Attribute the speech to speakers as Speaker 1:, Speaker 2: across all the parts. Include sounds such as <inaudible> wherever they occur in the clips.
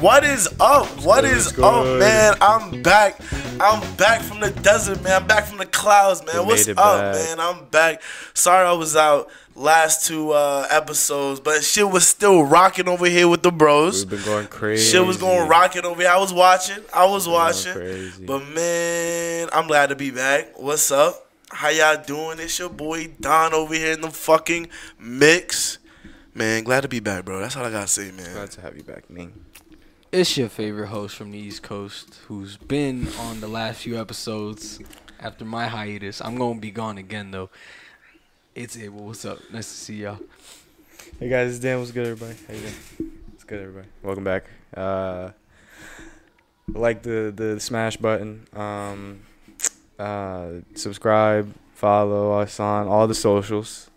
Speaker 1: What is up? What is up, man? I'm back. I'm back from the desert, man. I'm back from the clouds, man.
Speaker 2: You
Speaker 1: What's
Speaker 2: made
Speaker 1: up,
Speaker 2: it back.
Speaker 1: man? I'm back. Sorry I was out last two uh, episodes, but shit was still rocking over here with the bros.
Speaker 2: We've been going crazy.
Speaker 1: Shit was going rocking over here. I was watching. I was watching.
Speaker 2: crazy.
Speaker 1: But man, I'm glad to be back. What's up? How y'all doing? It's your boy Don over here in the fucking mix. Man, glad to be back, bro. That's all I gotta say, man.
Speaker 2: Glad to have you back, Ning.
Speaker 3: It's your favorite host from the East Coast who's been on the last few episodes after my hiatus. I'm going to be gone again, though. It's Abel. What's up? Nice to see y'all.
Speaker 2: Hey guys, it's Dan. What's good, everybody? How you doing? It's good, everybody. Welcome back. Uh, like the the smash button. Um, uh, subscribe, follow us on all the socials,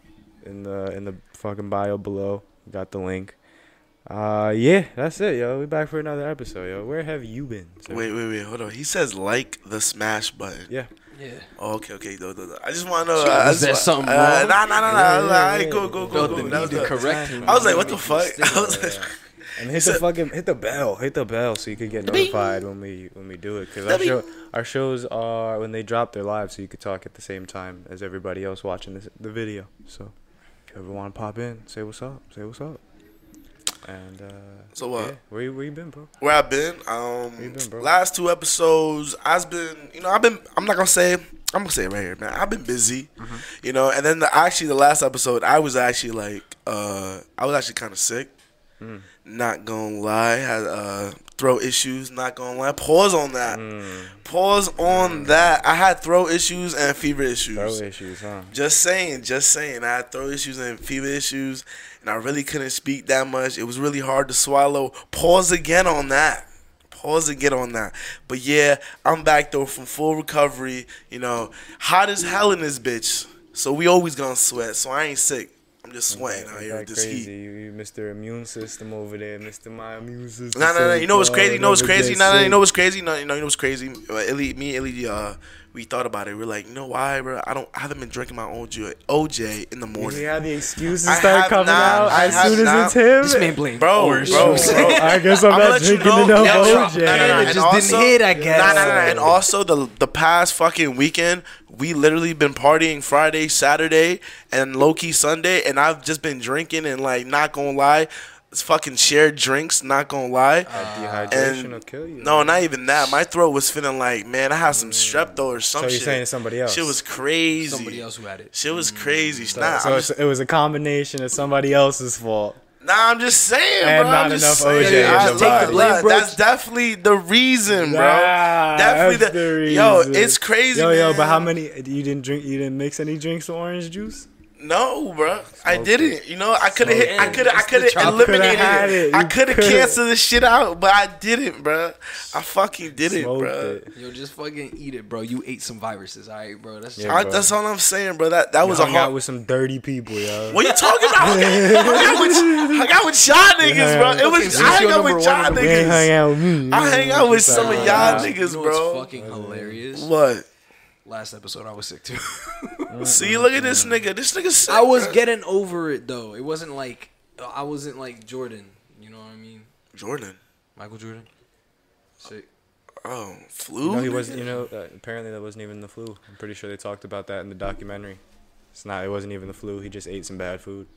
Speaker 2: in the in the fucking bio below. Got the link. Uh, yeah, that's it, yo. We back for another episode, yo. Where have you been? sir?
Speaker 1: Wait, wait, wait. Hold on. He says like the smash button.
Speaker 2: Yeah.
Speaker 3: Yeah.
Speaker 1: Oh, okay, okay. No, no, no. I just want to know.
Speaker 3: Shit,
Speaker 1: I just
Speaker 3: was there
Speaker 1: wa-
Speaker 3: something
Speaker 1: uh,
Speaker 3: wrong?
Speaker 1: Nah, nah, nah, nah.
Speaker 2: Yeah,
Speaker 1: I was
Speaker 2: yeah,
Speaker 1: like,
Speaker 2: yeah.
Speaker 1: go, go, go,
Speaker 3: Felt
Speaker 1: go.
Speaker 3: the
Speaker 1: That was
Speaker 3: need to
Speaker 1: good.
Speaker 3: correct him.
Speaker 1: I was like, what the fuck? <laughs> I was
Speaker 2: Yeah,
Speaker 1: like,
Speaker 2: yeah. And hit
Speaker 1: So-
Speaker 2: the fucking hit the bell, hit the bell, so you can get notified when we when we do it. Because our
Speaker 1: That'd be-
Speaker 2: show our shows are when they drop they're live, so you could talk at the same time as everybody else watching this, the video. So if you ever want to pop in, say what's up, say what's up. And uh,
Speaker 1: So what?
Speaker 2: yeah, where you, where you been, bro?
Speaker 1: where I've been. Um,
Speaker 2: you been, bro?
Speaker 1: last two episodes, I've been, you know, I've been. I'm not gonna say. I'm gonna say it right here, man. I've been busy,
Speaker 2: Mm-hmm.
Speaker 1: you know. And then the, actually, the last episode, I was actually like, uh, I was actually kind of sick.
Speaker 2: Mm.
Speaker 1: Not gonna lie, had uh, throat issues. Not gonna lie. Pause on that.
Speaker 2: Mm.
Speaker 1: Pause on that. I had throat issues and fever issues.
Speaker 2: Throat issues, huh?
Speaker 1: Just saying, just saying. I had throat issues and fever issues, and I really couldn't speak that much. It was really hard to swallow. Pause again on that. Pause again on that. But yeah, I'm back though from full recovery. You know, hot as hell in this bitch. So we always gonna sweat. So I ain't sick. I'm just sweating out
Speaker 2: You
Speaker 1: here
Speaker 2: got
Speaker 1: with this
Speaker 2: crazy.
Speaker 1: heat.
Speaker 2: You, you Mr. Immune System over there, Mr. My Immune System.
Speaker 1: No, no, no.
Speaker 2: says
Speaker 1: You know what's
Speaker 2: I
Speaker 1: crazy? You know what's
Speaker 2: never
Speaker 1: crazy?
Speaker 2: get
Speaker 1: No, no. You
Speaker 2: sick.
Speaker 1: know what's crazy? No, you know, you know what's crazy? Uh, Illy, me and Illy, uh, we thought about it. We're like, you know why, bro? I don't. I haven't been drinking my OJ, OJ in the morning.
Speaker 2: Yeah, the excuses
Speaker 1: I
Speaker 2: start
Speaker 1: have
Speaker 2: coming
Speaker 1: not-
Speaker 2: out
Speaker 1: I
Speaker 2: as
Speaker 1: have
Speaker 2: soon
Speaker 1: not-
Speaker 2: as it's him.
Speaker 3: This man blamed
Speaker 1: Bro,
Speaker 3: four
Speaker 1: bro,
Speaker 2: <laughs>
Speaker 3: shows.
Speaker 1: bro.
Speaker 2: I guess I'm
Speaker 1: I'ma
Speaker 2: not
Speaker 1: let you
Speaker 2: drinking
Speaker 1: know-
Speaker 2: enough
Speaker 1: Yeah, sure.
Speaker 2: OJ.
Speaker 1: No, no, no,
Speaker 3: It
Speaker 1: and
Speaker 3: just didn't hit, I guess.
Speaker 1: Nah, nah, nah, nah. And also the the past fucking weekend, we literally been partying Friday, Saturday, and low key Sunday, and I've just been drinking and like not gonna lie, it's fucking shared drinks. Not gonna lie.
Speaker 3: Uh,
Speaker 2: Dehydration
Speaker 1: and
Speaker 2: will kill you.
Speaker 1: no, not even that. My throat was feeling like, man, I had some strep though or some
Speaker 2: So you're
Speaker 1: shit.
Speaker 2: saying it's somebody else.
Speaker 1: Shit was crazy.
Speaker 3: Somebody else Mm, who had it.
Speaker 1: Shit was crazy.
Speaker 2: So,
Speaker 1: nah,
Speaker 2: so
Speaker 1: I'm
Speaker 2: it's-
Speaker 1: just,
Speaker 2: it was a combination of somebody else's fault.
Speaker 1: nah, I'm just saying,
Speaker 2: And
Speaker 1: bro.
Speaker 2: not
Speaker 1: I'm just
Speaker 2: enough
Speaker 1: saying.
Speaker 2: OJ in
Speaker 1: I-
Speaker 2: the
Speaker 1: look,
Speaker 2: body.
Speaker 1: look, That's definitely the reason, bro.
Speaker 2: Nah,
Speaker 1: definitely
Speaker 2: that's
Speaker 1: the,
Speaker 2: the
Speaker 1: yo.
Speaker 2: reason.
Speaker 1: It's crazy,
Speaker 2: Yo,
Speaker 1: man.
Speaker 2: yo, but how many? You didn't drink. You didn't mix any drinks with orange juice.
Speaker 1: No, bro, I didn't. You know, I could have hit. I
Speaker 3: it.
Speaker 1: could. I
Speaker 3: That's the
Speaker 1: could
Speaker 3: trouble.
Speaker 1: have
Speaker 3: You
Speaker 2: coulda
Speaker 1: eliminated
Speaker 2: had
Speaker 1: it.
Speaker 2: it.
Speaker 1: I
Speaker 2: You
Speaker 1: could have
Speaker 2: coulda.
Speaker 1: canceled this shit out, but I didn't, bro. I fucking didn't,
Speaker 2: Smoked
Speaker 1: bro.
Speaker 2: it.
Speaker 3: Yo, just fucking eat it, bro. You ate some viruses, all right, bro? That's
Speaker 2: Yeah.
Speaker 1: I, that's all I'm saying, bro. That that was a
Speaker 2: hung out
Speaker 1: hard.
Speaker 2: with some dirty people, yo.
Speaker 1: What you talking about?
Speaker 2: <laughs>
Speaker 1: I got with, I got with y'all niggas, bro. It was
Speaker 3: Fucking
Speaker 1: I hung
Speaker 3: Zizio
Speaker 1: out with
Speaker 3: number
Speaker 1: y'all
Speaker 3: one
Speaker 2: You ain't hung
Speaker 1: niggas.
Speaker 2: out with me.
Speaker 1: I hang out with some of
Speaker 2: Nah.
Speaker 1: y'all
Speaker 3: You
Speaker 1: niggas,
Speaker 3: know
Speaker 1: bro.
Speaker 3: what's fucking hilarious?
Speaker 1: What?
Speaker 3: Last episode, I was sick, too.
Speaker 1: See, look at this nigga. This nigga. sick,
Speaker 3: <laughs> I was
Speaker 1: bro.
Speaker 3: getting over it, though. It wasn't like, uh, I wasn't like Jordan. You know what I mean?
Speaker 1: Jordan.
Speaker 3: Michael Jordan. Sick.
Speaker 1: Oh, flu.
Speaker 2: No, he
Speaker 1: nigga?
Speaker 2: wasn't. You know, uh, apparently that wasn't even the flu. I'm pretty sure they talked about that in the documentary. It's not. It wasn't even the flu. He just ate some bad food.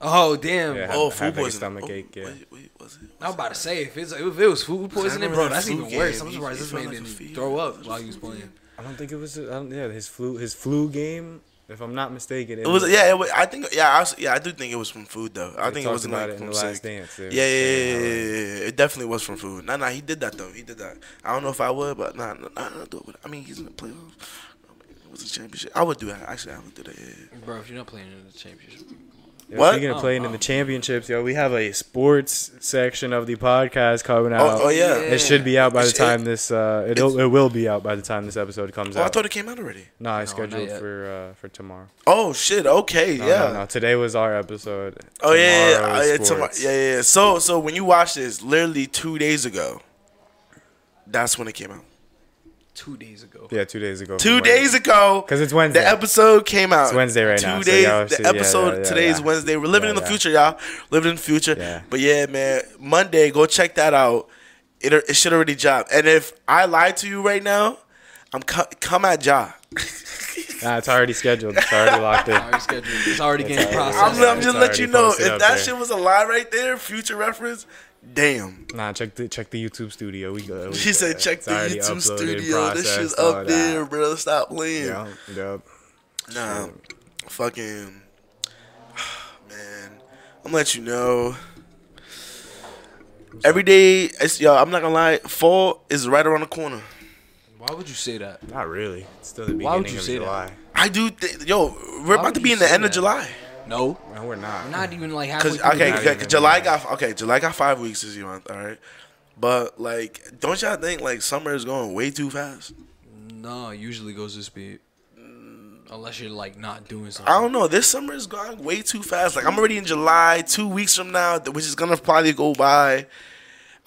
Speaker 3: Oh, damn.
Speaker 2: Yeah.
Speaker 1: Oh, food
Speaker 2: Had- had, like, a
Speaker 1: poisoning.
Speaker 2: stomach
Speaker 1: Oh,
Speaker 2: ache, yeah.
Speaker 1: Wait, wait, was it?
Speaker 3: I was about to say if it's if it was food poisoning,
Speaker 1: remember
Speaker 3: bro,
Speaker 1: that
Speaker 3: that's
Speaker 1: flu
Speaker 3: even worse.
Speaker 1: game.
Speaker 3: I'm
Speaker 1: He-
Speaker 3: surprised
Speaker 1: he
Speaker 3: this
Speaker 1: felt
Speaker 3: man
Speaker 1: like a
Speaker 3: didn't
Speaker 1: fever.
Speaker 3: throw
Speaker 1: It
Speaker 3: up
Speaker 1: was
Speaker 3: while
Speaker 1: a
Speaker 3: he was
Speaker 1: flu
Speaker 3: playing.
Speaker 1: game.
Speaker 2: I don't think it was. I don't, yeah, his flu. His flu game. If I'm not mistaken,
Speaker 1: It was yeah. It was, I think yeah. I was, yeah, I do think it was from food though. I
Speaker 2: They
Speaker 1: think it
Speaker 2: talked
Speaker 1: was
Speaker 2: about
Speaker 1: like
Speaker 2: it in
Speaker 1: from
Speaker 2: the
Speaker 1: sick.
Speaker 2: last dance.
Speaker 1: Yeah, yeah, yeah, yeah, yeah, yeah. It definitely was from food. Nah, nah. He did that though. He did that. I don't know if I would, but nah, nah, nah. nah do it. I mean, he's in the playoffs. It was a championship. I would do that. Actually, I would do that. Yeah. yeah.
Speaker 3: Bro, if you're not playing in the championship,
Speaker 2: Yo,
Speaker 1: What?
Speaker 2: Speaking of
Speaker 3: Oh,
Speaker 2: playing in
Speaker 3: oh.
Speaker 2: the championships, yo, we have a sports section of the podcast coming
Speaker 1: Oh,
Speaker 2: out.
Speaker 1: oh yeah.
Speaker 3: yeah.
Speaker 2: It should be out by the
Speaker 1: It's-
Speaker 2: time this. Uh, it'll,
Speaker 1: it's-
Speaker 2: it will be out by the time this episode comes
Speaker 1: Oh, I
Speaker 2: out.
Speaker 1: thought it came out already.
Speaker 2: No, I scheduled
Speaker 3: yet.
Speaker 2: for uh, for tomorrow.
Speaker 1: Oh shit. Okay.
Speaker 2: No,
Speaker 1: yeah.
Speaker 2: no, no. Today was our episode.
Speaker 1: Oh yeah, yeah, yeah, Oh,
Speaker 2: Tomorrow is
Speaker 1: yeah, tomorrow,
Speaker 2: sports.
Speaker 1: yeah, yeah. yeah. So, so when you watched this, literally two days ago, that's when it came out.
Speaker 3: two days ago.
Speaker 2: Yeah, two days ago.
Speaker 1: Two days ago,
Speaker 2: Because it's Wednesday.
Speaker 1: The episode came out.
Speaker 2: It's Wednesday right
Speaker 1: two
Speaker 2: now, so
Speaker 1: days.
Speaker 2: y'all see-
Speaker 1: the
Speaker 2: yeah,
Speaker 1: episode
Speaker 2: yeah, yeah,
Speaker 1: today is
Speaker 2: yeah.
Speaker 1: Wednesday. We're living
Speaker 2: Yeah,
Speaker 1: in the
Speaker 2: yeah.
Speaker 1: future, y'all. Living in the future.
Speaker 2: Yeah.
Speaker 1: But yeah, man, Monday, go check that out. It it should already drop. And if I lied to you right now, I'm co- come at Ja. <laughs>
Speaker 2: Nah, it's already scheduled. It's already locked in.
Speaker 3: Already scheduled. It's already getting
Speaker 1: I'm,
Speaker 2: already-
Speaker 3: processed.
Speaker 2: Yeah,
Speaker 1: I'm
Speaker 2: it's
Speaker 1: just let
Speaker 2: already
Speaker 1: you know if
Speaker 2: posted
Speaker 1: that
Speaker 2: out there.
Speaker 1: shit was a lie right there, future reference. Damn.
Speaker 2: Nah, check the check the YouTube studio. We good. we
Speaker 1: She said,
Speaker 2: good.
Speaker 1: "Check
Speaker 2: It's
Speaker 1: the
Speaker 2: already
Speaker 1: YouTube
Speaker 2: uploaded,
Speaker 1: studio. This shit's
Speaker 2: processed, all
Speaker 1: up
Speaker 2: that.
Speaker 1: there, bro. Stop playing." <laughs>
Speaker 2: Yup, yup.
Speaker 1: Nah, fucking <sighs> man. I'm gonna let you know. Every day, it's, yo, I'm not gonna lie. Fall is right around the corner.
Speaker 3: Why would you say that?
Speaker 2: Not really. It's still the beginning
Speaker 3: Why would you
Speaker 2: of
Speaker 3: say that?
Speaker 2: July.
Speaker 1: I do, th- yo. We're
Speaker 3: Why
Speaker 1: about to
Speaker 3: would
Speaker 1: be
Speaker 3: you
Speaker 1: in the
Speaker 3: say
Speaker 1: end of
Speaker 3: that?
Speaker 1: July.
Speaker 3: No,
Speaker 2: No, we're not.
Speaker 3: I'm not even like
Speaker 1: Cause
Speaker 3: halfway. through the
Speaker 1: okay,
Speaker 2: not
Speaker 3: night.
Speaker 1: okay,
Speaker 2: even
Speaker 1: July
Speaker 2: that.
Speaker 1: got okay. July got five weeks this year, month. All right, but like, don't y'all think like summer is going way too fast?
Speaker 3: No, it usually goes to speed. Unless you're like not doing something.
Speaker 1: I don't know. This summer is gone way too fast. Like I'm already in July, two weeks from now, th- which is gonna probably go by.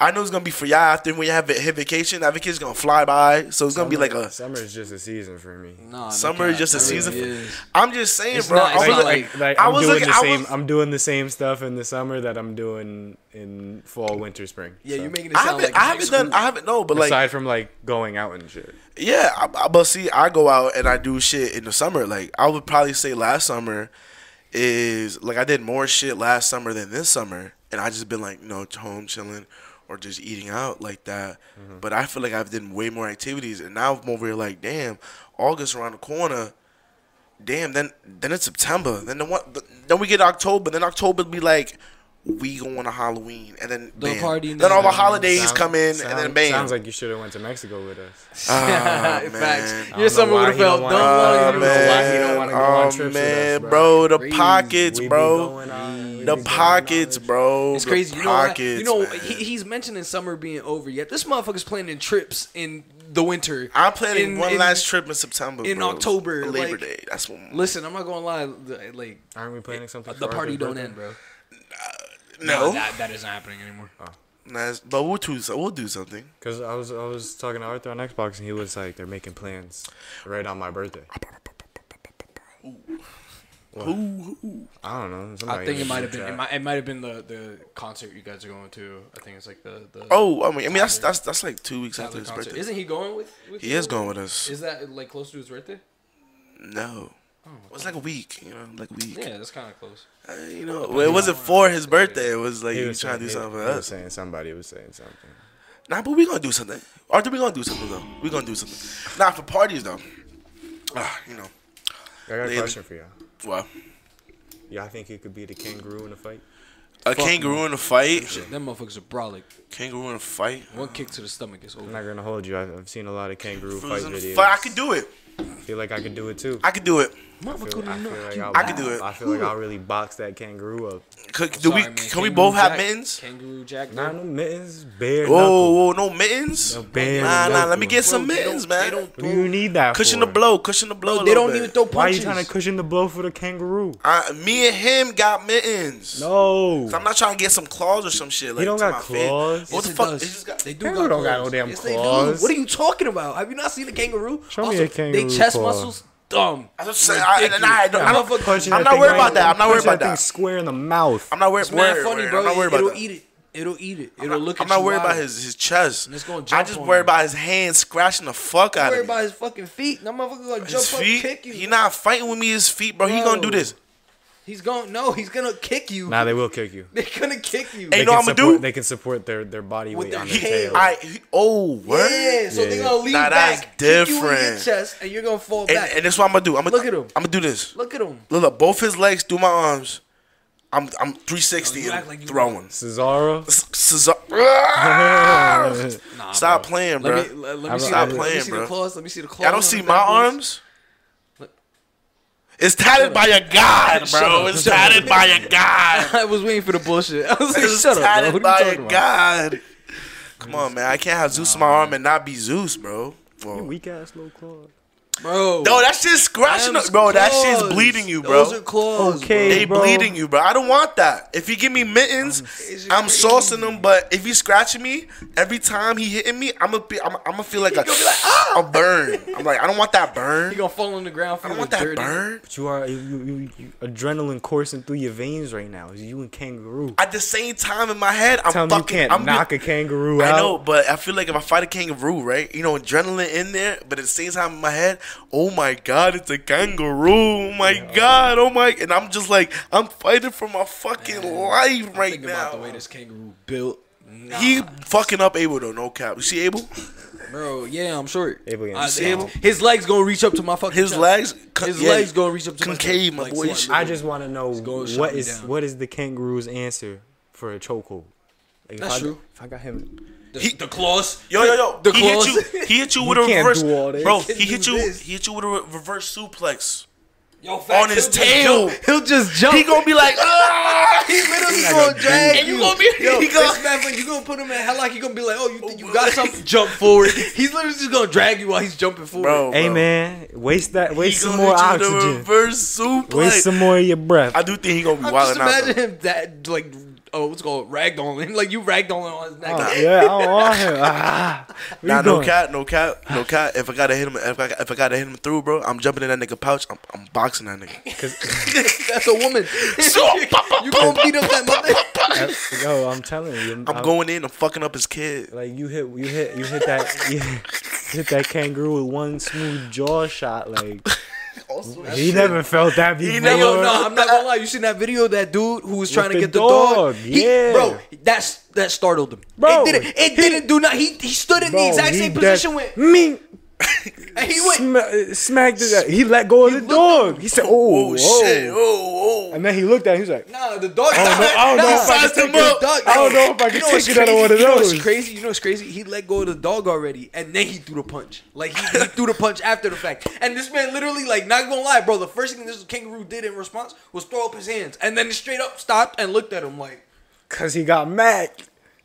Speaker 1: I know it's gonna be for y'all after when you have a hit vacation. That vacation's gonna fly by, so it's gonna be like a.
Speaker 2: summer is just a season for me.
Speaker 3: Nah, no
Speaker 1: Summer
Speaker 3: cap.
Speaker 1: is just a
Speaker 3: It really
Speaker 1: season for-
Speaker 3: is.
Speaker 1: I'm just saying,
Speaker 3: It's
Speaker 1: bro.
Speaker 3: not- it's
Speaker 1: I was
Speaker 3: not
Speaker 1: like,
Speaker 2: Like
Speaker 1: I
Speaker 2: I'm
Speaker 1: was
Speaker 2: doing
Speaker 1: looking.
Speaker 2: the
Speaker 1: I
Speaker 2: same.
Speaker 1: was,
Speaker 2: I'm doing the same stuff in the summer that I'm doing in fall, winter, spring.
Speaker 3: Yeah,
Speaker 2: So,
Speaker 3: you're making it
Speaker 1: I
Speaker 3: sound
Speaker 1: haven't.
Speaker 3: like
Speaker 1: I haven't done.
Speaker 3: <laughs>
Speaker 1: I haven't. No, but like,
Speaker 2: aside from like going out and shit.
Speaker 1: yeah. I, I- but see, I go out and I do shit in the summer. Like I would probably say last summer is like I did more shit last summer than this summer, and I just been like, you know, home chilling or just eating out like that. But I feel like I've done way more activities, and now I'm over here like, damn, August around the corner. Damn, then then it's September. Then the one, then we get October. Then October be like, we going to Halloween, and then
Speaker 3: The
Speaker 1: bam.
Speaker 3: party
Speaker 1: Then all the
Speaker 3: never
Speaker 1: holidays
Speaker 2: Sound-
Speaker 1: come in, and then
Speaker 2: sound-
Speaker 1: bam.
Speaker 2: Sounds like you should have went to Mexico with us.
Speaker 1: Ah, man.
Speaker 3: Facts.
Speaker 2: don't know
Speaker 3: Your summer
Speaker 2: why
Speaker 3: would have
Speaker 2: he don't
Speaker 3: felt dumb.
Speaker 2: wanna-
Speaker 1: Oh,
Speaker 2: Ah,
Speaker 3: long.
Speaker 2: don't
Speaker 3: You
Speaker 2: know why he
Speaker 1: man.
Speaker 2: don't wanna go on
Speaker 1: Oh,
Speaker 2: trips with
Speaker 1: man,
Speaker 2: us,
Speaker 1: bro.
Speaker 2: bro.
Speaker 1: The
Speaker 3: Crazy.
Speaker 1: pockets,
Speaker 2: We be
Speaker 1: bro.
Speaker 2: going out, we be
Speaker 1: The
Speaker 2: going
Speaker 1: pockets,
Speaker 2: out.
Speaker 1: bro.
Speaker 3: It's
Speaker 1: The
Speaker 3: crazy. You know what? You
Speaker 1: pockets,
Speaker 3: know
Speaker 1: man.
Speaker 3: he, he's mentioning summer being over yet. This motherfucker's planning trips in the winter.
Speaker 1: I'm planning
Speaker 3: in-
Speaker 1: one
Speaker 3: in-
Speaker 1: last trip in September.
Speaker 3: in
Speaker 1: bro.
Speaker 3: October,
Speaker 1: Labor
Speaker 3: like-
Speaker 1: Day. That's when.
Speaker 3: Listen, I'm not gonna lie. the- Like
Speaker 2: Aren't we planning something?
Speaker 3: the
Speaker 2: for
Speaker 3: party
Speaker 2: Arthur's
Speaker 3: don't
Speaker 2: birthday?
Speaker 3: end, bro.
Speaker 1: No,
Speaker 3: that, that isn't happening anymore.
Speaker 1: That's- but we'll do so- we'll do something.
Speaker 2: Cause I was I was talking to Arthur on Xbox and he was like they're making plans right on my birthday. What? I don't know.
Speaker 3: I
Speaker 2: somebody in
Speaker 3: think it
Speaker 2: the
Speaker 3: might have
Speaker 2: group
Speaker 3: been it
Speaker 2: chat.
Speaker 3: might, it might have been the, the concert you guys are going to. I think it's like the, the
Speaker 1: Oh, I mean, I mean that's
Speaker 3: Tyler-
Speaker 1: that's that's like two weeks
Speaker 3: Tyler
Speaker 1: after his
Speaker 3: concert.
Speaker 1: birthday.
Speaker 3: Isn't he going with? with
Speaker 1: He
Speaker 3: you?
Speaker 1: is going with us.
Speaker 3: Is that like close to his birthday?
Speaker 1: No, it was like a week. You know, like a week.
Speaker 3: Oh, Yeah, that's kind of close.
Speaker 1: Uh, you know, well, it wasn't for his birthday. It was like
Speaker 2: He
Speaker 1: he
Speaker 2: was
Speaker 1: was trying to do
Speaker 2: saying-
Speaker 1: something
Speaker 2: he-
Speaker 1: for
Speaker 2: he was
Speaker 1: us.
Speaker 2: saying somebody was saying something.
Speaker 1: Nah, but we gonna do something. Arthur, we gonna do something though. We gonna do something. Not for parties though. Ah, you know.
Speaker 2: I got a
Speaker 1: Later.
Speaker 2: question for y'all.
Speaker 1: Well,
Speaker 2: Y'all think it could be the kangaroo in a fight?
Speaker 1: a
Speaker 3: Fuck
Speaker 1: kangaroo in a fight.
Speaker 3: Shit, them motherfuckers are brolic.
Speaker 1: Kangaroo in a fight.
Speaker 3: One kick to the stomach is
Speaker 2: I'm
Speaker 3: over.
Speaker 2: not gonna hold you. I've, I've seen a lot of kangaroo
Speaker 1: Kangaroos
Speaker 2: fight
Speaker 1: in a
Speaker 2: videos.
Speaker 1: fight. I could do it.
Speaker 2: feel like I could do it too.
Speaker 1: I could do it.
Speaker 2: I feel, I feel like I'll,
Speaker 1: I could do it.
Speaker 2: I feel like I'll really box that kangaroo up.
Speaker 1: Could, do we?
Speaker 3: Sorry, man.
Speaker 1: Can we
Speaker 3: Kangaroo
Speaker 1: both have
Speaker 3: Jack-
Speaker 1: mittens?
Speaker 3: Kangaroo Jack.
Speaker 2: Nah,
Speaker 3: bro.
Speaker 2: no mittens, bare knuckle.
Speaker 1: Whoa, whoa, no mittens.
Speaker 2: No bare
Speaker 1: nah, nah. Let
Speaker 2: knuckle.
Speaker 1: me get some
Speaker 3: Bro, they
Speaker 1: mittens,
Speaker 3: don't-
Speaker 1: man.
Speaker 3: They don't
Speaker 2: What do you
Speaker 3: throw,
Speaker 2: need that
Speaker 1: Cushion
Speaker 2: for?
Speaker 1: the blow. Cushion the blow. a
Speaker 3: they
Speaker 1: little
Speaker 3: don't
Speaker 1: bit.
Speaker 3: even throw
Speaker 2: Why are
Speaker 3: punches.
Speaker 2: you trying to cushion the blow for the kangaroo?
Speaker 1: I, me and him got mittens.
Speaker 2: No.
Speaker 1: So I'm not trying to get some claws or some shit. Like,
Speaker 2: don't
Speaker 1: to
Speaker 2: got
Speaker 1: my face.
Speaker 2: claws?
Speaker 1: What the
Speaker 3: Yes, it
Speaker 1: fuck?
Speaker 3: does.
Speaker 1: They just got-
Speaker 3: They do
Speaker 2: Kangaroo
Speaker 3: got
Speaker 2: don't got no
Speaker 3: claws.
Speaker 2: damn
Speaker 3: yes, they do.
Speaker 2: claws.
Speaker 3: What are you talking about? Have you not seen a kangaroo?
Speaker 2: Show me a
Speaker 3: They
Speaker 2: kangaroo
Speaker 3: chest
Speaker 2: claw.
Speaker 3: muscles dumb.
Speaker 1: That's what I'm saying. I- and I don't- I don't-
Speaker 2: Punching
Speaker 1: I'm
Speaker 2: that
Speaker 1: not
Speaker 2: thing
Speaker 1: worried
Speaker 2: right-
Speaker 1: about that. I'm not worried
Speaker 2: punching
Speaker 1: about
Speaker 2: thing
Speaker 1: that.
Speaker 2: Square in the mouth.
Speaker 1: I'm not worried.
Speaker 3: It's mad
Speaker 1: worried,
Speaker 3: funny,
Speaker 1: worried.
Speaker 3: bro.
Speaker 1: I'm not worried
Speaker 3: It'll
Speaker 1: about that.
Speaker 3: eat it. It'll eat it. It'll
Speaker 1: I'm
Speaker 3: look
Speaker 1: not, I'm
Speaker 3: at
Speaker 1: not
Speaker 3: you
Speaker 1: worried about
Speaker 3: wild.
Speaker 1: his, his chest.
Speaker 3: And it's gonna
Speaker 1: I
Speaker 3: jump
Speaker 1: just
Speaker 3: on
Speaker 1: worry
Speaker 3: you.
Speaker 1: about his hands scratching the fuck out
Speaker 3: Worry
Speaker 1: of me.
Speaker 3: about his fucking feet. That motherfucker gonna jump
Speaker 1: His
Speaker 3: up,
Speaker 1: feet.
Speaker 3: kick you.
Speaker 1: He not fighting with me. His feet, bro. He
Speaker 3: Bro.
Speaker 1: gonna do this.
Speaker 3: He's going. No, he's gonna kick you.
Speaker 2: Nah, they
Speaker 3: <laughs>
Speaker 2: will kick you.
Speaker 3: They're gonna kick you.
Speaker 1: Hey,
Speaker 2: They
Speaker 1: You know what
Speaker 2: can
Speaker 1: I'ma
Speaker 2: support-
Speaker 1: do?
Speaker 2: They can support their, their body
Speaker 3: With
Speaker 2: weight
Speaker 3: their
Speaker 2: on
Speaker 3: hand.
Speaker 2: their tail.
Speaker 1: I. he- Oh, what?
Speaker 3: yeah, so
Speaker 2: Yeah,
Speaker 3: they're
Speaker 2: yeah.
Speaker 3: gonna lean
Speaker 1: Nah, that's
Speaker 3: back, kick you in your
Speaker 1: different.
Speaker 3: chest, and you're gonna fall
Speaker 1: And,
Speaker 3: back.
Speaker 1: and that's what I'm gonna do. I'm gonna
Speaker 3: Look at him.
Speaker 1: I'm gonna do this.
Speaker 3: Look at him.
Speaker 1: Look, look, both his legs through my arms. I'm I'm 360
Speaker 3: Yo, you
Speaker 1: and
Speaker 3: act like you-
Speaker 1: throwing.
Speaker 2: Cesaro.
Speaker 1: S- Cesar-
Speaker 3: <laughs> Nah,
Speaker 1: Stop
Speaker 3: bro.
Speaker 1: playing, bro.
Speaker 3: Let me, let, let me see,
Speaker 2: Stop
Speaker 3: the- let me
Speaker 1: playing,
Speaker 3: see
Speaker 1: bro.
Speaker 3: the claws. Let me see the claws.
Speaker 1: Y'all don't
Speaker 3: on
Speaker 1: see
Speaker 3: the
Speaker 1: my
Speaker 3: back ones.
Speaker 1: arms? It's tatted by a god,
Speaker 3: Shut
Speaker 1: bro.
Speaker 3: up.
Speaker 1: It's tatted by a
Speaker 3: <laughs>
Speaker 1: god.
Speaker 3: <laughs> I was waiting for the bullshit. <laughs> I was like,
Speaker 1: It's
Speaker 3: shut up,
Speaker 1: tatted
Speaker 3: bro. What
Speaker 1: by
Speaker 3: are you
Speaker 1: a
Speaker 3: talking about?
Speaker 1: god. Come on, man. I can't have Zeus in my arm and not be Zeus, bro. Well,
Speaker 2: Weak ass little claw.
Speaker 3: bro.
Speaker 1: No, that shit's scratching
Speaker 3: Them's
Speaker 1: up, bro. That shit's
Speaker 3: claws.
Speaker 1: bleeding you, bro.
Speaker 3: Those are claws,
Speaker 2: Okay.
Speaker 1: they
Speaker 2: bro.
Speaker 1: bleeding you, bro. I don't want that. If you give me mittens,
Speaker 3: It's
Speaker 1: I'm
Speaker 3: crazy.
Speaker 1: saucing them. But if he scratching me every time he hitting me, I'm gonna be, I'm, I'm gonna feel like a, a burn. I'm like, I don't want that
Speaker 3: Bro. You
Speaker 1: burn.
Speaker 3: gonna fall on the ground for
Speaker 1: I don't
Speaker 3: your
Speaker 1: want that
Speaker 3: dirty-
Speaker 1: burn.
Speaker 2: But you are you, you, you, adrenaline coursing through your veins right now. It's you and kangaroo.
Speaker 1: At the same time, in my head, I'm
Speaker 2: Tell me you
Speaker 1: fucking.
Speaker 2: can't
Speaker 1: I'm
Speaker 2: knock a kangaroo out.
Speaker 1: I know, but I feel like if I fight a kangaroo, right? You know, adrenaline in there, but at the same time in my head, oh my god, it's a kangaroo. Oh my god, oh my and I'm just like, I'm fighting for my fucking life
Speaker 3: I'm
Speaker 1: right
Speaker 3: thinking about the way
Speaker 1: now.
Speaker 3: this kangaroo built. Nah,
Speaker 1: He fucking up Abel though, no cap. You see Abel?
Speaker 3: bro, yeah, I'm short.
Speaker 2: Able again.
Speaker 3: I-
Speaker 2: You
Speaker 1: see
Speaker 3: I-
Speaker 1: Abel?
Speaker 3: His legs gonna reach up to my fucking.
Speaker 1: His
Speaker 3: chest.
Speaker 1: legs con-
Speaker 3: His
Speaker 1: yeah,
Speaker 3: legs gonna reach up to my
Speaker 1: concave,
Speaker 3: chest.
Speaker 1: my
Speaker 3: Like,
Speaker 1: boy.
Speaker 3: slightly.
Speaker 2: I just want to know
Speaker 3: gonna shut
Speaker 2: what
Speaker 3: me
Speaker 2: is
Speaker 3: down.
Speaker 2: what is the kangaroo's answer for a chokehold? Like, if
Speaker 3: That's
Speaker 2: I,
Speaker 3: true.
Speaker 2: If I got him,
Speaker 3: The,
Speaker 1: He-
Speaker 3: the claws.
Speaker 1: Yo, yo, yo.
Speaker 3: The
Speaker 1: he
Speaker 3: claws.
Speaker 1: hit
Speaker 3: <laughs>
Speaker 1: you he hit you
Speaker 2: You
Speaker 1: with a
Speaker 2: can't
Speaker 1: reverse
Speaker 2: do all this.
Speaker 1: Bro,
Speaker 2: You
Speaker 3: can't
Speaker 1: he hit
Speaker 3: do
Speaker 1: you
Speaker 3: this.
Speaker 1: he hit you with a re- reverse suplex.
Speaker 3: Yo,
Speaker 1: on
Speaker 3: facts,
Speaker 1: his
Speaker 3: he'll just
Speaker 1: tail.
Speaker 3: jump. He'll just jump.
Speaker 1: He gonna be like, ah!
Speaker 3: <laughs> He literally
Speaker 2: Like
Speaker 3: gonna
Speaker 2: a
Speaker 3: drag
Speaker 2: dude.
Speaker 3: you. gonna be
Speaker 1: <laughs>
Speaker 3: yo,
Speaker 1: he
Speaker 3: this
Speaker 1: gonna-
Speaker 3: man, when you gonna put him in hell like he gonna be like, oh, you think you got
Speaker 1: <laughs>
Speaker 3: something? Jump forward. <laughs> He's literally just gonna drag you while he's jumping forward.
Speaker 1: Bro,
Speaker 2: hey
Speaker 1: bro.
Speaker 2: man, waste that,
Speaker 1: He
Speaker 2: waste some
Speaker 1: gonna
Speaker 2: more
Speaker 1: hit you with a
Speaker 2: oxygen,
Speaker 1: Reverse suplex.
Speaker 2: waste some more of your breath.
Speaker 1: I do think he gonna be
Speaker 3: I'm
Speaker 1: wild
Speaker 3: just
Speaker 1: out. though.
Speaker 3: imagine him that like oh, what's it called ragdolling. <laughs> Like you ragdolling on his neck.
Speaker 2: Oh, yeah, I don't want him. Ah, where
Speaker 1: Nah,
Speaker 2: you
Speaker 1: no
Speaker 2: going?
Speaker 1: cat, no cat, no cat. If I gotta hit him, if I, if I gotta hit him through, bro, I'm jumping in that nigga pouch. I'm, I'm boxing that nigga.
Speaker 2: 'Cause-
Speaker 3: <laughs>
Speaker 2: <laughs>
Speaker 3: That's a woman.
Speaker 1: <laughs> So-
Speaker 3: <laughs> you gonna
Speaker 1: <laughs>
Speaker 3: beat up that mother?
Speaker 2: yo, I'm telling you, I'm,
Speaker 1: I'm going in. I'm fucking up his kid.
Speaker 2: Like you hit, you hit, you hit that, you hit that kangaroo with one smooth jaw shot. Like he never felt that before.
Speaker 1: never-
Speaker 3: Yo, no, I'm not gonna lie. You seen that video of that dude who was trying to
Speaker 2: the
Speaker 3: get the
Speaker 2: dog,
Speaker 3: dog? He-
Speaker 2: yeah.
Speaker 3: bro, that's that startled him.
Speaker 2: Bro,
Speaker 3: it didn't, it didn't do nothing. He, he stood in
Speaker 2: Bro,
Speaker 3: the exact
Speaker 2: he
Speaker 3: same
Speaker 2: def-
Speaker 3: position with,
Speaker 2: me.
Speaker 3: and he went.
Speaker 2: sma- uh, smacked it. He let go of the
Speaker 3: looked-
Speaker 2: dog. He said, "Oh,
Speaker 1: Oh
Speaker 2: whoa."
Speaker 1: shit! Oh, oh.
Speaker 2: And then he looked at. Him, he was like,
Speaker 3: Nah, the dog.
Speaker 2: I don't know-
Speaker 3: <laughs>
Speaker 2: I don't
Speaker 3: nah,
Speaker 2: know if I
Speaker 3: nah,
Speaker 2: can
Speaker 3: the
Speaker 1: take
Speaker 3: dog-
Speaker 1: it.
Speaker 3: dog-
Speaker 2: I don't know if I can
Speaker 3: You what's
Speaker 2: take it out of
Speaker 3: crazy?
Speaker 2: one of
Speaker 3: You know what's
Speaker 2: those.
Speaker 3: crazy? You know what's crazy? He let go of the dog already, and then he threw the punch. Like he, he threw the punch after the fact. And this man literally, like, not gonna lie, bro. The first thing this kangaroo did in response was throw up his hands, and then straight up stopped and looked at him like.
Speaker 2: "Cause he got mad."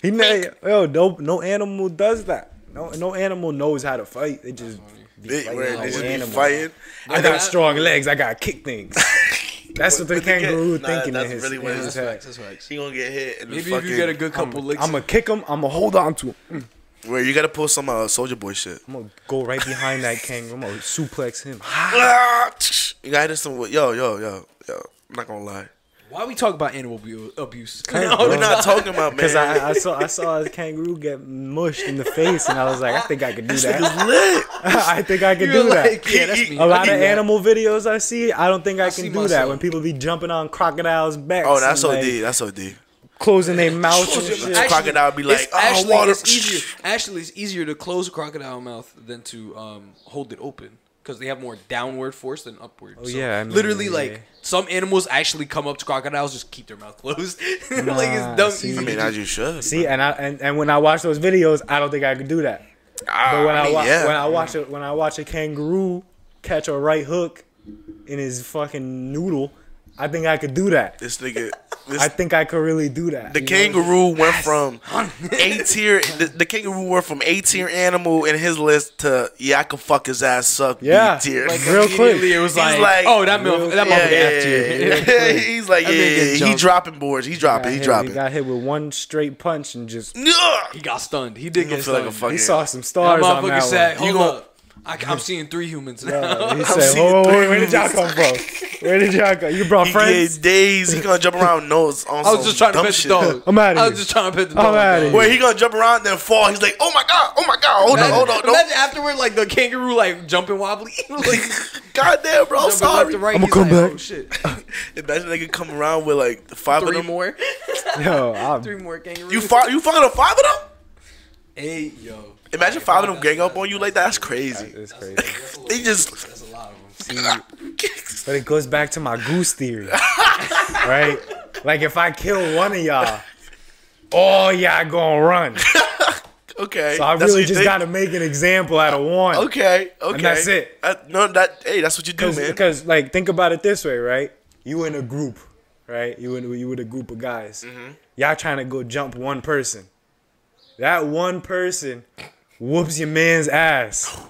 Speaker 2: He ne- yo, no, no animal does that. No, no animal knows how to fight. They just be
Speaker 1: They,
Speaker 2: fighting
Speaker 1: right,
Speaker 2: like
Speaker 1: they just
Speaker 2: an
Speaker 1: be
Speaker 2: animal.
Speaker 1: fighting.
Speaker 2: I
Speaker 3: But
Speaker 2: got
Speaker 3: that-
Speaker 2: strong legs. I got kick <laughs> things. That's what the
Speaker 1: But they get-
Speaker 2: kangaroo
Speaker 1: nah,
Speaker 2: thinking in
Speaker 1: that's
Speaker 2: his,
Speaker 1: really what
Speaker 2: in
Speaker 1: it
Speaker 2: his
Speaker 1: is.
Speaker 2: head.
Speaker 1: He gonna get hit. In the
Speaker 3: Maybe if
Speaker 1: fucking,
Speaker 3: you get a good couple licks,
Speaker 2: I'm gonna kick him. I'm gonna hold on to him.
Speaker 1: Where you gotta pull some uh, soldier boy
Speaker 2: <laughs>
Speaker 1: shit.
Speaker 2: I'm gonna go right behind that kangaroo. I'm gonna suplex him.
Speaker 1: Ah, you gotta hit some. Yo, yo, yo, yo. I'm not gonna
Speaker 2: <laughs>
Speaker 1: lie.
Speaker 3: why we talk about animal abu- <laughs> abuse?
Speaker 2: Kangaroo.
Speaker 1: We're not talking about man.
Speaker 2: <laughs> Oh, <laughs> Cause I, I saw I saw a kangaroo get mushed in the face, and I was like, I think I could do that.
Speaker 1: lit.
Speaker 2: <laughs> I think I could
Speaker 3: You're
Speaker 2: do that.
Speaker 3: like, yeah, that's me.
Speaker 2: A lot
Speaker 3: I
Speaker 2: of
Speaker 3: do that.
Speaker 2: animal videos I see, I don't think I,
Speaker 3: see
Speaker 2: can do that.
Speaker 3: myself.
Speaker 2: When people be jumping on crocodiles' backs,
Speaker 1: Oh, that's
Speaker 2: and,
Speaker 1: OD.
Speaker 2: like,
Speaker 1: That's OD.
Speaker 2: closing their mouths <laughs> and
Speaker 3: Actually,
Speaker 2: shit.
Speaker 1: Actually, crocodile be like,
Speaker 3: it's
Speaker 1: "Oh,
Speaker 3: actually,
Speaker 1: water."
Speaker 3: It's easier. <laughs> Actually, it's easier to close a crocodile mouth than to um, hold it open because they have more downward force than upward. Oh
Speaker 2: yeah, I mean,
Speaker 3: literally,
Speaker 2: yeah.
Speaker 3: like some animals actually come up to crocodiles just keep their mouth <laughs> closed. like
Speaker 2: Nah,
Speaker 3: it's dumb
Speaker 2: see.
Speaker 3: easy.
Speaker 1: I mean, as you should.
Speaker 2: See, and I and, and when I watch those videos, I don't think I could do that. But when I, wa-
Speaker 1: Ah, Uh, yeah.
Speaker 2: when I watch a, when I watch a kangaroo catch a right hook in his fucking noodle, I think I could do that.
Speaker 1: this nigga, this
Speaker 2: I think I could really do that.
Speaker 1: The kangaroo went from A
Speaker 3: <laughs>
Speaker 1: tier. The, the kangaroo went from A tier animal in his list to yeah, I could fuck his ass suck.
Speaker 2: Yeah.
Speaker 1: B tier.
Speaker 2: Like,
Speaker 1: He's
Speaker 2: Real quick.
Speaker 3: immediately it was
Speaker 1: He's
Speaker 3: like,
Speaker 1: like,
Speaker 3: oh that
Speaker 2: real-
Speaker 3: motherfucker, that
Speaker 2: yeah,
Speaker 3: motherfucker F
Speaker 1: yeah,
Speaker 3: <laughs> tier.
Speaker 1: yeah, yeah. He's like, yeah,
Speaker 3: That nigga
Speaker 1: yeah, yeah. he
Speaker 3: jumped.
Speaker 1: dropping boards. He dropping.
Speaker 2: Got
Speaker 1: He
Speaker 2: hit-
Speaker 1: dropping.
Speaker 2: got hit with one straight punch and just
Speaker 1: Ugh.
Speaker 3: He got stunned. He did
Speaker 1: He
Speaker 3: get
Speaker 1: feel like a
Speaker 3: stunned.
Speaker 1: fucking.
Speaker 2: he saw some
Speaker 3: that
Speaker 2: stars on
Speaker 3: motherfucker
Speaker 2: that
Speaker 3: said,
Speaker 1: You
Speaker 3: hold
Speaker 1: gon-
Speaker 3: up, I, am seeing three humans
Speaker 2: one.
Speaker 3: now.
Speaker 2: Uh, he
Speaker 1: seen
Speaker 2: said, "Whoa, whoa, whoa,
Speaker 1: three
Speaker 2: where did y'all come from? Where did y'all come? You brought
Speaker 1: He
Speaker 2: friends?
Speaker 1: get days. He gonna jump around nose on
Speaker 3: <laughs> I was
Speaker 1: some
Speaker 3: just trying to
Speaker 1: dumb
Speaker 3: pet the
Speaker 1: shit. <laughs>
Speaker 3: dog.
Speaker 2: I'm outta
Speaker 3: I
Speaker 2: here.
Speaker 3: was just trying to pet the
Speaker 2: I'm
Speaker 3: dog.
Speaker 2: outta
Speaker 3: dog.
Speaker 2: here.
Speaker 1: Where he gonna jump around then fall. He's like, oh my god, oh my god, hold on,
Speaker 3: Imagine,
Speaker 1: hold on, no.
Speaker 3: imagine afterward, like the kangaroo, like jumping wobbly. <laughs> like,
Speaker 1: God damn, bro, I'm
Speaker 3: jumping left
Speaker 1: sorry.
Speaker 3: to right,
Speaker 2: I'ma
Speaker 3: he's
Speaker 2: come
Speaker 3: like, Oh,
Speaker 1: <laughs>
Speaker 2: back.
Speaker 3: shit.
Speaker 1: Imagine they could come around with like five
Speaker 3: Three
Speaker 1: of them.
Speaker 3: more.
Speaker 2: Yo, I'm,
Speaker 3: Three more kangaroos.
Speaker 1: You fought, you fucking five of them.
Speaker 3: Hey, yo.
Speaker 1: Imagine five of them gang up on you like that. That's crazy.
Speaker 2: it's crazy.
Speaker 3: That's a lot-
Speaker 1: They just
Speaker 3: That's a lot of them.
Speaker 1: Yo,
Speaker 2: But it goes back to my goose theory, right? Like if I kill one of y'all, all y'all gonna run.
Speaker 1: <laughs> okay.
Speaker 2: So I
Speaker 1: that's what
Speaker 2: really
Speaker 1: you
Speaker 2: just
Speaker 1: think?
Speaker 2: gotta make an example out of one.
Speaker 1: Okay, okay.
Speaker 2: that's it.
Speaker 1: That- no, that hey, that's what you do, man.
Speaker 2: Because like think about it this way, right? You in a group, right? You in you with a group of guys.
Speaker 1: Mm-hmm.
Speaker 2: Y'all trying to go jump one person. That one person whoops your man's ass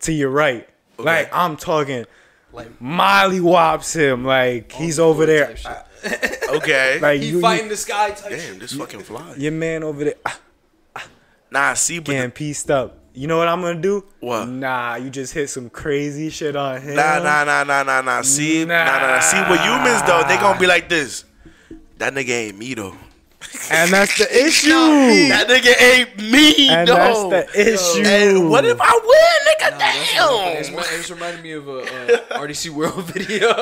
Speaker 2: to your right. Like I'm talking
Speaker 3: Like
Speaker 2: Molly wops him. Like
Speaker 1: Oh,
Speaker 2: he's over there.
Speaker 3: type shit.
Speaker 1: Okay.
Speaker 2: <laughs> Like
Speaker 3: he
Speaker 2: you,
Speaker 3: fighting
Speaker 2: you,
Speaker 3: the sky type
Speaker 1: Damn,
Speaker 3: shit.
Speaker 1: this fucking fly.
Speaker 2: your man over there. ah,
Speaker 1: Nah, see, but
Speaker 2: Getting pieced up. You know what I'm gonna do?
Speaker 1: What?
Speaker 2: Nah, you just hit some crazy shit on him.
Speaker 1: Nah, nah, nah, nah, nah, nah. See, nah, nah, nah. See, with humans though, they gonna be like this. That nigga ain't me though.
Speaker 2: And that's the issue.
Speaker 1: That nigga ain't me
Speaker 2: and
Speaker 1: though.
Speaker 2: that's the issue.
Speaker 1: And what if I win, nigga?
Speaker 3: It's,
Speaker 1: Damn.
Speaker 3: it's reminding me of a, uh RDC World <laughs> video.
Speaker 1: <laughs>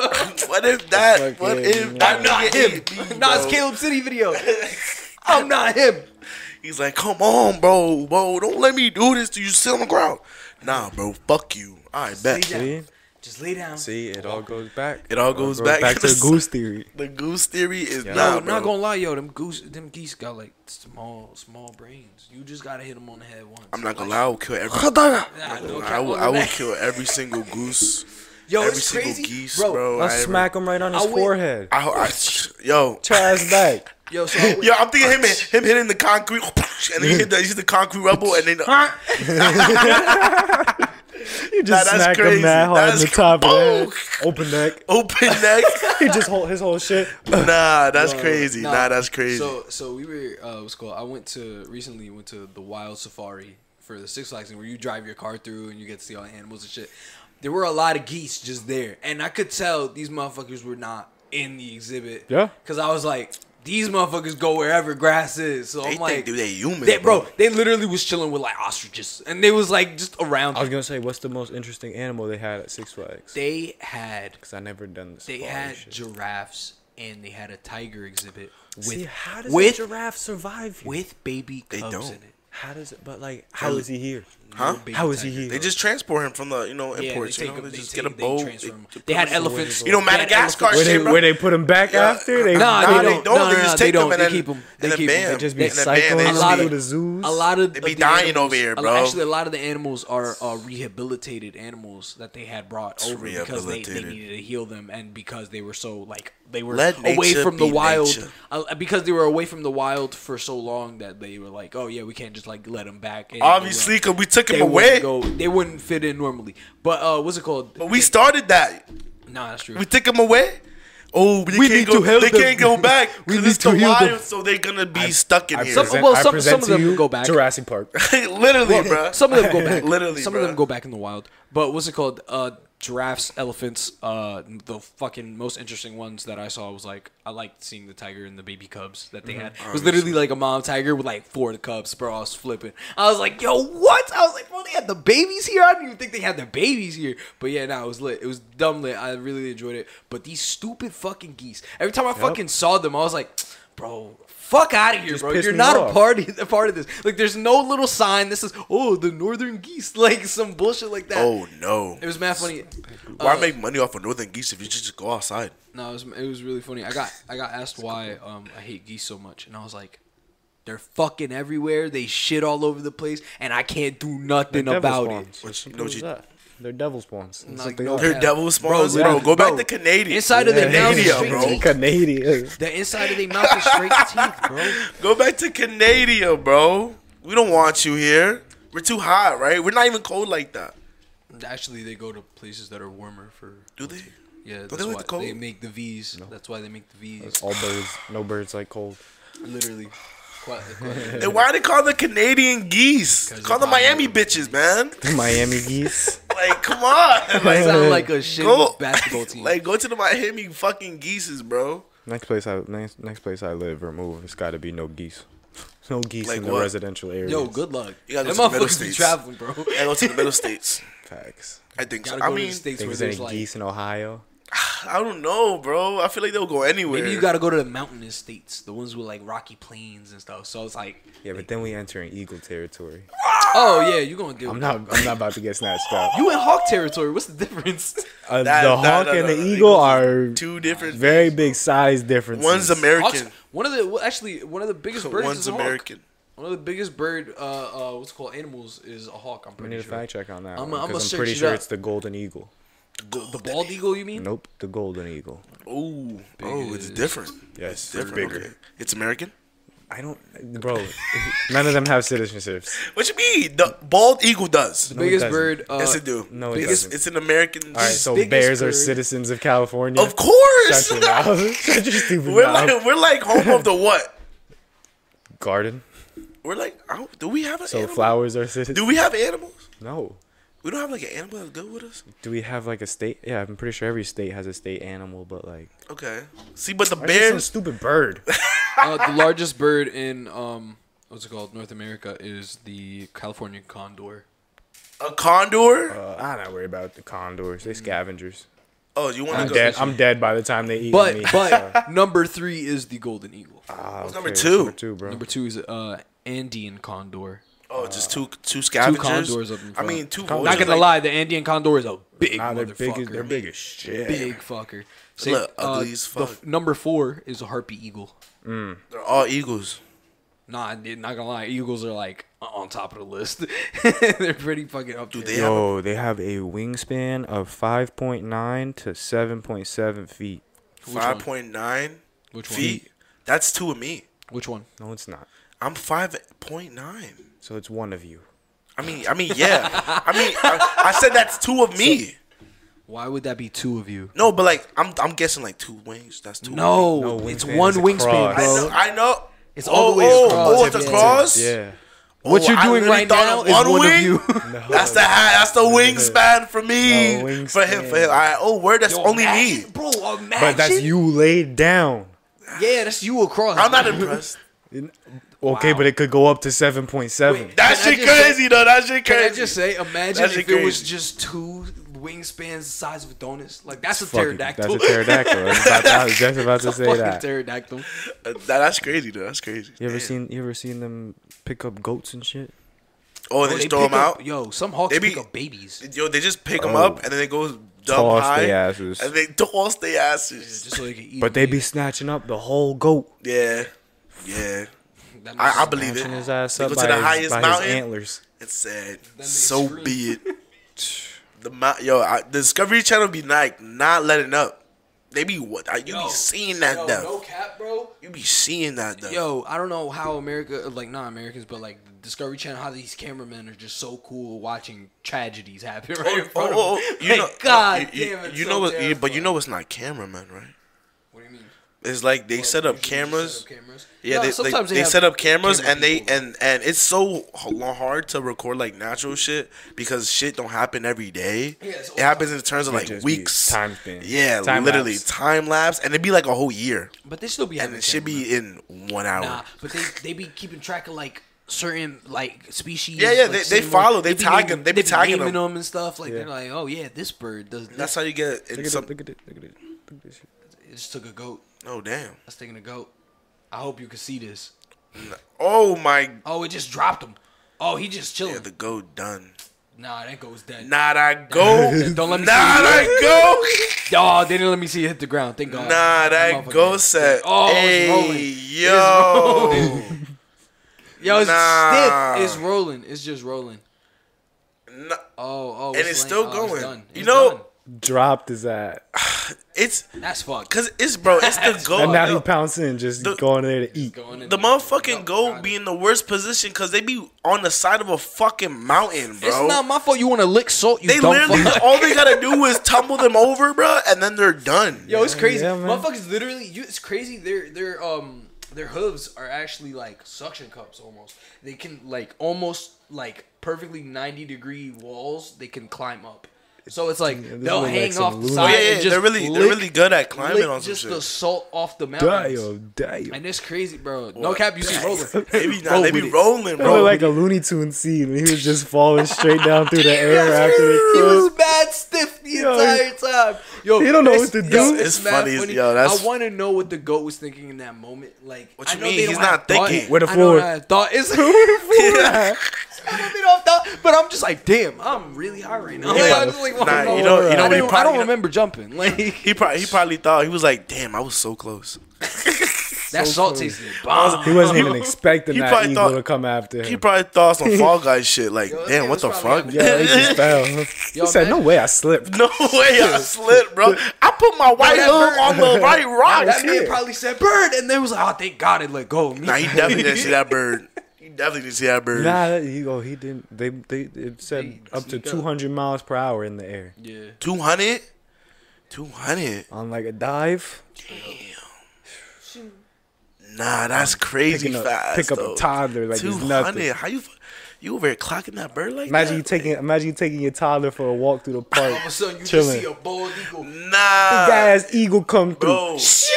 Speaker 1: What if that?
Speaker 2: Fuck
Speaker 1: What
Speaker 2: yeah,
Speaker 1: if
Speaker 2: yeah.
Speaker 1: that
Speaker 3: I'm <laughs> not
Speaker 1: nigga
Speaker 3: him.
Speaker 1: ain't me?
Speaker 3: Nas
Speaker 1: bro?
Speaker 3: Caleb
Speaker 1: <laughs>
Speaker 3: City video. I'm not him.
Speaker 1: He's like, come on, bro, bro, don't let me do this to you. Sit on the ground. Nah, bro, fuck you. I
Speaker 3: Lay
Speaker 1: bet.
Speaker 3: down.
Speaker 2: See?
Speaker 3: Just lay down.
Speaker 2: See, it all goes back.
Speaker 1: It all goes back.
Speaker 2: back to the goose theory.
Speaker 1: The goose theory is
Speaker 2: Yeah.
Speaker 3: Yo,
Speaker 1: nah,
Speaker 3: I'm
Speaker 1: bro.
Speaker 3: not gonna lie, yo, them goose, them geese got like small, small brains. You just gotta hit them on the head once.
Speaker 1: I'm not gonna lie. I will kill every.
Speaker 3: <laughs> Nah, no cap
Speaker 1: I will,
Speaker 3: on
Speaker 1: I will
Speaker 3: that.
Speaker 1: kill every single goose.
Speaker 3: Yo,
Speaker 1: every
Speaker 3: it's
Speaker 1: single
Speaker 3: crazy,
Speaker 1: geese,
Speaker 3: bro.
Speaker 1: bro.
Speaker 2: I'll
Speaker 1: I ever-
Speaker 2: smack him right on his
Speaker 3: I went-
Speaker 2: forehead.
Speaker 1: I, I, yo,
Speaker 2: Trash
Speaker 3: <laughs>
Speaker 2: back.
Speaker 1: <laughs>
Speaker 3: Yo, so I went,
Speaker 1: yo, I'm thinking him, him hitting the concrete, <laughs> and then he hit the, he hit the concrete rubble, and then
Speaker 3: <laughs>
Speaker 1: the,
Speaker 2: You just
Speaker 1: that's
Speaker 2: smacked
Speaker 1: crazy.
Speaker 2: him that hard
Speaker 1: That's
Speaker 2: in the top of the
Speaker 1: cr-
Speaker 2: head. Open
Speaker 3: <laughs>
Speaker 2: neck.
Speaker 1: open neck.
Speaker 2: He just hold his whole shit.
Speaker 1: Nah, that's
Speaker 3: Yo,
Speaker 1: crazy. Nah, that's crazy.
Speaker 3: So, so we were, uh, what's it called? I went to recently went to the wild safari for the Six Flags, and where you drive your car through and you get to see all the animals and shit. There were a lot of geese just there, and I could tell these motherfuckers were not in the exhibit.
Speaker 2: Yeah.
Speaker 3: because I was like, these motherfuckers go wherever grass is. So
Speaker 1: they
Speaker 3: I'm like,
Speaker 1: think dude, they human,
Speaker 3: They, bro,
Speaker 1: bro.
Speaker 3: they literally was chilling with like ostriches, and they was like just around.
Speaker 2: I was gonna say, what's the most interesting animal they had at Six Flags?
Speaker 3: They had
Speaker 2: Because I never done this.
Speaker 3: they had giraffes, and they had a tiger exhibit with
Speaker 2: See, how does
Speaker 3: with
Speaker 2: a giraffe survive here?
Speaker 3: with baby cubs
Speaker 1: don't.
Speaker 3: in it.
Speaker 2: How does it? But like, how is he here?
Speaker 1: Huh?
Speaker 3: Baby
Speaker 2: How is he
Speaker 3: tiger.
Speaker 2: here?
Speaker 1: They just transport him from the you know
Speaker 3: Yeah, they
Speaker 1: imports.
Speaker 3: take
Speaker 1: you know,
Speaker 3: them-
Speaker 1: they
Speaker 3: they
Speaker 1: just
Speaker 3: take-
Speaker 1: get a
Speaker 3: they
Speaker 1: boat.
Speaker 3: transfer
Speaker 1: they-
Speaker 3: them. They had elephants.
Speaker 1: You know,
Speaker 3: They had
Speaker 1: Madagascar
Speaker 3: elephants.
Speaker 2: where
Speaker 1: shit,
Speaker 2: they,
Speaker 1: bro.
Speaker 2: where they put him back
Speaker 1: Yeah.
Speaker 2: after? They
Speaker 3: Nah,
Speaker 1: Nah,
Speaker 3: they
Speaker 1: they
Speaker 3: don't.
Speaker 1: don't.
Speaker 3: No,
Speaker 1: they
Speaker 3: no,
Speaker 1: just
Speaker 3: no, they
Speaker 1: take them
Speaker 3: don't.
Speaker 1: and
Speaker 3: They
Speaker 1: then
Speaker 3: keep 'em. They
Speaker 1: and then
Speaker 3: keep 'em.
Speaker 1: bam,
Speaker 3: They
Speaker 2: just be
Speaker 1: and then bam, they
Speaker 2: cycling
Speaker 3: a
Speaker 1: just
Speaker 3: lot
Speaker 1: be-
Speaker 2: through
Speaker 3: of
Speaker 2: the zoos.
Speaker 3: A lot of
Speaker 1: They be
Speaker 3: of the
Speaker 1: dying
Speaker 3: animals-
Speaker 1: over here,
Speaker 3: a-
Speaker 1: bro.
Speaker 3: Actually, a lot of the animals are uh, rehabilitated animals that they had brought over because they, they
Speaker 1: rehabilitated.
Speaker 3: needed to heal them, and because they were so like they were
Speaker 1: Let
Speaker 3: away
Speaker 1: nature
Speaker 3: from the
Speaker 1: be
Speaker 3: wild.
Speaker 1: nature.
Speaker 3: Uh, because they were away from the wild for so long that they were like, oh yeah, we can't just like let them back. And
Speaker 1: Obviously, because we took
Speaker 3: they
Speaker 1: him
Speaker 3: wouldn't
Speaker 1: away.
Speaker 3: go. They wouldn't fit in normally. But uh, what's it called?
Speaker 1: But we started that.
Speaker 3: Nah, that's true.
Speaker 1: We took him away. Oh, they
Speaker 3: We
Speaker 1: can't
Speaker 3: need
Speaker 1: go,
Speaker 3: to help
Speaker 1: They
Speaker 3: them.
Speaker 1: can't
Speaker 3: <laughs>
Speaker 1: go back.
Speaker 2: We
Speaker 1: we
Speaker 2: need
Speaker 1: it's
Speaker 2: to
Speaker 1: the
Speaker 2: heal them.
Speaker 1: wild, so they're gonna be stuck in here.
Speaker 3: Some- well, some- some of them
Speaker 2: you
Speaker 3: go back.
Speaker 2: Jurassic Park.
Speaker 1: <laughs> Literally, bro.
Speaker 3: Some of them go
Speaker 2: <laughs>
Speaker 3: back.
Speaker 1: Literally,
Speaker 3: some of
Speaker 1: bruh.
Speaker 3: them go back in the wild. But what's it called? Uh, giraffes, elephants. Uh, the fucking most interesting ones that I saw was like I liked seeing the tiger and the baby cubs that
Speaker 2: Mm-hmm.
Speaker 3: they
Speaker 2: Oh,
Speaker 3: had. It was literally like a mom tiger with like four of the cubs. Bro, I was flipping. I was like, yo, what? I was like, bro, they had the babies here. I didn't even think they had their babies here. But yeah, no, it was lit. It was dumb lit. I really enjoyed it. But these stupid fucking geese. Every time I fucking saw them, I was like, bro. Fuck out of here,
Speaker 2: Just
Speaker 3: bro!
Speaker 2: pissed
Speaker 3: You're
Speaker 2: me
Speaker 3: not a
Speaker 2: off.
Speaker 3: part party <laughs> a part of this. Like there's no little sign that says, "Oh, the northern geese," <laughs> like some bullshit like
Speaker 1: <laughs>
Speaker 3: that.
Speaker 1: Oh no.
Speaker 3: It was mad funny.
Speaker 1: Why
Speaker 3: Uh,
Speaker 1: make money off of northern geese if you just go outside?
Speaker 3: No, it was, it was really funny. I got I got asked why um, I hate geese so much, and I was like, "They're fucking everywhere. They shit all over the place, and I can't do nothing about it."
Speaker 1: What you-
Speaker 2: What
Speaker 1: know what
Speaker 2: you,
Speaker 1: you-
Speaker 2: that? They're devil spawns. That's
Speaker 3: Like,
Speaker 2: what they
Speaker 3: no
Speaker 2: are. <laughs>
Speaker 1: They're
Speaker 3: Yeah.
Speaker 1: devil spawns,
Speaker 3: Bro,
Speaker 1: bro.
Speaker 3: yeah.
Speaker 1: Go back
Speaker 3: Bro.
Speaker 1: to Canadian.
Speaker 3: Inside of their mouth is
Speaker 1: Canada,
Speaker 3: straight
Speaker 1: bro.
Speaker 3: teeth.
Speaker 2: Canadian.
Speaker 3: The inside of their mouth
Speaker 1: <laughs>
Speaker 3: is straight teeth, bro.
Speaker 1: Go back to Canada, bro. We don't want you here. We're too hot, right? We're not even cold like that.
Speaker 3: Actually, they go to places that are warmer for.
Speaker 1: Do they?
Speaker 3: Yeah,
Speaker 1: they
Speaker 3: that's
Speaker 1: like
Speaker 3: why
Speaker 1: the cold?
Speaker 3: they make the V's. That's why they make the V's.
Speaker 2: All birds, no birds like cold.
Speaker 3: Literally. Quite, quite- <laughs>
Speaker 1: Then why they call the Canadian geese?
Speaker 3: 'Cause
Speaker 1: Call
Speaker 3: they're
Speaker 1: the Miami
Speaker 3: Miami.
Speaker 1: bitches, man.
Speaker 2: Miami geese.
Speaker 1: Like, come
Speaker 3: <laughs>
Speaker 1: on. Like,
Speaker 3: sound like a shitty
Speaker 1: go, <laughs>
Speaker 3: basketball team.
Speaker 1: like, go to the Miami fucking geeses, bro.
Speaker 2: Next place I next, next place I live or move, it's got to be no geese. <laughs> No geese
Speaker 1: Like
Speaker 2: in the
Speaker 1: what?
Speaker 2: residential area.
Speaker 3: Yo, good luck.
Speaker 1: You gotta
Speaker 3: Them
Speaker 1: go to the middle
Speaker 3: motherfuckers be
Speaker 1: states.
Speaker 3: traveling, bro. <laughs>
Speaker 1: And go to the middle states.
Speaker 2: facts.
Speaker 1: I think so.
Speaker 3: Gotta
Speaker 1: I
Speaker 3: go to
Speaker 1: mean,
Speaker 3: the states
Speaker 2: Think
Speaker 3: where
Speaker 2: there's any
Speaker 3: there's like
Speaker 2: geese in Ohio?
Speaker 1: I don't know, bro. I feel like they'll go anywhere.
Speaker 3: maybe you gotta go to the mountainous states, the ones with like rocky plains and stuff. So it's like,
Speaker 2: Yeah, but then we enter in eagle territory.
Speaker 1: Ah!
Speaker 3: oh yeah, you gonna deal.
Speaker 2: I'm
Speaker 3: with
Speaker 2: not. I'm not about to get snatched up.
Speaker 3: You in hawk territory? What's the difference? <laughs>
Speaker 2: Uh,
Speaker 1: That-
Speaker 2: the
Speaker 1: that-
Speaker 2: hawk
Speaker 1: that-
Speaker 2: and
Speaker 1: that-
Speaker 2: the
Speaker 1: that
Speaker 2: eagle
Speaker 1: eagle's
Speaker 2: are
Speaker 1: two different.
Speaker 2: very big size differences.
Speaker 1: One's
Speaker 3: Hawks,
Speaker 1: American.
Speaker 3: one of the well, actually one of
Speaker 1: <laughs>
Speaker 3: the biggest birds
Speaker 1: One's
Speaker 3: is a hawk.
Speaker 1: American.
Speaker 3: One of the biggest bird, uh, uh, what's it called animals is a hawk. I'm
Speaker 2: I
Speaker 3: pretty
Speaker 2: need a
Speaker 3: sure.
Speaker 2: fact check on that
Speaker 3: I'm-
Speaker 2: because
Speaker 3: I'm
Speaker 2: I'm,
Speaker 3: gonna search
Speaker 2: pretty
Speaker 3: it
Speaker 2: sure
Speaker 3: up.
Speaker 2: it's the golden eagle.
Speaker 3: The bald eagle, you mean?
Speaker 2: Nope, the golden eagle.
Speaker 1: Oh, oh, it's different.
Speaker 2: Yes,
Speaker 1: it's
Speaker 2: they're
Speaker 1: different.
Speaker 2: bigger.
Speaker 1: okay. It's American.
Speaker 2: I don't, bro. none of them have citizenships.
Speaker 1: What you mean? The bald eagle does.
Speaker 2: it
Speaker 3: biggest
Speaker 2: doesn't.
Speaker 3: bird. Uh,
Speaker 1: yes, it do.
Speaker 2: no, it
Speaker 1: it's,
Speaker 2: doesn't.
Speaker 1: it's an American.
Speaker 2: All right, so
Speaker 3: biggest
Speaker 2: bears are
Speaker 3: bird.
Speaker 2: citizens of California.
Speaker 1: of course,
Speaker 2: Shut your
Speaker 1: <laughs>
Speaker 2: mouth. <laughs> Shut your stupid
Speaker 1: we're
Speaker 2: mouth.
Speaker 1: like we're like home of
Speaker 2: <laughs>
Speaker 1: the what?
Speaker 2: Garden.
Speaker 1: We're like, oh, do we have an
Speaker 2: So
Speaker 1: animal?
Speaker 2: flowers are citizens.
Speaker 1: Do we have animals?
Speaker 2: no.
Speaker 1: We don't have like an animal that's good with us.
Speaker 2: Do we have like a state? Yeah, I'm pretty sure every state has a state animal, but like
Speaker 1: Okay. See, but the
Speaker 2: Why is there some
Speaker 1: bears.
Speaker 2: stupid bird.
Speaker 3: <laughs> uh, the largest bird in um, what's it called? North America is the California condor.
Speaker 1: A condor.
Speaker 2: Uh, I'm not worried about the condors. They scavengers.
Speaker 1: oh, you want
Speaker 2: I'm
Speaker 1: to go?
Speaker 2: dead. I'm dead by the time they eat
Speaker 3: But
Speaker 2: me.
Speaker 3: but <laughs> number three is the golden eagle.
Speaker 2: Ah,
Speaker 1: What's number
Speaker 2: okay,
Speaker 1: two?
Speaker 2: Number two, bro.
Speaker 3: Number two is uh, Andean condor.
Speaker 1: Oh, just two two scavengers.
Speaker 3: condors up in
Speaker 1: I
Speaker 3: front.
Speaker 1: mean, two.
Speaker 2: Not
Speaker 3: Not
Speaker 1: vultures,
Speaker 3: gonna
Speaker 1: like-
Speaker 3: lie, the Andean condor is a big
Speaker 2: nah, they're
Speaker 3: motherfucker.
Speaker 2: big. as- They're big as shit.
Speaker 3: Big fucker. uh,
Speaker 1: Look, ugly as
Speaker 3: the
Speaker 1: fuck.
Speaker 3: f- number four is a harpy eagle.
Speaker 1: They're all eagles.
Speaker 3: Nah, I did- not gonna lie, eagles are like on top of the list. <laughs> they're pretty fucking up there.
Speaker 1: they have-
Speaker 2: Yo, they have a wingspan of 5.9 to 7.7 feet.
Speaker 3: Which
Speaker 1: Five
Speaker 3: one?
Speaker 1: point nine
Speaker 3: Which one?
Speaker 1: feet. That's two of me.
Speaker 3: Which one?
Speaker 2: No, it's not.
Speaker 1: I'm five point nine.
Speaker 2: So it's one of you.
Speaker 1: I mean, I mean, yeah. I mean, I, I said that's two of me.
Speaker 3: Why would that be two of you?
Speaker 1: No, but like, I'm I'm guessing like two wings. That's two. of me.
Speaker 3: No,
Speaker 2: No,
Speaker 3: it's
Speaker 2: wingspan
Speaker 3: one
Speaker 2: is a
Speaker 3: wingspan,
Speaker 2: cross.
Speaker 1: I
Speaker 3: bro.
Speaker 1: know. I know.
Speaker 3: It's all the way across.
Speaker 1: Oh, it's a
Speaker 3: Yeah.
Speaker 1: cross.
Speaker 2: Yeah.
Speaker 3: What
Speaker 1: Oh,
Speaker 3: you're
Speaker 1: I
Speaker 3: doing
Speaker 1: literally
Speaker 3: right
Speaker 1: thought
Speaker 3: now
Speaker 1: of
Speaker 3: is
Speaker 1: one
Speaker 3: one of
Speaker 1: wing? <laughs>
Speaker 3: you.
Speaker 2: No.
Speaker 1: That's the high, that's the wingspan for me.
Speaker 2: No, wingspan.
Speaker 1: For him, for him. I, oh, word, that's
Speaker 3: Yo,
Speaker 1: only me.
Speaker 3: imagine- bro. Imagine.
Speaker 2: But that's you laid down.
Speaker 3: Yeah, that's you across.
Speaker 1: I'm not
Speaker 3: <laughs>
Speaker 1: impressed.
Speaker 2: Okay,
Speaker 3: Wow.
Speaker 2: but it could go up to 7.7.
Speaker 3: Wait,
Speaker 1: That
Speaker 3: Can I
Speaker 1: shit
Speaker 3: just say-
Speaker 1: crazy though. That shit
Speaker 3: Can I
Speaker 1: crazy.
Speaker 3: just say, imagine
Speaker 1: That's
Speaker 3: if it was
Speaker 1: crazy.
Speaker 3: just two wingspans the size of Adonis. Like that's a
Speaker 2: Fuck it,
Speaker 3: <laughs> pterodactyl.
Speaker 2: That's a pterodactyl. I was about to- I was just about to
Speaker 3: That's a
Speaker 2: say
Speaker 3: fucking
Speaker 2: that.
Speaker 3: pterodactyl.
Speaker 1: Uh, that- that's crazy though. That's crazy.
Speaker 2: You ever
Speaker 1: Damn.
Speaker 2: seen you ever seen them pick up goats and shit?
Speaker 1: Oh, they
Speaker 3: Bro,
Speaker 1: just throw them
Speaker 3: pick up-
Speaker 1: out.
Speaker 3: Yo, some hawks
Speaker 1: They be-
Speaker 3: pick up babies
Speaker 1: Yo, they just pick them
Speaker 2: Oh.
Speaker 1: up and then they go dumb
Speaker 2: Toss
Speaker 1: high.
Speaker 2: they asses.
Speaker 1: And they <laughs> toss their asses.
Speaker 3: just so they can eat.
Speaker 2: But they be snatching up the whole goat.
Speaker 3: <sighs>
Speaker 1: Yeah, yeah.
Speaker 3: That makes
Speaker 1: I, I
Speaker 3: sense.
Speaker 1: believe it.
Speaker 2: Snatching his ass
Speaker 1: They
Speaker 2: up
Speaker 1: go to
Speaker 2: by,
Speaker 1: the
Speaker 2: his,
Speaker 1: highest
Speaker 2: by his
Speaker 1: mountain.
Speaker 2: antlers.
Speaker 1: It's sad.
Speaker 3: they
Speaker 1: So
Speaker 3: scream.
Speaker 1: be it.
Speaker 3: <laughs>
Speaker 1: The mo- yo, I, Discovery Channel be like not letting up. They be what I- you
Speaker 3: Yo,
Speaker 1: be seeing that
Speaker 3: yo,
Speaker 1: death.
Speaker 3: No cap, bro.
Speaker 1: You be seeing that death.
Speaker 3: Yo, I don't know how America, like not Americans, but like Discovery Channel, how these cameramen are just so cool watching tragedies happen right in front
Speaker 1: Oh, oh,
Speaker 3: of them.
Speaker 1: oh, you
Speaker 3: Like,
Speaker 1: know,
Speaker 3: <laughs> God
Speaker 1: you, you-
Speaker 3: damn it,
Speaker 1: you
Speaker 3: so
Speaker 1: know what? you- But you
Speaker 3: terrifying.
Speaker 1: know it's not cameramen, right?
Speaker 3: What do you mean?
Speaker 1: It's like they set
Speaker 3: Usually
Speaker 1: up
Speaker 3: just
Speaker 1: cameras.
Speaker 3: set up cameras.
Speaker 1: Yeah,
Speaker 3: No,
Speaker 1: they, they,
Speaker 3: sometimes
Speaker 1: they,
Speaker 3: have
Speaker 1: set up cameras
Speaker 3: camera
Speaker 1: and they
Speaker 3: people.
Speaker 1: and and it's so h- long- hard to record like natural shit because shit don't happen every day.
Speaker 3: Yeah, it's
Speaker 1: it happens in terms of
Speaker 2: It
Speaker 1: like
Speaker 2: just be
Speaker 1: weeks.
Speaker 2: time span.
Speaker 1: Yeah,
Speaker 2: Time
Speaker 1: literally
Speaker 2: lapse.
Speaker 1: time lapse, and it'd be like a whole year,
Speaker 3: but they still be
Speaker 1: and
Speaker 3: having
Speaker 1: it should
Speaker 3: cameramen.
Speaker 1: be in one hour.
Speaker 3: Nah, but they they be keeping track of like certain like species.
Speaker 1: Yeah, yeah,
Speaker 3: like,
Speaker 1: they- they
Speaker 3: similar-
Speaker 1: follow, they
Speaker 3: be
Speaker 1: tagging-
Speaker 3: naming-
Speaker 1: they be tagging
Speaker 3: naming
Speaker 1: them.
Speaker 3: and stuff. Like
Speaker 2: Yeah.
Speaker 3: they're like, oh yeah, this bird does. This.
Speaker 1: That's how you get
Speaker 2: Look
Speaker 1: in
Speaker 2: at
Speaker 1: some.
Speaker 2: it, look at it, look at it. Look at this shit.
Speaker 3: it just took a goat.
Speaker 1: Oh damn!
Speaker 3: That's taking a goat. I hope you can see this.
Speaker 1: Oh my!
Speaker 3: Oh, it just dropped him. Oh, he just chilling.
Speaker 1: Yeah, the goat done.
Speaker 3: nah, that goat's dead.
Speaker 1: Not I go.
Speaker 3: Don't let me
Speaker 1: Not I go.
Speaker 3: Oh, they didn't let me see it hit the ground. Thank God.
Speaker 1: Nah, that
Speaker 3: motherfucker
Speaker 1: ghost
Speaker 3: is
Speaker 1: set.
Speaker 3: dead. Oh,
Speaker 1: hey,
Speaker 3: it's rolling.
Speaker 1: Yo.
Speaker 3: It's Yo, it's
Speaker 1: Nah.
Speaker 3: stiff. It's rolling. It's just rolling.
Speaker 1: Nah,
Speaker 3: Oh, oh.
Speaker 1: and it's
Speaker 3: laying-
Speaker 1: still
Speaker 3: oh,
Speaker 1: going.
Speaker 3: done.
Speaker 1: You
Speaker 3: It's
Speaker 1: know,
Speaker 3: done.
Speaker 2: Dropped his ass.
Speaker 1: it's
Speaker 3: that's fucked.
Speaker 1: because it's, bro, it's the goat.
Speaker 2: and now
Speaker 1: yo.
Speaker 2: he pouncing and just
Speaker 1: Oh, The-
Speaker 2: going there to eat.
Speaker 3: Going in
Speaker 1: the
Speaker 3: there.
Speaker 1: motherfucking
Speaker 3: Yup,
Speaker 1: goat
Speaker 3: got
Speaker 1: be
Speaker 3: it.
Speaker 1: in the worst position because they be on the side of a fucking mountain, bro.
Speaker 3: It's not my fault. You want to lick salt? You
Speaker 1: they
Speaker 3: dumb
Speaker 1: literally, <laughs>
Speaker 3: fuck.
Speaker 1: all they gotta do is tumble them over, bro, and then they're done.
Speaker 3: Yo, it's crazy.
Speaker 2: Yeah, man.
Speaker 3: Motherfuckers literally, you, it's crazy. Their their um their hooves are actually like suction cups almost. They can like almost like perfectly ninety degree walls. They can climb up. So it's like
Speaker 2: this
Speaker 3: they'll
Speaker 2: look like
Speaker 3: hang
Speaker 2: some
Speaker 3: off the
Speaker 2: lunatic-
Speaker 1: Oh,
Speaker 3: side.
Speaker 1: yeah, yeah,
Speaker 3: and just
Speaker 1: they're really,
Speaker 3: lick,
Speaker 1: they're really good at climbing
Speaker 3: lick
Speaker 1: on some
Speaker 3: just the
Speaker 1: shit.
Speaker 3: salt off the mountains.
Speaker 2: Dio, Dio.
Speaker 3: And it's crazy, bro. no cap, you see rolling.
Speaker 1: <laughs> They be, nah,
Speaker 3: Roll
Speaker 1: they
Speaker 3: with
Speaker 1: be
Speaker 3: it.
Speaker 1: rolling,
Speaker 2: It looked
Speaker 1: bro.
Speaker 2: like a Looney Tune scene when he was just falling straight down <laughs> through the air after the
Speaker 3: He was
Speaker 2: clip.
Speaker 3: mad stiff the
Speaker 2: Yo,
Speaker 3: entire time. Yo,
Speaker 2: he don't know
Speaker 3: it's-
Speaker 2: what to
Speaker 3: yo,
Speaker 2: do.
Speaker 1: It's
Speaker 3: mad
Speaker 1: funny as- yo, that's-
Speaker 3: I want to know what the goat was thinking in that moment. Like,
Speaker 1: What
Speaker 3: I
Speaker 1: you
Speaker 3: know
Speaker 1: mean?
Speaker 3: they
Speaker 1: He's
Speaker 3: don't have
Speaker 1: not thinking.
Speaker 3: Thought.
Speaker 2: Where the
Speaker 3: I know
Speaker 2: forward-
Speaker 3: they don't have
Speaker 2: <laughs>
Speaker 3: Thought is <laughs> I know they don't have thought, but I'm just like, damn, I'm really high right now. Like, I'm just like,
Speaker 1: Nah,
Speaker 3: oh,
Speaker 1: you know- you know
Speaker 3: I
Speaker 1: what he
Speaker 3: don't- I
Speaker 1: probably-
Speaker 3: don't remember jumping. <laughs> Like,
Speaker 1: He probably, he probably thought he was like, damn, I was so close.
Speaker 3: That
Speaker 2: so
Speaker 3: salt
Speaker 2: close.
Speaker 3: tasted bomb.
Speaker 2: He wasn't
Speaker 1: He-
Speaker 2: even expecting
Speaker 1: he
Speaker 2: that
Speaker 1: probably
Speaker 2: eagle
Speaker 1: thought-
Speaker 2: to come after
Speaker 1: He
Speaker 2: him.
Speaker 1: probably thought some Fall Guy shit. Like,
Speaker 3: this
Speaker 1: damn,
Speaker 3: man
Speaker 1: what the
Speaker 3: was
Speaker 1: fuck? <laughs>
Speaker 3: probably-
Speaker 2: yeah, he <laughs> just fell. he said, "No
Speaker 3: imagine-
Speaker 2: way, I slipped."
Speaker 1: No way, I slid, bro. I put my white
Speaker 3: that
Speaker 1: hood
Speaker 3: bird-
Speaker 1: on the
Speaker 3: <laughs>
Speaker 1: right rock.
Speaker 3: That
Speaker 1: <laughs>
Speaker 2: Yeah.
Speaker 3: man probably said bird, and they was like, oh, thank God it let go of me.
Speaker 1: Nah, he definitely
Speaker 3: <laughs>
Speaker 1: didn't see that bird. He definitely didn't see that bird.
Speaker 2: Nah, that eagle, he didn't. They they it said
Speaker 3: They
Speaker 2: up to
Speaker 3: sneak up.
Speaker 2: 200 miles per hour in the air
Speaker 3: Yeah.
Speaker 1: 200? 200?
Speaker 2: on like a dive.
Speaker 1: Nah, that's crazy
Speaker 2: Picking up-
Speaker 1: fast.
Speaker 2: pick up a
Speaker 1: though.
Speaker 2: toddler like it's
Speaker 1: 200?
Speaker 2: nothing.
Speaker 1: How you, f- you over here clocking that bird like
Speaker 2: Imagine you
Speaker 1: that?
Speaker 2: taking imagine you taking your toddler for a walk through the park,
Speaker 3: All of a sudden, you
Speaker 2: chilling.
Speaker 3: just see a bald eagle.
Speaker 1: Nah.
Speaker 2: Guys, eagle come through.
Speaker 1: Bro.
Speaker 2: Shoo!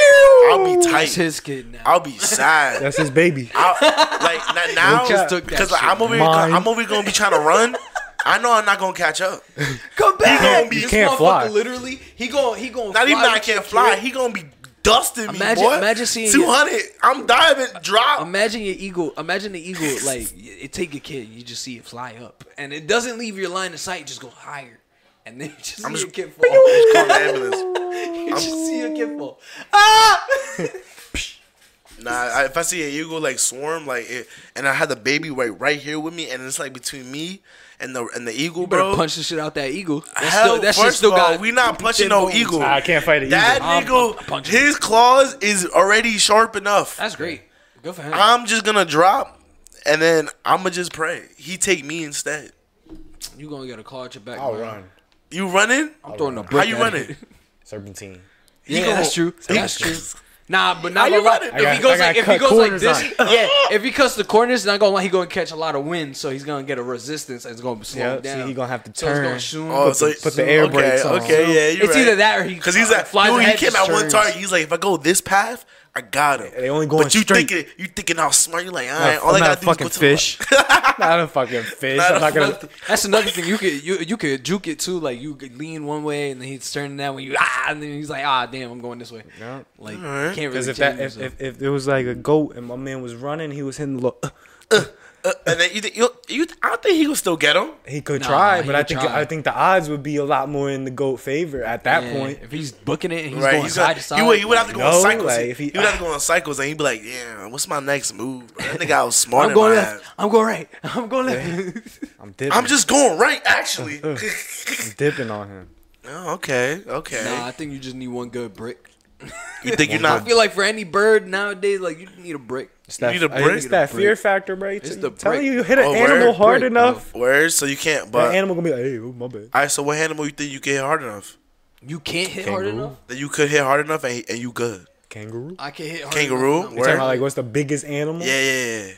Speaker 1: I'll be tight.
Speaker 3: That's his kid now.
Speaker 1: I'll be sad.
Speaker 2: That's his baby.
Speaker 1: I'll, like not
Speaker 2: <laughs>
Speaker 1: now,
Speaker 3: just took that
Speaker 1: because like,
Speaker 3: shit,
Speaker 1: I'm over here,
Speaker 2: man.
Speaker 1: I'm over here gonna be trying to run. I know I'm not gonna catch up.
Speaker 3: Come back.
Speaker 1: gonna be-
Speaker 2: You can't
Speaker 3: motherfucker
Speaker 2: fly.
Speaker 3: Literally, he going he going
Speaker 1: Not even that I can't fly. He gonna be dusting me,
Speaker 3: Imagine-
Speaker 1: boy.
Speaker 3: imagine seeing
Speaker 1: two hundred. I'm diving, drop.
Speaker 3: Imagine your eagle. Imagine the eagle like it take a kid. You just see it fly up, and it doesn't leave your line of sight. It just goes higher, and then <laughs> you just see
Speaker 1: I'm
Speaker 3: your
Speaker 1: just, <laughs>
Speaker 3: kid
Speaker 1: I'm
Speaker 3: fall.
Speaker 1: just calling the ambulance.
Speaker 3: you just see your kid fall. Ah!
Speaker 1: Nah, I, if I see an eagle like swarm, like it, and I had the baby right right here with me, and it's like between me and the and the eagle,
Speaker 3: Better
Speaker 1: bro.
Speaker 3: punch the shit out that eagle. That's
Speaker 1: Hell,
Speaker 3: still, that shit
Speaker 1: first
Speaker 3: still
Speaker 1: of all,
Speaker 3: got.
Speaker 1: we not punching
Speaker 3: thin
Speaker 1: no
Speaker 3: bones.
Speaker 1: eagle.
Speaker 2: I can't fight an
Speaker 1: That
Speaker 2: eagle.
Speaker 3: I'm
Speaker 1: eagle,
Speaker 3: punching.
Speaker 1: his claws is already sharp enough.
Speaker 3: That's great. Good for him.
Speaker 1: I'm just gonna drop, and then I'ma just pray. He take me instead.
Speaker 3: you gonna get a claw at your back.
Speaker 2: I'll
Speaker 3: man.
Speaker 2: run
Speaker 1: You running?
Speaker 3: I'm throwing a
Speaker 1: How
Speaker 3: brick.
Speaker 1: you
Speaker 3: at
Speaker 1: running?
Speaker 3: it.
Speaker 2: serpentine.
Speaker 3: <laughs> Yeah,
Speaker 1: gonna-
Speaker 3: that's true.
Speaker 1: he-
Speaker 3: That's true. Nah, but
Speaker 1: How
Speaker 3: not
Speaker 1: you
Speaker 3: gonna lie.
Speaker 1: running?
Speaker 3: If
Speaker 1: I
Speaker 2: gotta-
Speaker 3: he goes
Speaker 2: I gotta
Speaker 3: like if he
Speaker 2: cut
Speaker 3: goes like
Speaker 2: corners
Speaker 3: this,
Speaker 2: on
Speaker 3: <laughs> yeah.
Speaker 1: <laughs>
Speaker 3: If he cuts the corners, not gonna lie, he gonna catch a lot of wind, so he's gonna get a resistance and it's gonna slow
Speaker 2: Yeah,
Speaker 3: him down.
Speaker 2: so he gonna have to
Speaker 3: So it's
Speaker 2: turn.
Speaker 3: gonna shoot him.
Speaker 1: Oh, so
Speaker 2: put the air
Speaker 1: okay,
Speaker 2: brakes on.
Speaker 1: Okay, yeah, you
Speaker 3: it's either that or he
Speaker 1: because he's like
Speaker 3: flies
Speaker 1: dude, he
Speaker 3: ahead,
Speaker 1: came
Speaker 3: just
Speaker 1: at one
Speaker 3: turns.
Speaker 1: target. He's like, if I go this path, I got him.
Speaker 2: They only going
Speaker 1: But you
Speaker 2: straight.
Speaker 1: thinking you thinking how smart you like? All
Speaker 2: I'm
Speaker 1: right,
Speaker 2: not-
Speaker 1: all
Speaker 2: I'm
Speaker 1: I
Speaker 2: not
Speaker 1: gotta
Speaker 2: a
Speaker 1: do is
Speaker 2: fucking
Speaker 1: go to the <laughs>
Speaker 2: fish. not a fucking fish.
Speaker 1: Not
Speaker 2: I'm
Speaker 1: a
Speaker 2: not gonna.
Speaker 1: fucking-
Speaker 3: That's another thing you could you you could juke it too. Like you could lean one way and then he's turning that way. You ah, and then he's like ah damn, I'm going this way.
Speaker 2: Yeah.
Speaker 3: Like
Speaker 1: Alright.
Speaker 3: can't
Speaker 2: Because
Speaker 3: really.
Speaker 2: if that
Speaker 3: change
Speaker 2: if,
Speaker 3: yourself.
Speaker 2: if, if it was like a goat and my man was running, he was hitting the low.
Speaker 1: Uh, and then you, think, you, you, I don't think he gonna still get him.
Speaker 2: <clears throat> He could
Speaker 3: Nah,
Speaker 2: try,
Speaker 3: he
Speaker 2: but I
Speaker 3: could
Speaker 2: think
Speaker 3: try.
Speaker 2: I think the odds would be a lot more in the goat favor at that
Speaker 3: Yeah,
Speaker 2: point.
Speaker 3: if he's booking it and he's
Speaker 1: Right,
Speaker 3: going
Speaker 1: he's
Speaker 3: side
Speaker 1: gonna,
Speaker 3: to
Speaker 1: he
Speaker 3: side,
Speaker 1: would, he would have to go
Speaker 2: No,
Speaker 1: on cycles.
Speaker 2: like,
Speaker 1: he,
Speaker 2: if he-
Speaker 1: would have to go on cycles, and he'd be like, "Yeah, what's my next move?" Bro?
Speaker 2: <laughs>
Speaker 1: That nigga outsmarted
Speaker 3: I'm going
Speaker 1: my ass.
Speaker 3: left. I'm going right. <laughs> I'm going left.
Speaker 2: I'm dipping.
Speaker 1: I'm just going right,
Speaker 2: <laughs>
Speaker 1: actually.
Speaker 2: I'm dipping on him.
Speaker 1: <laughs> oh, okay, okay.
Speaker 3: <laughs> Nah, I think you just need one good brick.
Speaker 1: you think you're
Speaker 2: Nah.
Speaker 3: I
Speaker 1: not?
Speaker 3: feel like for any bird nowadays, like you need a brick.
Speaker 2: It's that,
Speaker 1: need a
Speaker 2: I-
Speaker 1: break?
Speaker 2: It's that
Speaker 3: Need a
Speaker 2: fear
Speaker 3: break.
Speaker 2: factor, bro.
Speaker 3: It's
Speaker 2: It's
Speaker 3: the
Speaker 2: the telling
Speaker 3: break.
Speaker 2: you, you hit an
Speaker 1: Oh,
Speaker 2: animal
Speaker 1: word.
Speaker 2: hard
Speaker 3: Break, bro.
Speaker 2: enough,
Speaker 1: Words, so you can't.
Speaker 2: that
Speaker 1: But
Speaker 2: animal gonna be like, "Hey, oh, my bad."
Speaker 1: all right, so what animal you think you can hit hard enough?
Speaker 3: You can't hit hard
Speaker 2: Kangaroo.
Speaker 3: enough.
Speaker 1: That you could hit hard enough, and, and you good.
Speaker 2: Kangaroo.
Speaker 3: I can hit hard
Speaker 1: Kangaroo?
Speaker 3: Enough.
Speaker 2: You're talking
Speaker 1: Word.
Speaker 2: about like what's the biggest animal?
Speaker 1: Yeah, yeah, yeah.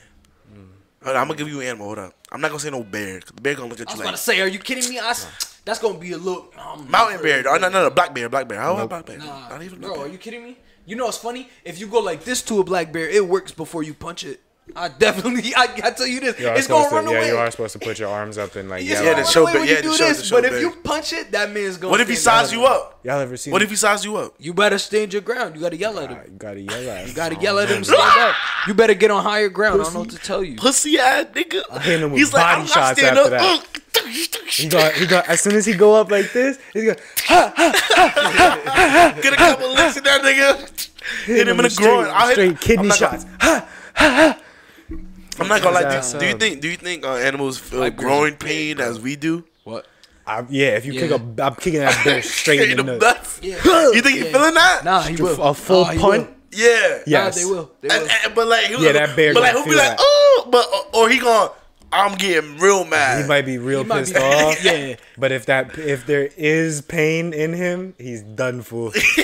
Speaker 1: Hold on, I'm gonna give you an animal. Hold up. I'm not gonna say no bear. 'cause The bear gonna look at
Speaker 3: I
Speaker 1: you
Speaker 3: was about
Speaker 1: like
Speaker 3: to say, are you kidding me? I s- that's gonna be a look. I'm
Speaker 1: mountain
Speaker 3: not-
Speaker 1: bear. Oh, no, no, no, black bear, black bear. How about black bear?
Speaker 3: Nah,
Speaker 1: not even black
Speaker 3: bro,
Speaker 1: bear.
Speaker 3: are you kidding me? You know what's funny? If you go like this to a black bear, it works before you punch it. I definitely, <laughs> I, I tell you this,
Speaker 2: You are
Speaker 3: it's gonna
Speaker 2: supposed
Speaker 3: run
Speaker 2: to,
Speaker 3: away.
Speaker 2: Yeah, you are supposed to put your arms up and like.
Speaker 3: It's
Speaker 2: Yeah,
Speaker 1: Yeah,
Speaker 3: gonna
Speaker 1: to
Speaker 3: run
Speaker 1: show
Speaker 3: away
Speaker 1: big-
Speaker 3: when
Speaker 1: yeah,
Speaker 3: you
Speaker 1: to
Speaker 3: do
Speaker 1: show- to
Speaker 3: this.
Speaker 1: show
Speaker 3: But if
Speaker 1: big.
Speaker 3: you punch it, that man's gonna.
Speaker 1: What if he
Speaker 3: stand
Speaker 1: size
Speaker 3: down.
Speaker 1: you up?
Speaker 2: Y'all ever seen?
Speaker 1: What if he size you up?
Speaker 3: You better stand your ground. You gotta yell at him.
Speaker 2: You gotta yell at.
Speaker 3: You gotta yell at him. Stand up. You better get on higher ground. I don't know what to tell you.
Speaker 1: Pussy ass nigga.
Speaker 2: hitting him with
Speaker 1: He's like,
Speaker 2: body
Speaker 1: I'm not
Speaker 2: shots
Speaker 1: standing up.
Speaker 2: after He
Speaker 1: Ugh.
Speaker 2: got. He got. As soon as he go up like this, he's gonna
Speaker 1: <laughs> Get a
Speaker 2: <laughs>
Speaker 1: couple licks in that nigga. Hit him in the
Speaker 2: straight-
Speaker 1: groin. I'll hit-
Speaker 2: Straight
Speaker 1: I'm
Speaker 2: kidney
Speaker 1: not gonna-
Speaker 2: shots.
Speaker 1: I'm not gonna
Speaker 2: His
Speaker 1: lie.
Speaker 2: ass
Speaker 1: Do, do you
Speaker 2: up.
Speaker 1: think? Do you think uh, animals feel
Speaker 3: Black bears
Speaker 1: growing
Speaker 3: are
Speaker 1: pain as we do?
Speaker 3: What?
Speaker 2: I, yeah, if you kick
Speaker 3: Yeah.
Speaker 2: up, I'm kicking
Speaker 1: <laughs>
Speaker 2: that bear straight in the nuts.
Speaker 1: nuts.
Speaker 3: Yeah.
Speaker 1: <laughs> You think he
Speaker 3: Yeah.
Speaker 1: feeling that?
Speaker 3: Nah, he will.
Speaker 2: A full
Speaker 3: Nah, he
Speaker 2: punt.
Speaker 3: will.
Speaker 1: Yeah.
Speaker 2: Yeah.
Speaker 3: Nah,
Speaker 2: Yes.
Speaker 3: they will. They
Speaker 1: And-
Speaker 3: will.
Speaker 1: and- but like, who,
Speaker 2: Yeah, that bear
Speaker 1: But like,
Speaker 2: gonna
Speaker 1: who be
Speaker 2: feel
Speaker 1: like,
Speaker 2: that.
Speaker 1: oh, but or he going, I'm getting real mad.
Speaker 2: He might be real
Speaker 3: might
Speaker 2: pissed
Speaker 3: be-
Speaker 2: off.
Speaker 3: <laughs> Yeah.
Speaker 2: But if that if there is pain in him, he's done for.
Speaker 1: eh.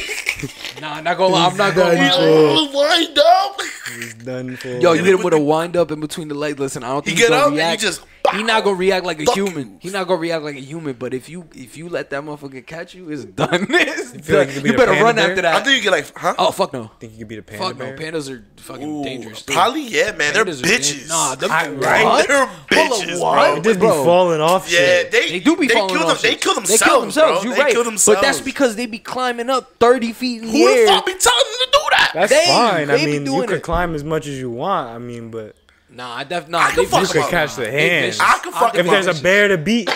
Speaker 3: Nah, not gonna lie. I'm not gonna
Speaker 2: He's
Speaker 3: lie.
Speaker 2: done
Speaker 1: Oh, wind up.
Speaker 2: He's done for.
Speaker 3: Yo, you hit him with a wind up in between the leg. Listen, I don't think
Speaker 1: You get
Speaker 3: he's gonna
Speaker 1: up and you
Speaker 3: react.
Speaker 1: just-
Speaker 3: he not gonna react like a
Speaker 1: Fuck
Speaker 3: human. He not gonna react like a human. But if you if you let that motherfucker catch you, it's done. <laughs> It's
Speaker 2: feel like
Speaker 3: done.
Speaker 2: you could be
Speaker 3: you
Speaker 2: a
Speaker 3: better
Speaker 2: panda
Speaker 3: run
Speaker 2: bear?
Speaker 3: after
Speaker 1: I
Speaker 3: that.
Speaker 1: think you get like, huh?
Speaker 3: Oh fuck no.
Speaker 2: think you could beat a panda
Speaker 3: Fuck no.
Speaker 2: bear?
Speaker 3: Pandas are fucking
Speaker 1: Ooh,
Speaker 3: dangerous. too.
Speaker 1: Probably yeah, man. They're
Speaker 3: Pandas are
Speaker 1: bitches.
Speaker 3: dan- Nah, them,
Speaker 2: I- right?
Speaker 3: right?
Speaker 1: They're bitches, bro.
Speaker 2: Just be falling off.
Speaker 1: yeah,
Speaker 2: shit.
Speaker 1: they
Speaker 3: They do be
Speaker 1: they
Speaker 3: falling
Speaker 1: kill them,
Speaker 3: off
Speaker 1: They
Speaker 3: shit.
Speaker 1: kill themselves.
Speaker 3: They kill themselves.
Speaker 1: Bro.
Speaker 3: You
Speaker 1: they
Speaker 3: right.
Speaker 1: kill themselves.
Speaker 3: But that's because they be climbing up thirty feet in the
Speaker 1: who
Speaker 3: air.
Speaker 1: the fuck be telling them to do that?
Speaker 2: That's
Speaker 3: They-
Speaker 2: fine.
Speaker 3: they
Speaker 2: I
Speaker 3: be
Speaker 2: mean, you
Speaker 3: doing
Speaker 2: could
Speaker 3: it.
Speaker 2: climb as much as you want. I mean, but
Speaker 3: Nah, I def nah.
Speaker 1: can
Speaker 3: They
Speaker 1: fuck
Speaker 2: you
Speaker 3: vicious.
Speaker 1: them
Speaker 2: could
Speaker 1: up.
Speaker 2: catch the
Speaker 3: They
Speaker 2: hand.
Speaker 3: vicious.
Speaker 1: I can fuck
Speaker 3: They
Speaker 2: If
Speaker 1: them
Speaker 2: there's
Speaker 1: up.
Speaker 2: a bear to beat,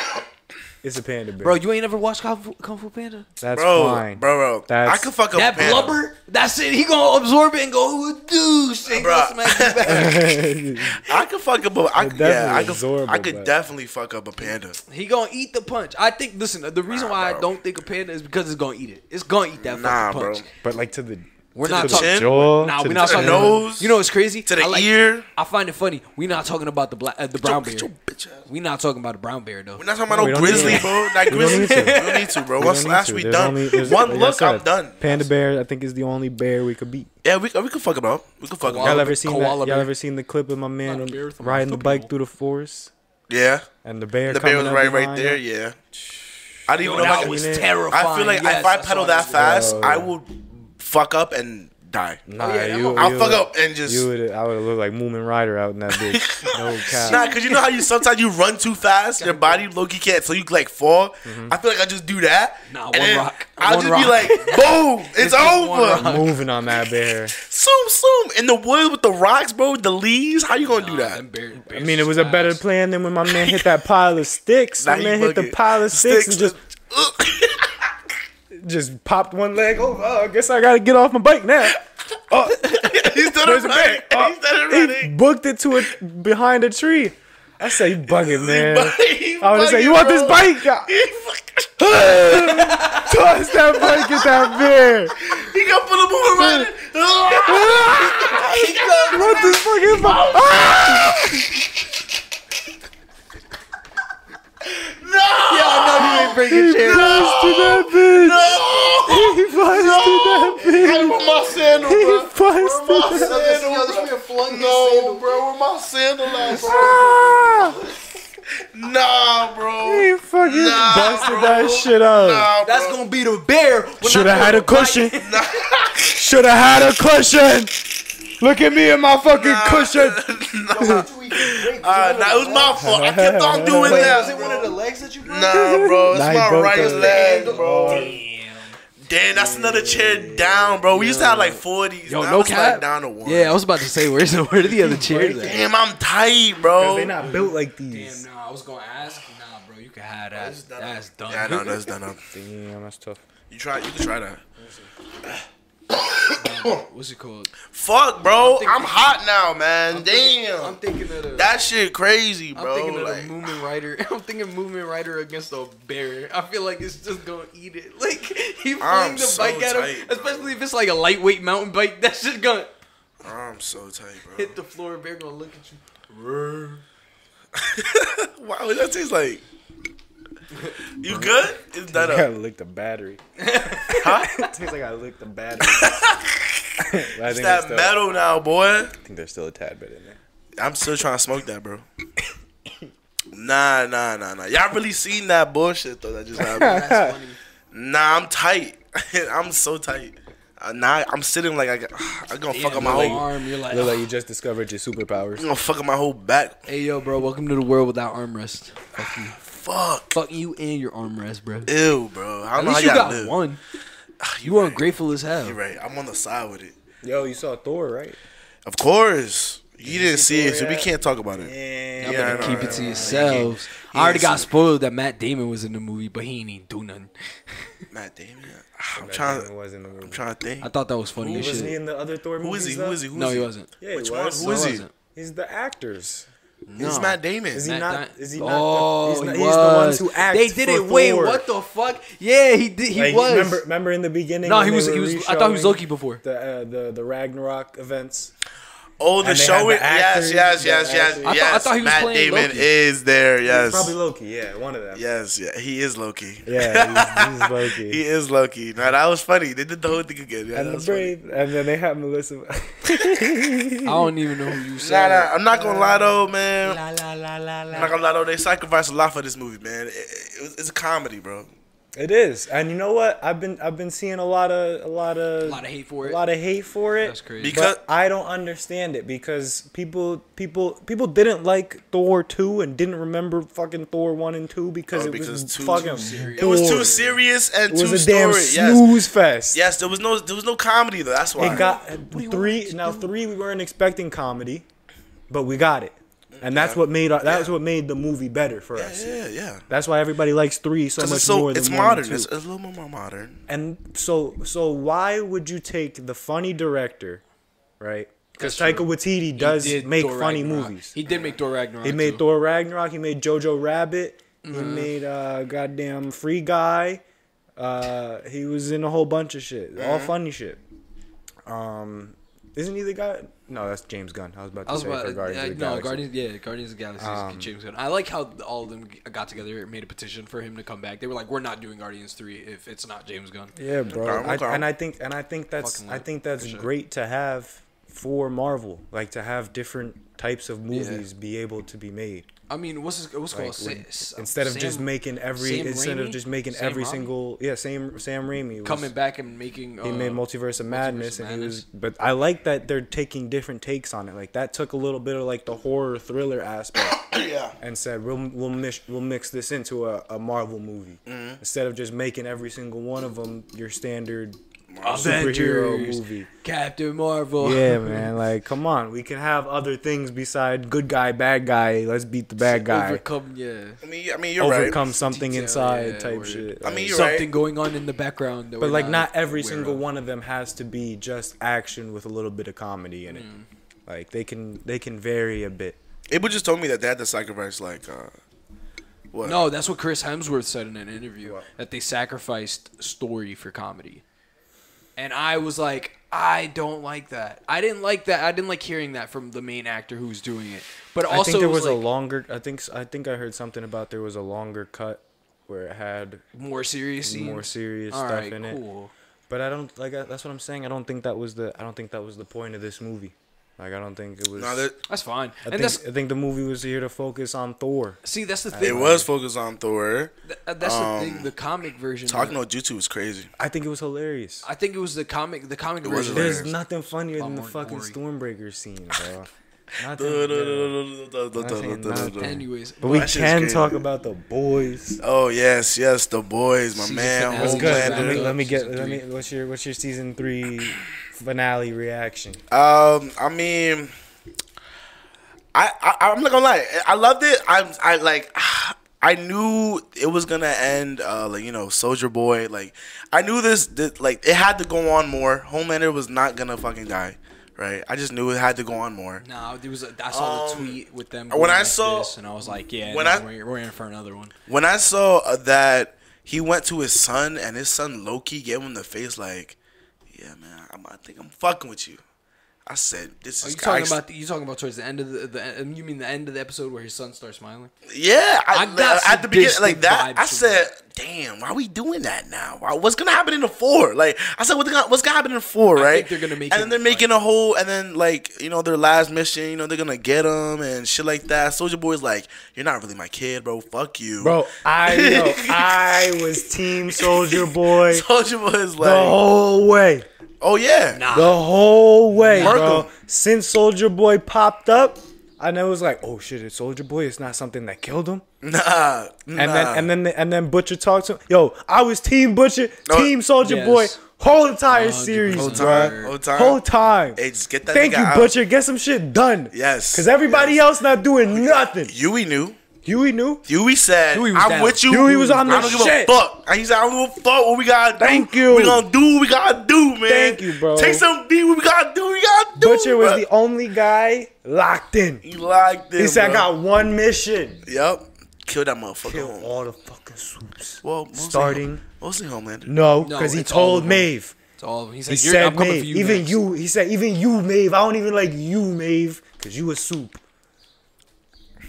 Speaker 2: it's a panda bear.
Speaker 3: Bro, you ain't ever watched Kung Fu, Kung Fu Panda?
Speaker 2: that's
Speaker 1: bro,
Speaker 2: fine.
Speaker 1: bro, bro.
Speaker 2: That's-
Speaker 1: I could fuck up a
Speaker 3: That
Speaker 1: panda.
Speaker 3: blubber That's it. He gonna absorb it and go deuce and go
Speaker 1: Bruh.
Speaker 3: smack
Speaker 1: <laughs>
Speaker 3: his back.
Speaker 2: <laughs>
Speaker 1: I could fuck <laughs> up. A, I,
Speaker 2: It
Speaker 1: could- yeah,
Speaker 2: definitely
Speaker 1: I could.
Speaker 2: absorb
Speaker 1: I
Speaker 2: it,
Speaker 1: could
Speaker 2: but-
Speaker 1: definitely fuck up a panda.
Speaker 3: he gonna eat the punch. I think. Listen, the reason
Speaker 1: Nah,
Speaker 3: why I
Speaker 1: bro.
Speaker 3: don't think a panda is because it's gonna eat it. It's gonna eat that
Speaker 1: Nah,
Speaker 3: fucking
Speaker 1: bro.
Speaker 3: punch.
Speaker 2: But like to the
Speaker 3: We're
Speaker 2: to
Speaker 3: not
Speaker 2: the
Speaker 3: talking-
Speaker 2: jaw,
Speaker 3: Nah,
Speaker 2: to
Speaker 3: we're
Speaker 2: the
Speaker 1: To
Speaker 3: not
Speaker 1: the
Speaker 3: talking
Speaker 2: chin.
Speaker 1: nose.
Speaker 3: You know what's crazy?
Speaker 1: To the
Speaker 3: I like-
Speaker 1: ear.
Speaker 3: I find it funny. We're not talking about the black, uh, the
Speaker 1: Yo,
Speaker 3: brown bear.
Speaker 1: get your bitch ass.
Speaker 3: We're not talking about the brown bear though.
Speaker 1: We're not talking
Speaker 2: No,
Speaker 1: about
Speaker 2: we
Speaker 1: no
Speaker 2: don't need
Speaker 1: grizzly,
Speaker 2: to.
Speaker 1: bro. Like
Speaker 2: We don't
Speaker 1: grizzly,
Speaker 2: need
Speaker 1: we
Speaker 2: to.
Speaker 1: don't need to, bro.
Speaker 2: We
Speaker 1: One
Speaker 2: don't need
Speaker 1: slash,
Speaker 2: to.
Speaker 1: we
Speaker 2: There's
Speaker 1: done.
Speaker 2: only- there's-
Speaker 1: One
Speaker 2: like I
Speaker 1: look, I'm
Speaker 2: said,
Speaker 1: done.
Speaker 2: Panda bear, I think is the only bear we could beat.
Speaker 1: Yeah, we we could fuck it up. We could fuck it
Speaker 3: Koala.
Speaker 2: Y'all
Speaker 1: up.
Speaker 2: ever seen that?
Speaker 3: koala
Speaker 2: Y'all
Speaker 3: bear.
Speaker 2: ever seen the clip of my man
Speaker 3: Not
Speaker 2: on-
Speaker 3: bear, it's a
Speaker 2: riding the
Speaker 3: marsupial.
Speaker 2: bike through the forest
Speaker 1: Yeah,
Speaker 2: and the bear?
Speaker 1: the bear
Speaker 2: coming
Speaker 1: was
Speaker 2: up
Speaker 1: right right
Speaker 2: behind
Speaker 1: there. Yeah,
Speaker 2: him?
Speaker 1: I didn't
Speaker 3: Yo,
Speaker 1: even know if I
Speaker 3: that
Speaker 1: could-
Speaker 3: was
Speaker 2: I feel
Speaker 3: terrifying.
Speaker 1: I feel like
Speaker 3: Yes,
Speaker 1: if I
Speaker 3: saw
Speaker 1: pedal
Speaker 3: that
Speaker 1: that fast,
Speaker 2: Yo.
Speaker 1: I would fuck up and die.
Speaker 2: Nah,
Speaker 3: Oh, yeah, that
Speaker 2: you,
Speaker 3: one-
Speaker 1: I'll
Speaker 2: you
Speaker 1: fuck
Speaker 2: would-
Speaker 1: up and just-
Speaker 2: You would, I would have looked like Moomin Rider out in that
Speaker 1: <laughs>
Speaker 2: bitch. No cap.
Speaker 1: Nah, cause you know how you sometimes you run too fast, your body Loki can't, so you like fall. I feel like I just do that.
Speaker 3: Mm-hmm. Nah,
Speaker 1: and
Speaker 3: one
Speaker 1: then
Speaker 3: rock.
Speaker 1: I'll
Speaker 3: One
Speaker 1: just
Speaker 3: rock.
Speaker 1: be like,
Speaker 3: <laughs>
Speaker 1: boom, it's
Speaker 3: just one
Speaker 1: over.
Speaker 3: rock.
Speaker 2: Moving on that bear.
Speaker 1: Zoom, zoom in the wood with the rocks, bro. with The leaves. How you gonna do that?
Speaker 3: Them bear-
Speaker 2: I
Speaker 3: bears
Speaker 2: mean, it
Speaker 3: is
Speaker 2: was a better <laughs>
Speaker 3: fast.
Speaker 2: plan than when my man hit that pile of sticks.
Speaker 1: Nah,
Speaker 2: My
Speaker 1: you
Speaker 2: man hit the
Speaker 1: bugging.
Speaker 2: pile of sticks and just
Speaker 1: Ugh.
Speaker 2: just popped one leg. Oh, oh, I guess I gotta get off my bike now. Oh,
Speaker 1: <laughs> He's done
Speaker 2: there's
Speaker 1: it
Speaker 2: a
Speaker 1: running.
Speaker 2: bear. Oh,
Speaker 1: He's done it
Speaker 2: he
Speaker 1: running.
Speaker 2: booked it to a behind a tree. I say, you bugging, man.
Speaker 1: He
Speaker 2: I would
Speaker 1: bugging,
Speaker 2: say, you want this
Speaker 1: bro.
Speaker 2: bike?
Speaker 1: <laughs>
Speaker 2: Toss
Speaker 1: He fucking-
Speaker 2: that bike at that bear.
Speaker 1: He gonna put a move around it. <laughs> Ugh.
Speaker 3: He got-
Speaker 2: What this fucking Ah, bike?
Speaker 1: No!
Speaker 3: I know you ain't bringing shit.
Speaker 2: Flies to that bitch.
Speaker 1: No!
Speaker 2: He flies
Speaker 1: No!
Speaker 2: to that
Speaker 1: Hey, where my sandal,
Speaker 2: bitch.
Speaker 1: bro?
Speaker 2: He flies to
Speaker 1: Where my sandal,
Speaker 2: that.
Speaker 1: bro? No, bro, where my sandal at, bro?
Speaker 2: Ah!
Speaker 1: Nah, bro.
Speaker 2: He fucking
Speaker 1: Nah,
Speaker 2: busted
Speaker 1: bro.
Speaker 2: that shit up.
Speaker 1: Nah,
Speaker 3: That's
Speaker 1: bro.
Speaker 3: gonna be the bear. when
Speaker 2: Should
Speaker 3: I
Speaker 2: have had
Speaker 3: go
Speaker 2: a cushion.
Speaker 1: Nah. <laughs>
Speaker 2: Should have had a cushion. Look at me and my fucking cushion. <laughs>
Speaker 1: Nah. <laughs> Uh, nah, it was my fault. I kept on doing
Speaker 3: Wait,
Speaker 1: that.
Speaker 3: was it
Speaker 1: bro.
Speaker 3: one of the legs that you broke?
Speaker 1: Nah, bro, it's
Speaker 2: Nah, he
Speaker 1: my
Speaker 2: broke
Speaker 1: right
Speaker 2: the-
Speaker 1: leg, bro.
Speaker 3: Damn.
Speaker 1: Damn, that's another chair down, bro. We used to have like 40s.
Speaker 3: Yo,
Speaker 1: now
Speaker 3: no
Speaker 1: it's
Speaker 3: cap.
Speaker 1: like down to one.
Speaker 3: Yeah, oh. I was about to say, where's the, where are
Speaker 1: <laughs>
Speaker 3: the other chairs at?
Speaker 1: Damn, I'm tight, bro.
Speaker 2: not built like
Speaker 3: Damn, no, I was gonna ask. Nah, bro, you can have that.
Speaker 1: It's done up.
Speaker 3: That's dumb.
Speaker 1: Yeah, no, that's done up.
Speaker 2: Damn, that's tough.
Speaker 1: You try, you can try that.
Speaker 3: What's it called?
Speaker 1: Fuck, bro.
Speaker 3: thinking-
Speaker 1: I'm hot now, man.
Speaker 3: I'm
Speaker 1: Damn,
Speaker 3: thinking of the.
Speaker 1: that shit crazy,
Speaker 3: I'm
Speaker 1: bro.
Speaker 3: thinking of
Speaker 1: Like,
Speaker 3: the movement rider. <laughs> I'm thinking movement rider against a bear. I feel like it's just gonna eat it. <laughs> Like he
Speaker 1: I'm
Speaker 3: fling the
Speaker 1: so
Speaker 3: bike at him,
Speaker 1: tight, bro.
Speaker 3: especially if it's like a lightweight mountain bike. <laughs> That's just gonna
Speaker 1: I'm so tight, bro. <laughs>
Speaker 3: hit the floor. and Bear gonna look at you.
Speaker 1: Wow, that tastes
Speaker 3: <laughs>
Speaker 1: like. You good? It's done up.
Speaker 2: lick the battery. <laughs> Tastes like I licked the battery. I,
Speaker 1: It's
Speaker 2: think
Speaker 1: that metal now, boy.
Speaker 2: there's still a tad bit in there.
Speaker 1: I'm still trying to smoke that, bro. Nah, nah, nah, nah. Y'all really seen that bullshit though that just happened?
Speaker 3: <laughs> That's funny.
Speaker 1: nah, I'm tight. <laughs> I'm so tight. Uh, nah, I'm sitting like I got, <sighs> I'm gonna fuck up my
Speaker 3: Damn,
Speaker 1: whole, I'm
Speaker 3: arm. You're like,
Speaker 2: Look like you just discovered your superpowers.
Speaker 1: gonna fuck up my whole back.
Speaker 3: hey yo, bro, welcome to the world without armrest.
Speaker 1: Fuck.
Speaker 3: Fuck you and your armrest, bro.
Speaker 1: Ew, bro. I
Speaker 3: At
Speaker 1: don't know how
Speaker 3: least you
Speaker 1: y'all
Speaker 3: got
Speaker 1: live. <sighs>
Speaker 3: one. You
Speaker 1: right.
Speaker 3: weren't grateful as hell.
Speaker 1: You're right. I'm on the side with it.
Speaker 2: Yo, you saw Thor, right?
Speaker 1: Of course. You didn't see it, so we
Speaker 2: Victoria?
Speaker 1: can't talk about it.
Speaker 2: Yeah.
Speaker 3: Y'all
Speaker 1: Yeah,
Speaker 3: better
Speaker 1: I know,
Speaker 3: keep
Speaker 1: I
Speaker 3: it to
Speaker 1: know, I know.
Speaker 3: yourselves.
Speaker 1: he
Speaker 3: I already
Speaker 1: ain't
Speaker 3: got
Speaker 1: seen
Speaker 3: spoiled that Matt Damon was in the movie, but he ain't do nothing.
Speaker 1: Matt Damon. <sighs> I'm trying. I'm
Speaker 2: Was in the movie.
Speaker 1: trying to think.
Speaker 3: I thought that was funny as
Speaker 2: Was he
Speaker 3: shit.
Speaker 2: in the other Thor
Speaker 1: Who is he? Who is he? Who is
Speaker 3: No,
Speaker 1: he?
Speaker 3: he wasn't.
Speaker 2: Yeah, he
Speaker 1: Which one?
Speaker 2: was.
Speaker 1: Who is
Speaker 3: No,
Speaker 1: he?
Speaker 3: wasn't.
Speaker 2: He's the actors.
Speaker 1: It's
Speaker 3: No.
Speaker 1: Matt Damon.
Speaker 2: Is he
Speaker 3: Matt
Speaker 2: not?
Speaker 3: Di-
Speaker 2: Is he not?
Speaker 3: oh,
Speaker 2: the, he's, not,
Speaker 3: he
Speaker 2: he's the ones
Speaker 3: was.
Speaker 2: who act.
Speaker 3: They did
Speaker 2: for
Speaker 3: it. Wait,
Speaker 2: Thor.
Speaker 3: what the fuck? Yeah, he did. He
Speaker 2: Like,
Speaker 3: was.
Speaker 2: Remember, remember in the beginning?
Speaker 3: No,
Speaker 2: when
Speaker 3: he
Speaker 2: they
Speaker 3: was-
Speaker 2: were
Speaker 3: he was- I thought he was
Speaker 2: re-showing
Speaker 3: Loki before.
Speaker 2: the uh, the the Ragnarok events.
Speaker 1: Oh, the
Speaker 2: And they had
Speaker 1: show
Speaker 2: the
Speaker 1: it. Yes,
Speaker 2: actors,
Speaker 1: yes,
Speaker 2: the
Speaker 1: yes, yes,
Speaker 2: actors. I
Speaker 1: yes.
Speaker 3: thought- I thought he was
Speaker 1: Matt
Speaker 3: playing
Speaker 1: Damon
Speaker 3: Loki.
Speaker 1: is there. Yes.
Speaker 2: Probably Loki. Yeah, one of them.
Speaker 1: Yes, yeah, he is Loki.
Speaker 2: Yeah, he's, he's
Speaker 1: <laughs>
Speaker 2: Loki.
Speaker 1: He is Loki. Now that was funny. They did the whole thing again. Yeah, that
Speaker 2: and the
Speaker 1: was funny.
Speaker 2: brave, and then they have Melissa.
Speaker 3: I don't even
Speaker 2: <laughs>
Speaker 3: know who you
Speaker 1: Nah,
Speaker 3: said.
Speaker 1: nah, I'm not gonna lie though, man.
Speaker 3: La, la, la, la,
Speaker 1: I'm not
Speaker 3: la.
Speaker 1: gonna lie though. They sacrificed a lot for this movie, man. It, it, was- it's a comedy, bro.
Speaker 2: it is, and you know what? I've been I've been seeing a lot of a lot of
Speaker 3: A lot of hate for
Speaker 2: a
Speaker 3: it.
Speaker 2: lot of hate for it.
Speaker 3: That's crazy.
Speaker 1: Because-
Speaker 2: but I don't understand it because people people people didn't like Thor two and didn't remember fucking Thor one and two because
Speaker 1: Oh,
Speaker 2: it
Speaker 1: because
Speaker 2: was
Speaker 1: too-
Speaker 2: fucking
Speaker 1: too
Speaker 2: serious.
Speaker 1: It was too serious and
Speaker 2: It was
Speaker 1: too
Speaker 2: a
Speaker 1: story.
Speaker 2: damn
Speaker 1: Yes,
Speaker 2: snooze fest.
Speaker 1: yes. There was no, there was no comedy though. That's why.
Speaker 2: It got three. Now three, we weren't expecting comedy, but we got it. and that's
Speaker 1: Yeah.
Speaker 2: what made our, that's what made the movie better for us.
Speaker 1: Yeah, yeah.
Speaker 2: That's why everybody likes three so
Speaker 1: Because
Speaker 2: much
Speaker 1: it's so
Speaker 2: more than
Speaker 1: it's
Speaker 2: one
Speaker 1: modern.
Speaker 2: And, two.
Speaker 1: It's, it's a little more modern. <coughs>
Speaker 2: and so so why would you take the funny director, right? Because
Speaker 3: That's
Speaker 2: Taika
Speaker 3: true.
Speaker 2: Waititi
Speaker 3: He
Speaker 2: does
Speaker 3: did
Speaker 2: make
Speaker 3: Thor
Speaker 2: funny
Speaker 3: Ragnarok.
Speaker 2: movies.
Speaker 3: He did make Thor Ragnarok.
Speaker 2: He made
Speaker 3: too. Mm-hmm.
Speaker 2: Thor Ragnarok. He made Jojo Rabbit. He made uh, goddamn Free Guy. Uh, he was in a whole bunch of shit,
Speaker 3: Mm-hmm.
Speaker 2: all funny shit. Um, isn't he the guy? No, that's James Gunn. I was about to
Speaker 3: I was
Speaker 2: say
Speaker 3: about
Speaker 2: for Guardians
Speaker 3: yeah,
Speaker 2: of the
Speaker 3: no
Speaker 2: Galaxy. Um,
Speaker 3: Guardians. Yeah, Guardians of the Galaxy. is James Gunn. I like how all of them got together, and made a petition for him to come back. They were like, "We're not doing Guardians three if it's not James Gunn."
Speaker 2: Yeah, bro.
Speaker 1: Okay, okay.
Speaker 2: I, and I think and I think that's
Speaker 3: Fucking
Speaker 2: I
Speaker 3: lit,
Speaker 2: think that's
Speaker 3: for sure.
Speaker 2: great to have for Marvel, like to have different types of movies be able to be made
Speaker 3: I mean, what's his, what's it
Speaker 2: like,
Speaker 3: called Sa-
Speaker 2: when-
Speaker 3: Sa-
Speaker 2: instead of just
Speaker 3: Sam
Speaker 2: making every
Speaker 3: Sam
Speaker 2: instead of
Speaker 3: Raimi?
Speaker 2: just making
Speaker 3: Sam
Speaker 2: every
Speaker 3: Raimi?
Speaker 2: single yeah Sam Sam Raimi was,
Speaker 3: coming back and making. Uh,
Speaker 2: he made multiverse of madness and he
Speaker 3: Madness.
Speaker 2: was but i like that they're taking different takes on it like that took a little bit of like the horror thriller aspect
Speaker 1: yeah.
Speaker 2: and said we'll we'll mix we'll mix this into a, a marvel movie instead of just making every single one of them your standard superhero
Speaker 3: Avengers,
Speaker 2: movie
Speaker 3: Captain Marvel. <laughs>
Speaker 2: yeah man like come on we can have other things beside good guy bad guy let's beat the bad guy overcome,
Speaker 3: <laughs> Overcome. Yeah.
Speaker 1: I mean, I mean, you're right.
Speaker 2: something
Speaker 3: Detail,
Speaker 2: inside
Speaker 3: yeah,
Speaker 2: type
Speaker 3: word.
Speaker 2: shit
Speaker 1: I mean,
Speaker 2: Like,
Speaker 1: You're
Speaker 3: Something
Speaker 1: right.
Speaker 3: going on in the background. that
Speaker 2: but
Speaker 3: we're
Speaker 2: like not every
Speaker 3: aware
Speaker 2: single
Speaker 3: of.
Speaker 2: one of them has to be just action with a little bit of comedy in it like they can they can vary a bit
Speaker 1: Abel just told me that they had to sacrifice like uh, what?
Speaker 3: No, that's what Chris Hemsworth said in an interview that they sacrificed story for comedy. And I was like, I don't like that. I didn't like that. I didn't like hearing that from the main actor who's doing it. But also,
Speaker 2: i think there
Speaker 3: it
Speaker 2: was,
Speaker 3: was,
Speaker 2: a
Speaker 3: like,
Speaker 2: longer i think s- i think i heard something about there was a longer cut where it had
Speaker 3: more serious scenes.
Speaker 2: more serious
Speaker 3: All
Speaker 2: stuff
Speaker 3: right,
Speaker 2: in it
Speaker 3: cool.
Speaker 2: but i don't like I, that's what i'm saying i don't think that was the i don't think that was the point of this movie like i don't think it was
Speaker 1: No, that,
Speaker 3: That's fine.
Speaker 2: I, think,
Speaker 3: and that's
Speaker 2: I think the movie was here to focus on thor
Speaker 3: see, that's the thing.
Speaker 1: it was focused on Thor.
Speaker 3: Th- uh, that's
Speaker 1: um,
Speaker 3: the thing. The comic version.
Speaker 1: Talk
Speaker 3: of it.
Speaker 1: no jutsu was crazy.
Speaker 2: i think it was hilarious
Speaker 3: I think it was the comic. The comic
Speaker 1: was
Speaker 3: version.
Speaker 2: there's
Speaker 1: hilarious.
Speaker 2: nothing funnier
Speaker 3: lot
Speaker 2: than the
Speaker 3: more
Speaker 2: fucking
Speaker 3: gory.
Speaker 2: stormbreaker scene
Speaker 3: <laughs>
Speaker 2: bro Nothing- yeah.
Speaker 1: Oh
Speaker 3: Anyways,
Speaker 2: But we
Speaker 1: That shit's
Speaker 2: can
Speaker 1: crazy.
Speaker 2: talk about the boys.
Speaker 1: Oh, yes, yes, the boys, my
Speaker 3: Season
Speaker 1: man,
Speaker 3: finale.
Speaker 2: That's
Speaker 3: Old
Speaker 2: good.
Speaker 3: man,
Speaker 2: Let me,
Speaker 1: Homelander.
Speaker 3: dude.
Speaker 2: let me get.
Speaker 3: Season
Speaker 2: Let me.
Speaker 3: three.
Speaker 2: What's your What's your season three finale reaction?
Speaker 1: Um, I mean, I, I I'm not gonna lie, I loved it. I'm I like. <sighs> I knew it was gonna end, uh, like you know, Soldier Boy. Like, I knew this, this. Like, it had to go on more. Homelander was not gonna fucking die, right? I just knew it had to go on more.
Speaker 3: Nah, there was. A, I saw
Speaker 1: Um,
Speaker 3: the tweet with them.
Speaker 1: when
Speaker 3: going
Speaker 1: I
Speaker 3: like
Speaker 1: saw-
Speaker 3: this, and I was like, yeah,
Speaker 1: when
Speaker 3: no,
Speaker 1: I-
Speaker 3: we're, we're in for another one.
Speaker 1: When I saw uh, that he went to his son and his son Loki gave him the face, like, yeah, man, I'm, I think I'm fucking with you. I said, this
Speaker 3: Are
Speaker 1: is
Speaker 3: you talking
Speaker 1: I-
Speaker 3: about you talking about towards the end of the, the uh, you mean the end of the episode where his son starts smiling?
Speaker 1: Yeah, I,
Speaker 3: I got
Speaker 1: at the
Speaker 3: some
Speaker 1: beginning, like
Speaker 3: distant
Speaker 1: that.
Speaker 3: vibes
Speaker 1: I
Speaker 3: from
Speaker 1: said, "Damn, why we doing that now? Why, what's gonna happen in the four? Like, I said, what's gonna, what's gonna happen in the four?
Speaker 3: I
Speaker 1: Right?
Speaker 3: think they're gonna make
Speaker 1: and
Speaker 3: him
Speaker 1: then they're making a whole, and then like you know their last mission, you know they're gonna get him and shit like that. Soldier Boy's like, "You're not really my kid, bro. Fuck you,
Speaker 2: Bro,
Speaker 1: <laughs>
Speaker 2: I know. I was Team Soldier Boy
Speaker 1: Soldier Boy's
Speaker 2: the
Speaker 1: like,
Speaker 2: whole way.
Speaker 1: "Oh yeah,
Speaker 3: Nah.
Speaker 2: The whole way,
Speaker 1: Mark
Speaker 2: bro.
Speaker 1: him.
Speaker 2: Since Soldier Boy popped up, I know it was like, oh shit, it's Soldier Boy. It's not something that killed him.
Speaker 1: nah."
Speaker 2: And then and then and then Butcher talked to him. Yo, I was Team Butcher,
Speaker 1: No,
Speaker 2: Team Soldier
Speaker 3: yes.
Speaker 2: Boy, whole entire
Speaker 3: 100%.
Speaker 2: series,
Speaker 1: whole
Speaker 2: bro.
Speaker 1: time,
Speaker 3: bruh.
Speaker 1: whole time,
Speaker 2: Whole time.
Speaker 1: Hey, just get that
Speaker 2: Thank
Speaker 1: nigga
Speaker 2: you,
Speaker 1: out.
Speaker 2: Butcher. Get some shit done.
Speaker 1: Yes,
Speaker 2: Cause everybody
Speaker 1: yes.
Speaker 2: else not doing nothing.
Speaker 1: Yui knew.
Speaker 2: Huey knew.
Speaker 1: Yui said,
Speaker 3: Yui was
Speaker 1: "I'm
Speaker 3: down.
Speaker 1: with you."
Speaker 2: Yui was on
Speaker 1: I
Speaker 2: the
Speaker 1: don't give
Speaker 2: shit.
Speaker 1: a fuck. And He said, "I don't give a fuck what we gotta do.
Speaker 2: Thank you.
Speaker 1: We gonna do what we gotta do, man.
Speaker 2: Thank you, bro.
Speaker 1: Take some D. What we gotta do, we gotta do."
Speaker 2: Butcher was
Speaker 1: bro.
Speaker 2: the only guy locked in.
Speaker 1: He liked it.
Speaker 2: He said, "I
Speaker 1: bro.
Speaker 2: got one mission:
Speaker 1: Yep. Kill that motherfucker.
Speaker 2: kill
Speaker 1: home.
Speaker 2: all the fucking swoops."
Speaker 1: Well, mostly,
Speaker 2: Starting-
Speaker 1: mostly Homelander.
Speaker 2: No,
Speaker 3: No,
Speaker 2: because he
Speaker 3: it's all
Speaker 2: told
Speaker 3: of them.
Speaker 2: Maeve.
Speaker 3: It's all of them. He said,
Speaker 2: He
Speaker 3: You're,
Speaker 2: said
Speaker 3: I'm coming
Speaker 2: Maeve.
Speaker 3: for you.
Speaker 2: even
Speaker 3: next.
Speaker 2: you. He said even you, Maeve. I don't even like you, Maeve, because you a soup.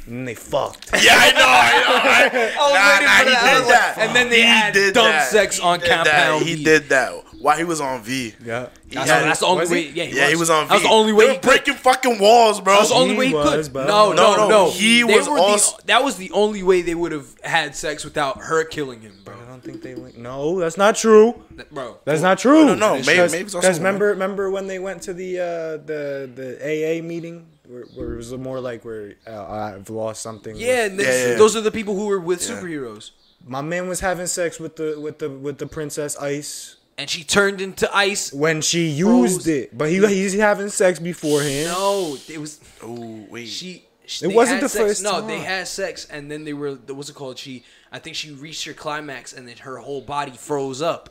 Speaker 2: And they fucked.
Speaker 1: <laughs> Yeah, I know. I know.
Speaker 2: <laughs>
Speaker 1: I,
Speaker 3: I was
Speaker 1: nah,
Speaker 3: waiting
Speaker 1: nah,
Speaker 3: for
Speaker 1: he did
Speaker 3: that. I was like,
Speaker 1: that.
Speaker 3: and then they
Speaker 1: he
Speaker 3: had
Speaker 1: did
Speaker 3: dumb
Speaker 1: that.
Speaker 3: sex
Speaker 1: He
Speaker 3: on
Speaker 1: did that.
Speaker 3: Compound
Speaker 1: He
Speaker 3: V.
Speaker 1: did that while he was on V.
Speaker 2: Yeah.
Speaker 1: He
Speaker 3: That's,
Speaker 1: had-
Speaker 3: the- that's the only
Speaker 2: Was he?
Speaker 3: way. Yeah, he
Speaker 1: yeah,
Speaker 3: was.
Speaker 1: he was on V.
Speaker 3: That's the only way.
Speaker 1: They
Speaker 3: He
Speaker 1: were
Speaker 3: could.
Speaker 1: breaking fucking walls, bro.
Speaker 3: That's the only
Speaker 2: He
Speaker 3: way he
Speaker 2: was,
Speaker 3: could.
Speaker 2: bro.
Speaker 3: No, no,
Speaker 1: No,
Speaker 3: no,
Speaker 1: no, he
Speaker 3: They
Speaker 1: was
Speaker 3: were the-
Speaker 1: also-
Speaker 3: that was the only way they would have had sex without her killing him, bro.
Speaker 2: I don't think they went. No, that's not true.
Speaker 3: That- Bro,
Speaker 2: That's not true.
Speaker 1: No, no, no. Maeve-
Speaker 2: Because
Speaker 1: Maeve's also
Speaker 2: because
Speaker 1: a woman.
Speaker 2: remember, remember when they went to the uh, the the AA meeting where, where it was more like where uh, I've lost something. with-
Speaker 3: Yeah, and
Speaker 1: Yeah,
Speaker 3: this-
Speaker 1: yeah.
Speaker 3: those are the people who were with
Speaker 1: Yeah.
Speaker 3: superheroes,
Speaker 2: my man was having sex with the with the with the princess Ice
Speaker 3: and she turned into ice.
Speaker 2: when she used
Speaker 3: Froze.
Speaker 2: it, but he he's having sex beforehand.
Speaker 3: No, it was
Speaker 1: Oh wait.
Speaker 3: she. sh-
Speaker 2: It
Speaker 3: they
Speaker 2: wasn't
Speaker 3: had
Speaker 2: the
Speaker 3: sex.
Speaker 2: first
Speaker 3: No, they
Speaker 2: time.
Speaker 3: had sex, and then they were. What's it called? She, I think she reached her climax, and then her whole body froze up,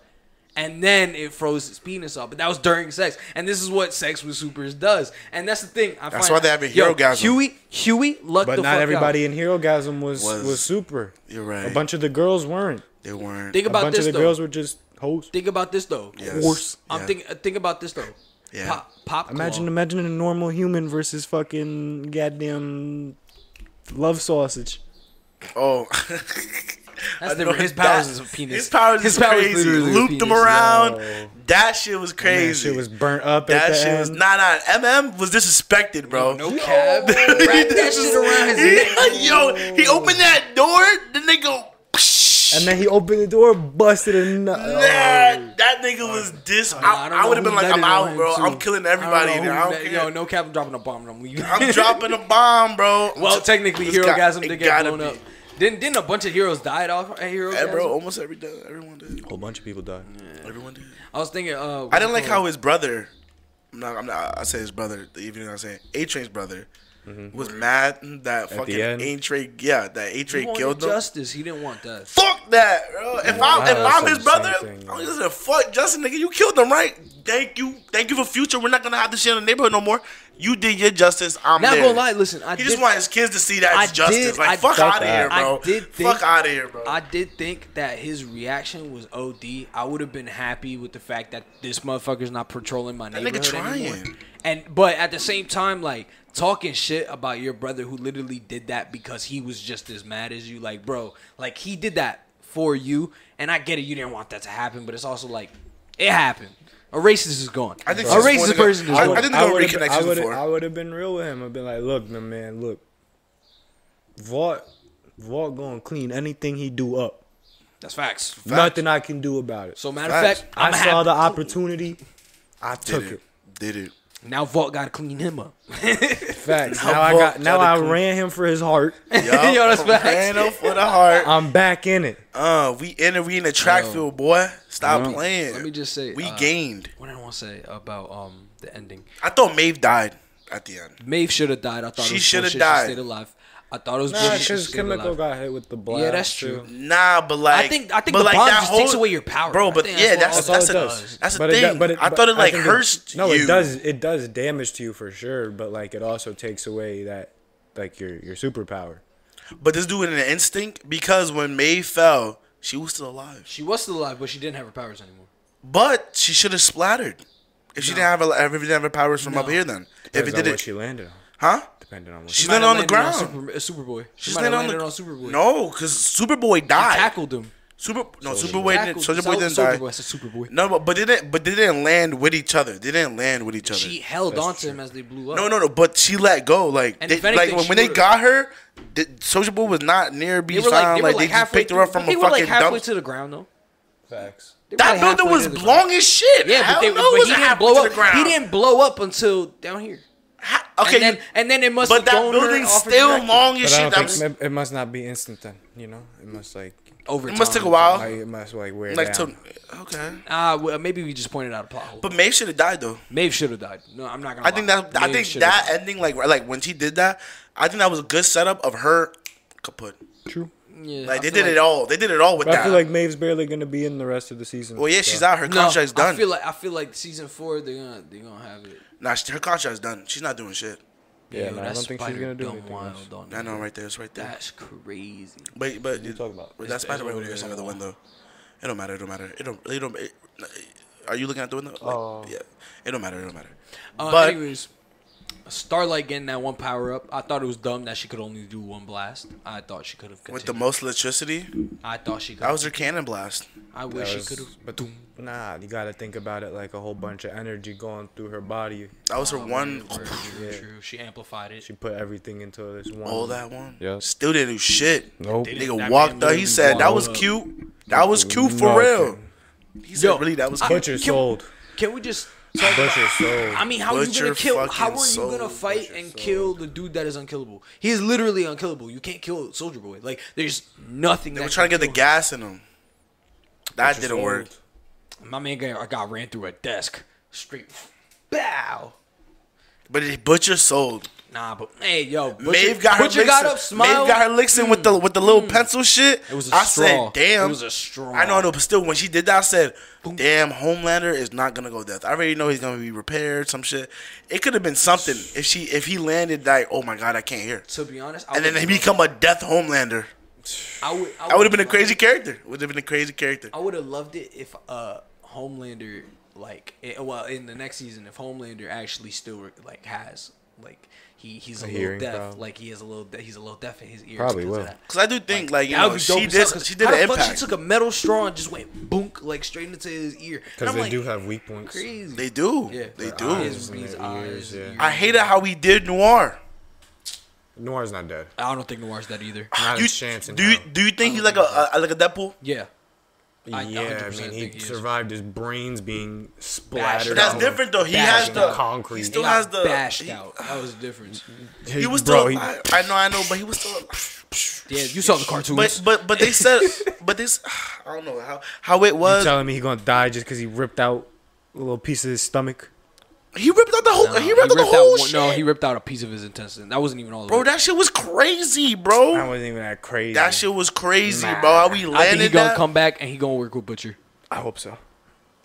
Speaker 3: and then it froze his penis up. But that was during sex, and this is what sex with supers does. And that's the thing. I
Speaker 1: That's
Speaker 3: find,
Speaker 1: why they have a
Speaker 3: Yo,
Speaker 1: herogasm.
Speaker 3: Huey, Huey, luck
Speaker 2: But
Speaker 3: the
Speaker 2: not
Speaker 3: fuck
Speaker 2: everybody
Speaker 3: Out.
Speaker 2: in HeroGasm was,
Speaker 1: Was-
Speaker 2: was super.
Speaker 1: You're right.
Speaker 2: A bunch of the girls weren't.
Speaker 1: They weren't.
Speaker 3: Think
Speaker 2: A
Speaker 3: about
Speaker 2: bunch
Speaker 3: this
Speaker 2: of the
Speaker 3: though.
Speaker 2: girls were just hoes.
Speaker 3: Think about this though.
Speaker 1: Yes.
Speaker 2: Horse.
Speaker 3: I'm
Speaker 1: Yeah.
Speaker 3: thinking. Think about this though.
Speaker 1: Yeah.
Speaker 3: Pop, pop.
Speaker 2: Imagine
Speaker 3: Claw.
Speaker 2: imagine a normal human versus fucking goddamn love sausage.
Speaker 1: Oh. <laughs>
Speaker 3: That's
Speaker 1: I
Speaker 3: the-
Speaker 1: know
Speaker 3: his powers
Speaker 1: that-
Speaker 3: is a penis.
Speaker 1: His powers
Speaker 3: His
Speaker 1: is
Speaker 3: powers
Speaker 1: crazy.
Speaker 3: literally a
Speaker 1: Looped him
Speaker 3: penis,
Speaker 1: around.
Speaker 2: yo.
Speaker 1: That shit was
Speaker 2: That
Speaker 1: crazy.
Speaker 2: shit was burnt up.
Speaker 1: That
Speaker 2: at the
Speaker 1: shit
Speaker 2: end.
Speaker 1: was nah nah. MM was disrespected, bro.
Speaker 3: No
Speaker 1: <laughs>
Speaker 3: cab. Wrap that shit around his neck.
Speaker 1: Yo, he opened that door, then they go.
Speaker 2: And then he opened the door, busted a nut.
Speaker 1: <laughs> Nah, that nigga was dis. I,
Speaker 3: Oh. don't know
Speaker 1: would have
Speaker 3: who
Speaker 1: been like,
Speaker 3: let
Speaker 1: I'm
Speaker 3: it on
Speaker 1: out,
Speaker 3: him,
Speaker 1: bro.
Speaker 3: too.
Speaker 1: I'm killing
Speaker 3: I
Speaker 1: everybody.
Speaker 3: don't know
Speaker 1: there.
Speaker 3: who
Speaker 1: I
Speaker 3: let-
Speaker 1: don't care.
Speaker 3: Yo, no cap, I'm dropping a bomb and I'm leaving.
Speaker 1: I'm dropping a bomb, bro.
Speaker 3: well, technically,
Speaker 1: This guy-
Speaker 3: Herogasm
Speaker 1: it
Speaker 3: did get
Speaker 1: gotta
Speaker 3: blown
Speaker 1: be.
Speaker 3: up. Didn't, didn't a bunch of heroes died off at Herogasm?
Speaker 1: Yeah, bro, almost every day, everyone did.
Speaker 2: whole bunch of people died.
Speaker 1: Everyone did.
Speaker 3: I was thinking. Uh,
Speaker 1: I didn't like how his brother. I'm not. I'm not I say his brother. Even though I'm saying A Train's brother
Speaker 3: Mm-hmm.
Speaker 1: was mad that fucking
Speaker 2: end?
Speaker 1: A Train. Yeah, that A
Speaker 3: he
Speaker 1: Train
Speaker 3: wanted
Speaker 1: killed him.
Speaker 3: justice. He didn't want that.
Speaker 1: Fuck that, bro. If I'm if
Speaker 2: that's
Speaker 1: I'm his
Speaker 2: the same
Speaker 1: brother,
Speaker 2: thing, yeah.
Speaker 1: I'm just gonna fuck Justin, nigga. You killed him, right? Thank you, thank you for future. We're not gonna have this shit in the neighborhood no more. You did your justice. I'm
Speaker 3: Not
Speaker 1: there.
Speaker 3: gonna lie, listen, I
Speaker 1: he just
Speaker 3: did-
Speaker 1: wanted his kids to see that
Speaker 3: I
Speaker 1: it's justice.
Speaker 3: did-
Speaker 1: like
Speaker 3: I-
Speaker 1: fuck out
Speaker 2: Fuck
Speaker 1: of
Speaker 2: that.
Speaker 1: here, bro.
Speaker 3: I did think-
Speaker 1: fuck out of here, bro.
Speaker 3: I did think that his reaction was OD. I would have been happy with the fact that this motherfucker's not patrolling my
Speaker 1: nigga
Speaker 3: neighborhood anymore.
Speaker 1: trying.
Speaker 3: And but at the same time, like talking shit about your brother who literally did that because he was just as mad as you. Like, bro, like he did that for you, and I get it. You didn't want that to happen, but it's also like it happened. A racist is gone.
Speaker 1: I think
Speaker 3: a
Speaker 1: she's
Speaker 3: racist
Speaker 1: pointing at-
Speaker 3: person is
Speaker 1: I- I
Speaker 3: gone.
Speaker 1: didn't go
Speaker 2: would've-
Speaker 1: reconnect
Speaker 2: I
Speaker 1: season
Speaker 2: would've-
Speaker 1: four.
Speaker 2: I would have been real with him. I've been like, look, my man, look. Vaught, Vaught gonna clean anything he do up.
Speaker 3: That's facts.
Speaker 2: Nothing I can do about it.
Speaker 3: So matter
Speaker 1: Facts.
Speaker 3: of fact,
Speaker 2: I
Speaker 3: I'm
Speaker 2: saw
Speaker 3: happy.
Speaker 2: the opportunity. I
Speaker 1: did
Speaker 2: took
Speaker 1: it.
Speaker 2: it.
Speaker 1: Did it?
Speaker 3: now Vault gotta clean him up.
Speaker 1: <laughs>
Speaker 2: Facts.
Speaker 1: Now
Speaker 2: Now I
Speaker 1: Vaught
Speaker 2: got. Now
Speaker 1: gotta
Speaker 2: I
Speaker 1: clean-
Speaker 2: ran him for his
Speaker 1: <laughs>
Speaker 2: heart.
Speaker 1: Yup.
Speaker 3: <laughs> Yo, that's facts.
Speaker 1: Ran off with a
Speaker 3: <laughs>
Speaker 1: heart.
Speaker 2: I'm back in it.
Speaker 1: Uh, we in the we in the track field, boy. Stop playing.
Speaker 3: Let me just say,
Speaker 1: we
Speaker 3: uh,
Speaker 1: gained.
Speaker 3: What did I want to say about um the ending?
Speaker 1: I thought Maeve died at the end.
Speaker 3: Maeve should have died. I thought
Speaker 1: She
Speaker 3: it was
Speaker 1: shoulda
Speaker 3: bullshit.
Speaker 1: died.
Speaker 3: She stayed alive. I thought it was
Speaker 2: Nah,
Speaker 3: bullshit. She
Speaker 2: because
Speaker 3: stayed
Speaker 2: Kimiko
Speaker 3: alive.
Speaker 2: got hit with the blast.
Speaker 3: Yeah, that's true.
Speaker 2: too.
Speaker 1: Nah, but like
Speaker 3: think- I think
Speaker 1: but
Speaker 3: the
Speaker 1: like
Speaker 3: bomb
Speaker 1: that
Speaker 3: just
Speaker 1: whole,
Speaker 3: takes away your power.
Speaker 1: bro.
Speaker 3: I
Speaker 1: But
Speaker 3: think
Speaker 1: yeah, that's
Speaker 3: that's all-
Speaker 1: that's,
Speaker 3: that's all it
Speaker 1: a
Speaker 3: does.
Speaker 1: that's a
Speaker 2: But it
Speaker 1: thing.
Speaker 2: do- but it-
Speaker 1: I
Speaker 2: but
Speaker 1: thought it like
Speaker 2: think
Speaker 1: hurts
Speaker 2: No,
Speaker 1: you.
Speaker 2: it does. It does damage to you for sure. But like, it also takes away that like your your superpower.
Speaker 1: But this dude in an instinct because when May fell, she was still alive.
Speaker 3: She was still alive, but she didn't have her powers anymore.
Speaker 1: But she should have splattered if she didn't have her, if she didn't have her powers from up here. Then if
Speaker 2: Depends
Speaker 1: it
Speaker 2: on
Speaker 1: did
Speaker 2: what
Speaker 1: it,
Speaker 2: she landed on.
Speaker 1: huh?
Speaker 2: Depending on what
Speaker 1: She's
Speaker 2: she,
Speaker 3: Might
Speaker 1: not
Speaker 3: have
Speaker 1: on the
Speaker 3: landed
Speaker 1: ground.
Speaker 3: Super, uh, Superboy. She
Speaker 1: She's
Speaker 3: might
Speaker 1: not
Speaker 3: have
Speaker 1: on
Speaker 3: landed
Speaker 1: the
Speaker 3: on Superboy.
Speaker 1: no, because Superboy
Speaker 3: She
Speaker 1: died.
Speaker 3: tackled him.
Speaker 1: Super no, Superboy didn't.
Speaker 3: Tackled-
Speaker 1: Superboy
Speaker 3: Sol-
Speaker 1: didn't
Speaker 3: Soldier
Speaker 1: die.
Speaker 3: Boy, I said Superboy.
Speaker 1: No, but but they didn't. But they didn't land with each other. They didn't land with each other.
Speaker 3: She held on to him as they blew up.
Speaker 1: No, no, no. But she let go. Like,
Speaker 3: And
Speaker 1: they,
Speaker 3: if anything,
Speaker 1: like when,
Speaker 3: she
Speaker 1: when they
Speaker 3: would've-
Speaker 1: got her, the, Soulja Boy was not near
Speaker 3: They
Speaker 1: being
Speaker 3: were
Speaker 1: found. Like,
Speaker 3: like, they were
Speaker 1: they
Speaker 3: like
Speaker 1: just
Speaker 3: halfway.
Speaker 1: picked her up
Speaker 3: through-
Speaker 1: from
Speaker 3: they
Speaker 1: a
Speaker 3: were like
Speaker 1: fucking
Speaker 3: halfway
Speaker 1: dump.
Speaker 3: to the ground though.
Speaker 2: facts.
Speaker 3: They were
Speaker 1: that
Speaker 3: like halfway
Speaker 1: building
Speaker 3: to
Speaker 1: was
Speaker 3: the ground.
Speaker 1: long as shit.
Speaker 3: Yeah, but,
Speaker 1: Hell
Speaker 3: they,
Speaker 1: no, it
Speaker 3: but he
Speaker 1: wasn't
Speaker 3: didn't
Speaker 1: halfway
Speaker 3: blow
Speaker 1: to
Speaker 3: up.
Speaker 1: the ground.
Speaker 3: He didn't blow up until down here.
Speaker 1: Ha- okay,
Speaker 3: and then
Speaker 1: you-
Speaker 3: and then it must
Speaker 1: but
Speaker 3: have
Speaker 1: that
Speaker 3: thrown her
Speaker 1: building's
Speaker 3: off her
Speaker 1: still
Speaker 3: trajectory.
Speaker 1: long
Speaker 2: But
Speaker 1: as
Speaker 2: I
Speaker 1: shit. That
Speaker 2: don't
Speaker 1: was,
Speaker 2: think it, it must not be instant then. You know, it must like
Speaker 3: over.
Speaker 1: it must
Speaker 3: time.
Speaker 1: take a while.
Speaker 2: like, it must Uh, like wear
Speaker 1: like,
Speaker 2: down.
Speaker 1: to, okay,
Speaker 3: Uh, well, maybe we just pointed out a plot hole.
Speaker 1: but Maeve should have died though.
Speaker 3: Maeve should have died. No, I'm not gonna.
Speaker 1: I think
Speaker 3: lie.
Speaker 1: that I
Speaker 3: Maeve
Speaker 1: think
Speaker 3: shoulda
Speaker 1: that
Speaker 3: died.
Speaker 1: ending, like like when she did that, I think that was a good setup of her kaput.
Speaker 2: True.
Speaker 3: Yeah, I
Speaker 1: Like they
Speaker 3: feel
Speaker 1: did it all. They did it all with
Speaker 2: But I
Speaker 1: that.
Speaker 2: feel like Maeve's barely gonna be in the rest of the season.
Speaker 1: well, yeah, she's out. Her
Speaker 3: No,
Speaker 1: contract's
Speaker 3: I
Speaker 1: done.
Speaker 3: feel like I feel like season four they're gonna they're gonna have it.
Speaker 1: Nah, she- her contract's done. She's not doing shit.
Speaker 2: Yeah, no,
Speaker 3: Yo,
Speaker 2: I
Speaker 3: that
Speaker 2: don't think she's
Speaker 3: spider
Speaker 2: gonna do
Speaker 3: done
Speaker 2: anything
Speaker 3: wild
Speaker 2: else.
Speaker 3: on
Speaker 1: I
Speaker 3: it.
Speaker 1: know, right there. It's right there.
Speaker 3: That's crazy.
Speaker 1: But but you
Speaker 2: talking about?
Speaker 1: But that's
Speaker 3: It's-
Speaker 1: by the
Speaker 3: it's
Speaker 1: way,
Speaker 3: over
Speaker 1: there's
Speaker 3: there.
Speaker 1: another window. It don't matter. It don't matter. It don't. It don't. It, are you looking at the window? Like,
Speaker 2: Oh.
Speaker 1: Yeah. It don't matter. It don't matter.
Speaker 3: Uh,
Speaker 1: But-
Speaker 3: anyways, Starlight getting that one power up. I thought it was dumb that she could only do one blast. I thought she could have
Speaker 1: With the
Speaker 3: continued.
Speaker 1: most electricity,
Speaker 3: I thought she could.
Speaker 1: that
Speaker 3: have
Speaker 1: was her cannon blast.
Speaker 3: I wish she could have.
Speaker 2: But nah, you gotta think about it like a whole bunch of energy going through her body.
Speaker 1: That was her one.
Speaker 3: True, true. She amplified it.
Speaker 2: She put everything into this one.
Speaker 1: All that one.
Speaker 2: Yeah.
Speaker 1: Still didn't do shit.
Speaker 2: Nope.
Speaker 3: Didn't-
Speaker 1: Nigga
Speaker 3: that
Speaker 1: walked
Speaker 3: man
Speaker 1: up. He
Speaker 3: literally
Speaker 1: said that
Speaker 3: walked
Speaker 1: was
Speaker 3: up.
Speaker 1: cute. That was cute for real. He said
Speaker 3: Yo,
Speaker 1: really that was
Speaker 3: I-
Speaker 1: cute.
Speaker 2: Butcher
Speaker 3: Can-
Speaker 2: sold.
Speaker 3: Can we just?
Speaker 2: Butcher sold.
Speaker 3: I mean, how are you
Speaker 1: Butcher
Speaker 3: gonna kill?
Speaker 1: fucking
Speaker 3: How are you
Speaker 1: soul,
Speaker 3: gonna fight
Speaker 2: butcher
Speaker 3: and
Speaker 2: soul.
Speaker 3: kill the dude that is unkillable? He is literally unkillable. You can't kill Soldier Boy. Like, there's nothing.
Speaker 1: They
Speaker 3: that
Speaker 1: were trying to get
Speaker 3: can
Speaker 1: the
Speaker 3: kill
Speaker 1: gas in him. That
Speaker 2: Butcher
Speaker 1: didn't work.
Speaker 2: sold.
Speaker 3: him. My man got, got ran through a desk. Straight bow.
Speaker 1: But it, Butcher sold.
Speaker 3: Nah, but hey, yo, Butcher,
Speaker 1: Maeve got her Mm.
Speaker 3: Butcher
Speaker 1: licks
Speaker 3: got
Speaker 1: in-
Speaker 3: up,
Speaker 1: Maeve
Speaker 3: smiled.
Speaker 1: got her licks in with the with the little pencil shit.
Speaker 3: It was a
Speaker 1: I
Speaker 3: straw.
Speaker 1: said, damn.
Speaker 3: It was a straw.
Speaker 1: I know, I know, but still, when she did that, I said, damn, Homelander is not gonna go death. I already know he's gonna be repaired, some shit. It could have been something if she if he landed like, oh my god, I can't hear.
Speaker 3: To be honest, I
Speaker 1: And then
Speaker 3: would-
Speaker 1: he become a death Homelander.
Speaker 3: I would. I,
Speaker 1: That would have been a
Speaker 3: loved-
Speaker 1: crazy character. Would have been a crazy character.
Speaker 3: I would have loved it if uh Homelander like it, well in the next season if Homelander actually still like has like he he's a, little
Speaker 2: hearing
Speaker 3: deaf
Speaker 2: problem.
Speaker 3: like he is a little de- he's a little deaf in his ears
Speaker 2: Probably
Speaker 3: because of
Speaker 2: will.
Speaker 3: that.
Speaker 1: Because I do think like, you
Speaker 3: That would
Speaker 1: know
Speaker 3: be dope
Speaker 1: she
Speaker 3: as hell,
Speaker 1: did
Speaker 3: 'cause
Speaker 1: she did
Speaker 3: how
Speaker 1: an
Speaker 3: the fuck she
Speaker 1: impact.
Speaker 3: took a metal straw and just went boonk like straight into his ear. And
Speaker 2: Because
Speaker 3: I'm
Speaker 2: they
Speaker 3: like,
Speaker 2: do have weak points.
Speaker 3: crazy.
Speaker 1: They do.
Speaker 3: yeah,
Speaker 1: They
Speaker 3: their
Speaker 1: do.
Speaker 3: Eyes,
Speaker 2: And
Speaker 3: these
Speaker 2: their
Speaker 3: eyes,
Speaker 2: ears, yeah.
Speaker 3: ears.
Speaker 1: I hated how he did Noir.
Speaker 2: Noir's not dead.
Speaker 3: I don't think Noir's that either.
Speaker 2: Not
Speaker 1: You-
Speaker 2: a chance. In
Speaker 1: do you
Speaker 2: hell.
Speaker 1: do you think he's like a, a like a Deadpool?
Speaker 3: Yeah, I- I
Speaker 2: yeah, I
Speaker 3: 100%
Speaker 2: mean,
Speaker 3: think
Speaker 2: he
Speaker 3: he is.
Speaker 2: survived his brains being splattered.
Speaker 1: That's
Speaker 2: on
Speaker 1: different though. He
Speaker 3: Bashed
Speaker 1: has
Speaker 3: out.
Speaker 1: the
Speaker 2: Concrete.
Speaker 1: He
Speaker 3: He
Speaker 1: still
Speaker 3: got
Speaker 1: has the
Speaker 3: bashed
Speaker 1: he,
Speaker 3: out. That was the difference.
Speaker 2: Mm-hmm.
Speaker 1: He was still.
Speaker 2: bro, he-
Speaker 1: I, I know, I know, but he was still.
Speaker 3: Yeah, you saw the cartoons.
Speaker 1: But but but they
Speaker 3: <laughs>
Speaker 1: said, but this <sighs> I don't know how how it
Speaker 2: you
Speaker 1: was.
Speaker 2: telling me he gonna die just because he ripped out a little piece of his stomach?
Speaker 1: He ripped out the whole.
Speaker 3: Nah,
Speaker 1: he ripped out the
Speaker 3: out
Speaker 1: whole
Speaker 3: one-
Speaker 1: shit.
Speaker 3: No, he ripped out a piece of his intestine. That wasn't even all. Of
Speaker 1: bro,
Speaker 3: it.
Speaker 1: that shit was crazy, bro.
Speaker 2: That wasn't even that crazy.
Speaker 1: that shit was crazy, bro. How we
Speaker 3: I think
Speaker 1: landed
Speaker 3: he's gonna
Speaker 1: that?
Speaker 3: come back and he gonna work with Butcher,
Speaker 2: I hope so.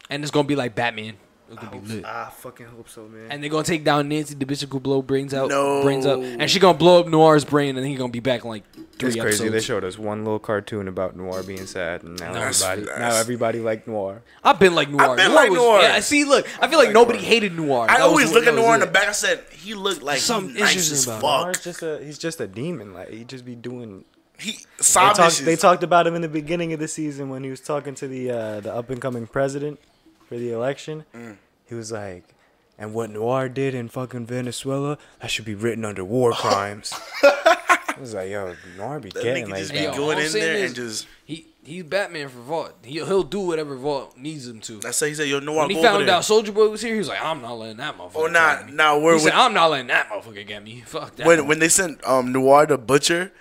Speaker 3: and it's gonna be like Batman. It's gonna
Speaker 1: Oh,
Speaker 3: be lit.
Speaker 2: I fucking hope so, man.
Speaker 3: And they're gonna take down Nancy. The bitch who blow brains out,
Speaker 1: No.
Speaker 3: brains up, and she gonna blow up Noir's brain, and then he gonna be back in like three
Speaker 2: It's crazy. They
Speaker 3: episodes.
Speaker 2: showed us one little cartoon about Noir being sad, and now
Speaker 1: That's-
Speaker 2: everybody now
Speaker 1: that's-
Speaker 2: everybody like Noir.
Speaker 3: I've been like Noir.
Speaker 1: I've been like
Speaker 3: was,
Speaker 1: Noir.
Speaker 3: Yeah, see, look, I feel like nobody hated Noir.
Speaker 1: I
Speaker 3: That was
Speaker 1: always
Speaker 3: what-
Speaker 1: look at
Speaker 3: that was
Speaker 1: Noir in the
Speaker 3: it.
Speaker 1: back. I said he looked like
Speaker 3: Something
Speaker 1: Something nice
Speaker 3: interesting
Speaker 1: as
Speaker 3: about
Speaker 1: fuck.
Speaker 2: Noir's just a he's just a demon. Like he just be doing.
Speaker 1: He
Speaker 2: They
Speaker 1: sob
Speaker 2: talked, they talked about him in the beginning of the season when he was talking to the uh, the up and coming president for the election.
Speaker 1: Mm.
Speaker 2: He was like, "And what Noir did in fucking Venezuela, that should be written under
Speaker 1: <laughs>
Speaker 2: war crimes." I was like, "Yo, Noir be getting
Speaker 1: nigga
Speaker 2: like
Speaker 1: just
Speaker 2: that."
Speaker 1: be
Speaker 3: Yo,
Speaker 1: going
Speaker 3: all I'm
Speaker 1: in
Speaker 3: saying
Speaker 1: there
Speaker 3: is
Speaker 1: and just-
Speaker 3: he he's Batman for Vault. He he'll do whatever Vault needs him to.
Speaker 1: I said he said yo Noir
Speaker 3: when he
Speaker 1: go over
Speaker 3: found
Speaker 1: there.
Speaker 3: out Soldier Boy was here, he was like, "I'm not letting that motherfucker."
Speaker 1: Oh nah
Speaker 3: get me."
Speaker 1: nah.
Speaker 3: He
Speaker 1: Where
Speaker 3: said, "I'm not letting that motherfucker get me." Fuck that.
Speaker 1: when when they sent um Noir the butcher,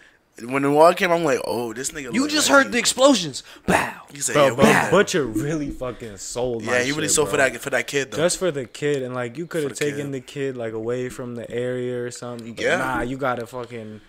Speaker 1: when Noir came, I'm like, oh, this nigga.
Speaker 3: you
Speaker 1: look
Speaker 3: just
Speaker 1: like
Speaker 3: heard
Speaker 1: he-
Speaker 3: the explosions. Bow.
Speaker 1: He said,
Speaker 2: Bro,
Speaker 1: yeah,
Speaker 2: but
Speaker 1: we-
Speaker 2: Butcher really fucking sold. my
Speaker 1: yeah, he really
Speaker 2: shit,
Speaker 1: sold for
Speaker 2: bro.
Speaker 1: that for that kid though.
Speaker 2: Just for the kid, and like you could have
Speaker 1: the kid.
Speaker 2: taken the kid like away from the area or something. But
Speaker 1: Yeah.
Speaker 2: Nah, you gotta fucking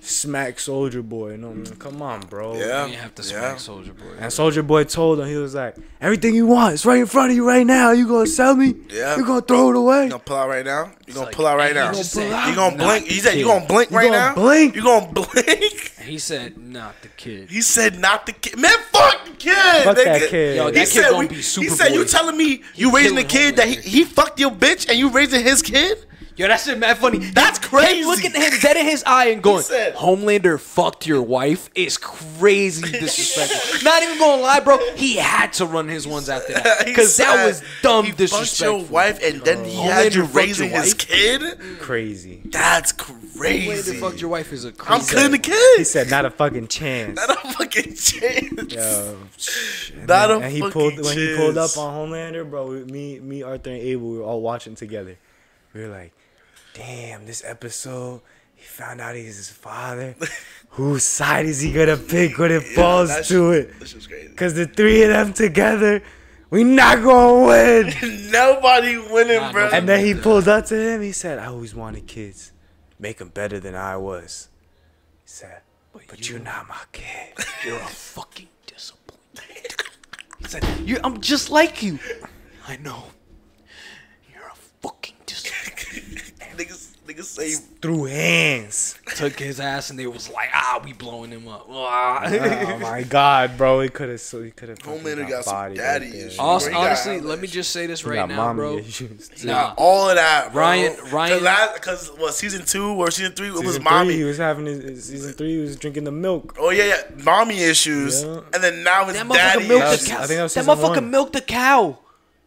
Speaker 2: smack Soldier Boy. No, come on, bro.
Speaker 1: Yeah.
Speaker 3: You have to smack
Speaker 1: Yeah.
Speaker 3: Soldier Boy.
Speaker 2: And Soldier Boy told him, he was like, "Everything you want is right in front of you right now. You gonna sell me?
Speaker 1: Yeah.
Speaker 2: You gonna throw it away?
Speaker 1: You gonna pull out right now? You gonna
Speaker 3: like,
Speaker 1: pull out right
Speaker 3: and he
Speaker 1: now?
Speaker 3: just said,
Speaker 1: You gonna
Speaker 3: "Not
Speaker 1: blink?
Speaker 3: the
Speaker 1: He said, "You
Speaker 3: kid."
Speaker 1: gonna blink
Speaker 2: You
Speaker 1: right
Speaker 2: gonna
Speaker 1: now?
Speaker 2: blink?
Speaker 1: You gonna blink?" <laughs>
Speaker 3: He said, "Not the kid."
Speaker 1: He said, "Not the kid." Man, fuck the kid.
Speaker 2: Fuck that
Speaker 1: nigga.
Speaker 2: kid. Yo,
Speaker 1: he
Speaker 2: that
Speaker 3: kid
Speaker 1: said,
Speaker 3: gonna
Speaker 1: we,
Speaker 3: be
Speaker 1: "He
Speaker 3: Superboy.
Speaker 1: said you telling me you raising the
Speaker 3: killing
Speaker 1: kid that he,
Speaker 3: Homelander.
Speaker 1: he fucked your bitch and you raising his kid?" <laughs>
Speaker 3: Yo, that shit mad funny.
Speaker 1: That's
Speaker 3: Him
Speaker 1: crazy.
Speaker 3: looking at him dead in his eye and going,
Speaker 1: said-
Speaker 3: "Homelander fucked your wife."
Speaker 1: <laughs>
Speaker 3: is crazy disrespectful. Not even gonna lie, bro. He had to run his ones after
Speaker 1: <laughs>
Speaker 3: that
Speaker 1: He
Speaker 3: because that
Speaker 1: said,
Speaker 3: was dumb
Speaker 1: he fucked
Speaker 3: disrespectful.
Speaker 1: your wife and then he had
Speaker 3: Homelander
Speaker 1: you
Speaker 3: fucked your
Speaker 1: raising his
Speaker 3: wife?
Speaker 1: kid.
Speaker 2: Crazy."
Speaker 1: That's
Speaker 3: Homelander
Speaker 1: crazy.
Speaker 3: fucked your wife is a crazy.
Speaker 1: I'm killing the
Speaker 2: He
Speaker 1: kid.
Speaker 2: said, "Not a fucking chance."
Speaker 1: Not a fucking <laughs> chance.
Speaker 2: Yo, and
Speaker 1: Not
Speaker 2: then-
Speaker 1: a
Speaker 2: and he
Speaker 1: fucking
Speaker 2: pulled when he pulled up
Speaker 1: chance.
Speaker 2: on Homelander, bro. we- Me, me, Arthur, and Abel, we were all watching together. We were like, "Damn, this episode." He found out he's
Speaker 1: <laughs>
Speaker 2: his father. Whose side is he gonna pick when it falls
Speaker 1: that
Speaker 2: to
Speaker 1: shit-
Speaker 2: it?
Speaker 1: This is crazy.
Speaker 2: Cause the three of them together, we not gonna win.
Speaker 1: Nobody winning,
Speaker 3: Nah,
Speaker 1: bro.
Speaker 3: nobody
Speaker 2: And then he pulled up to him. He said, "I always wanted kids, make them better than I was." He said, "But, you're not my
Speaker 3: <laughs>
Speaker 2: kid."
Speaker 3: You're a fucking disappointment. He said, you, I'm just like you. I know. You're a fucking disappointment.
Speaker 1: niggas, niggas say
Speaker 2: Through
Speaker 3: <laughs>
Speaker 2: hands.
Speaker 3: Took his ass and they was like, ah, we blowing him up. Ah.
Speaker 2: oh my god, bro! He could have. So he could have.
Speaker 1: Homelander got some daddy issues.
Speaker 3: Also,
Speaker 1: bro. He got
Speaker 3: honestly,
Speaker 1: eyelids.
Speaker 3: let me just say this
Speaker 2: He
Speaker 3: right
Speaker 2: got
Speaker 3: now,
Speaker 2: mommy
Speaker 3: bro.
Speaker 2: issues. too.
Speaker 3: Nah.
Speaker 1: all of that. Bro.
Speaker 3: Ryan- Ryan-
Speaker 1: because what season two or season three? It was
Speaker 2: Season
Speaker 1: mommy.
Speaker 2: Three, he was having his- his season three. He was drinking the milk.
Speaker 1: oh yeah, yeah, mommy issues,
Speaker 2: Yeah.
Speaker 1: and then now it's
Speaker 3: That
Speaker 1: daddy
Speaker 3: motherfucker milked
Speaker 2: That
Speaker 3: the
Speaker 1: issues.
Speaker 2: was-
Speaker 3: cow.
Speaker 2: I
Speaker 3: That,
Speaker 2: think that was season
Speaker 3: motherfucker
Speaker 2: one.
Speaker 3: milked the cow.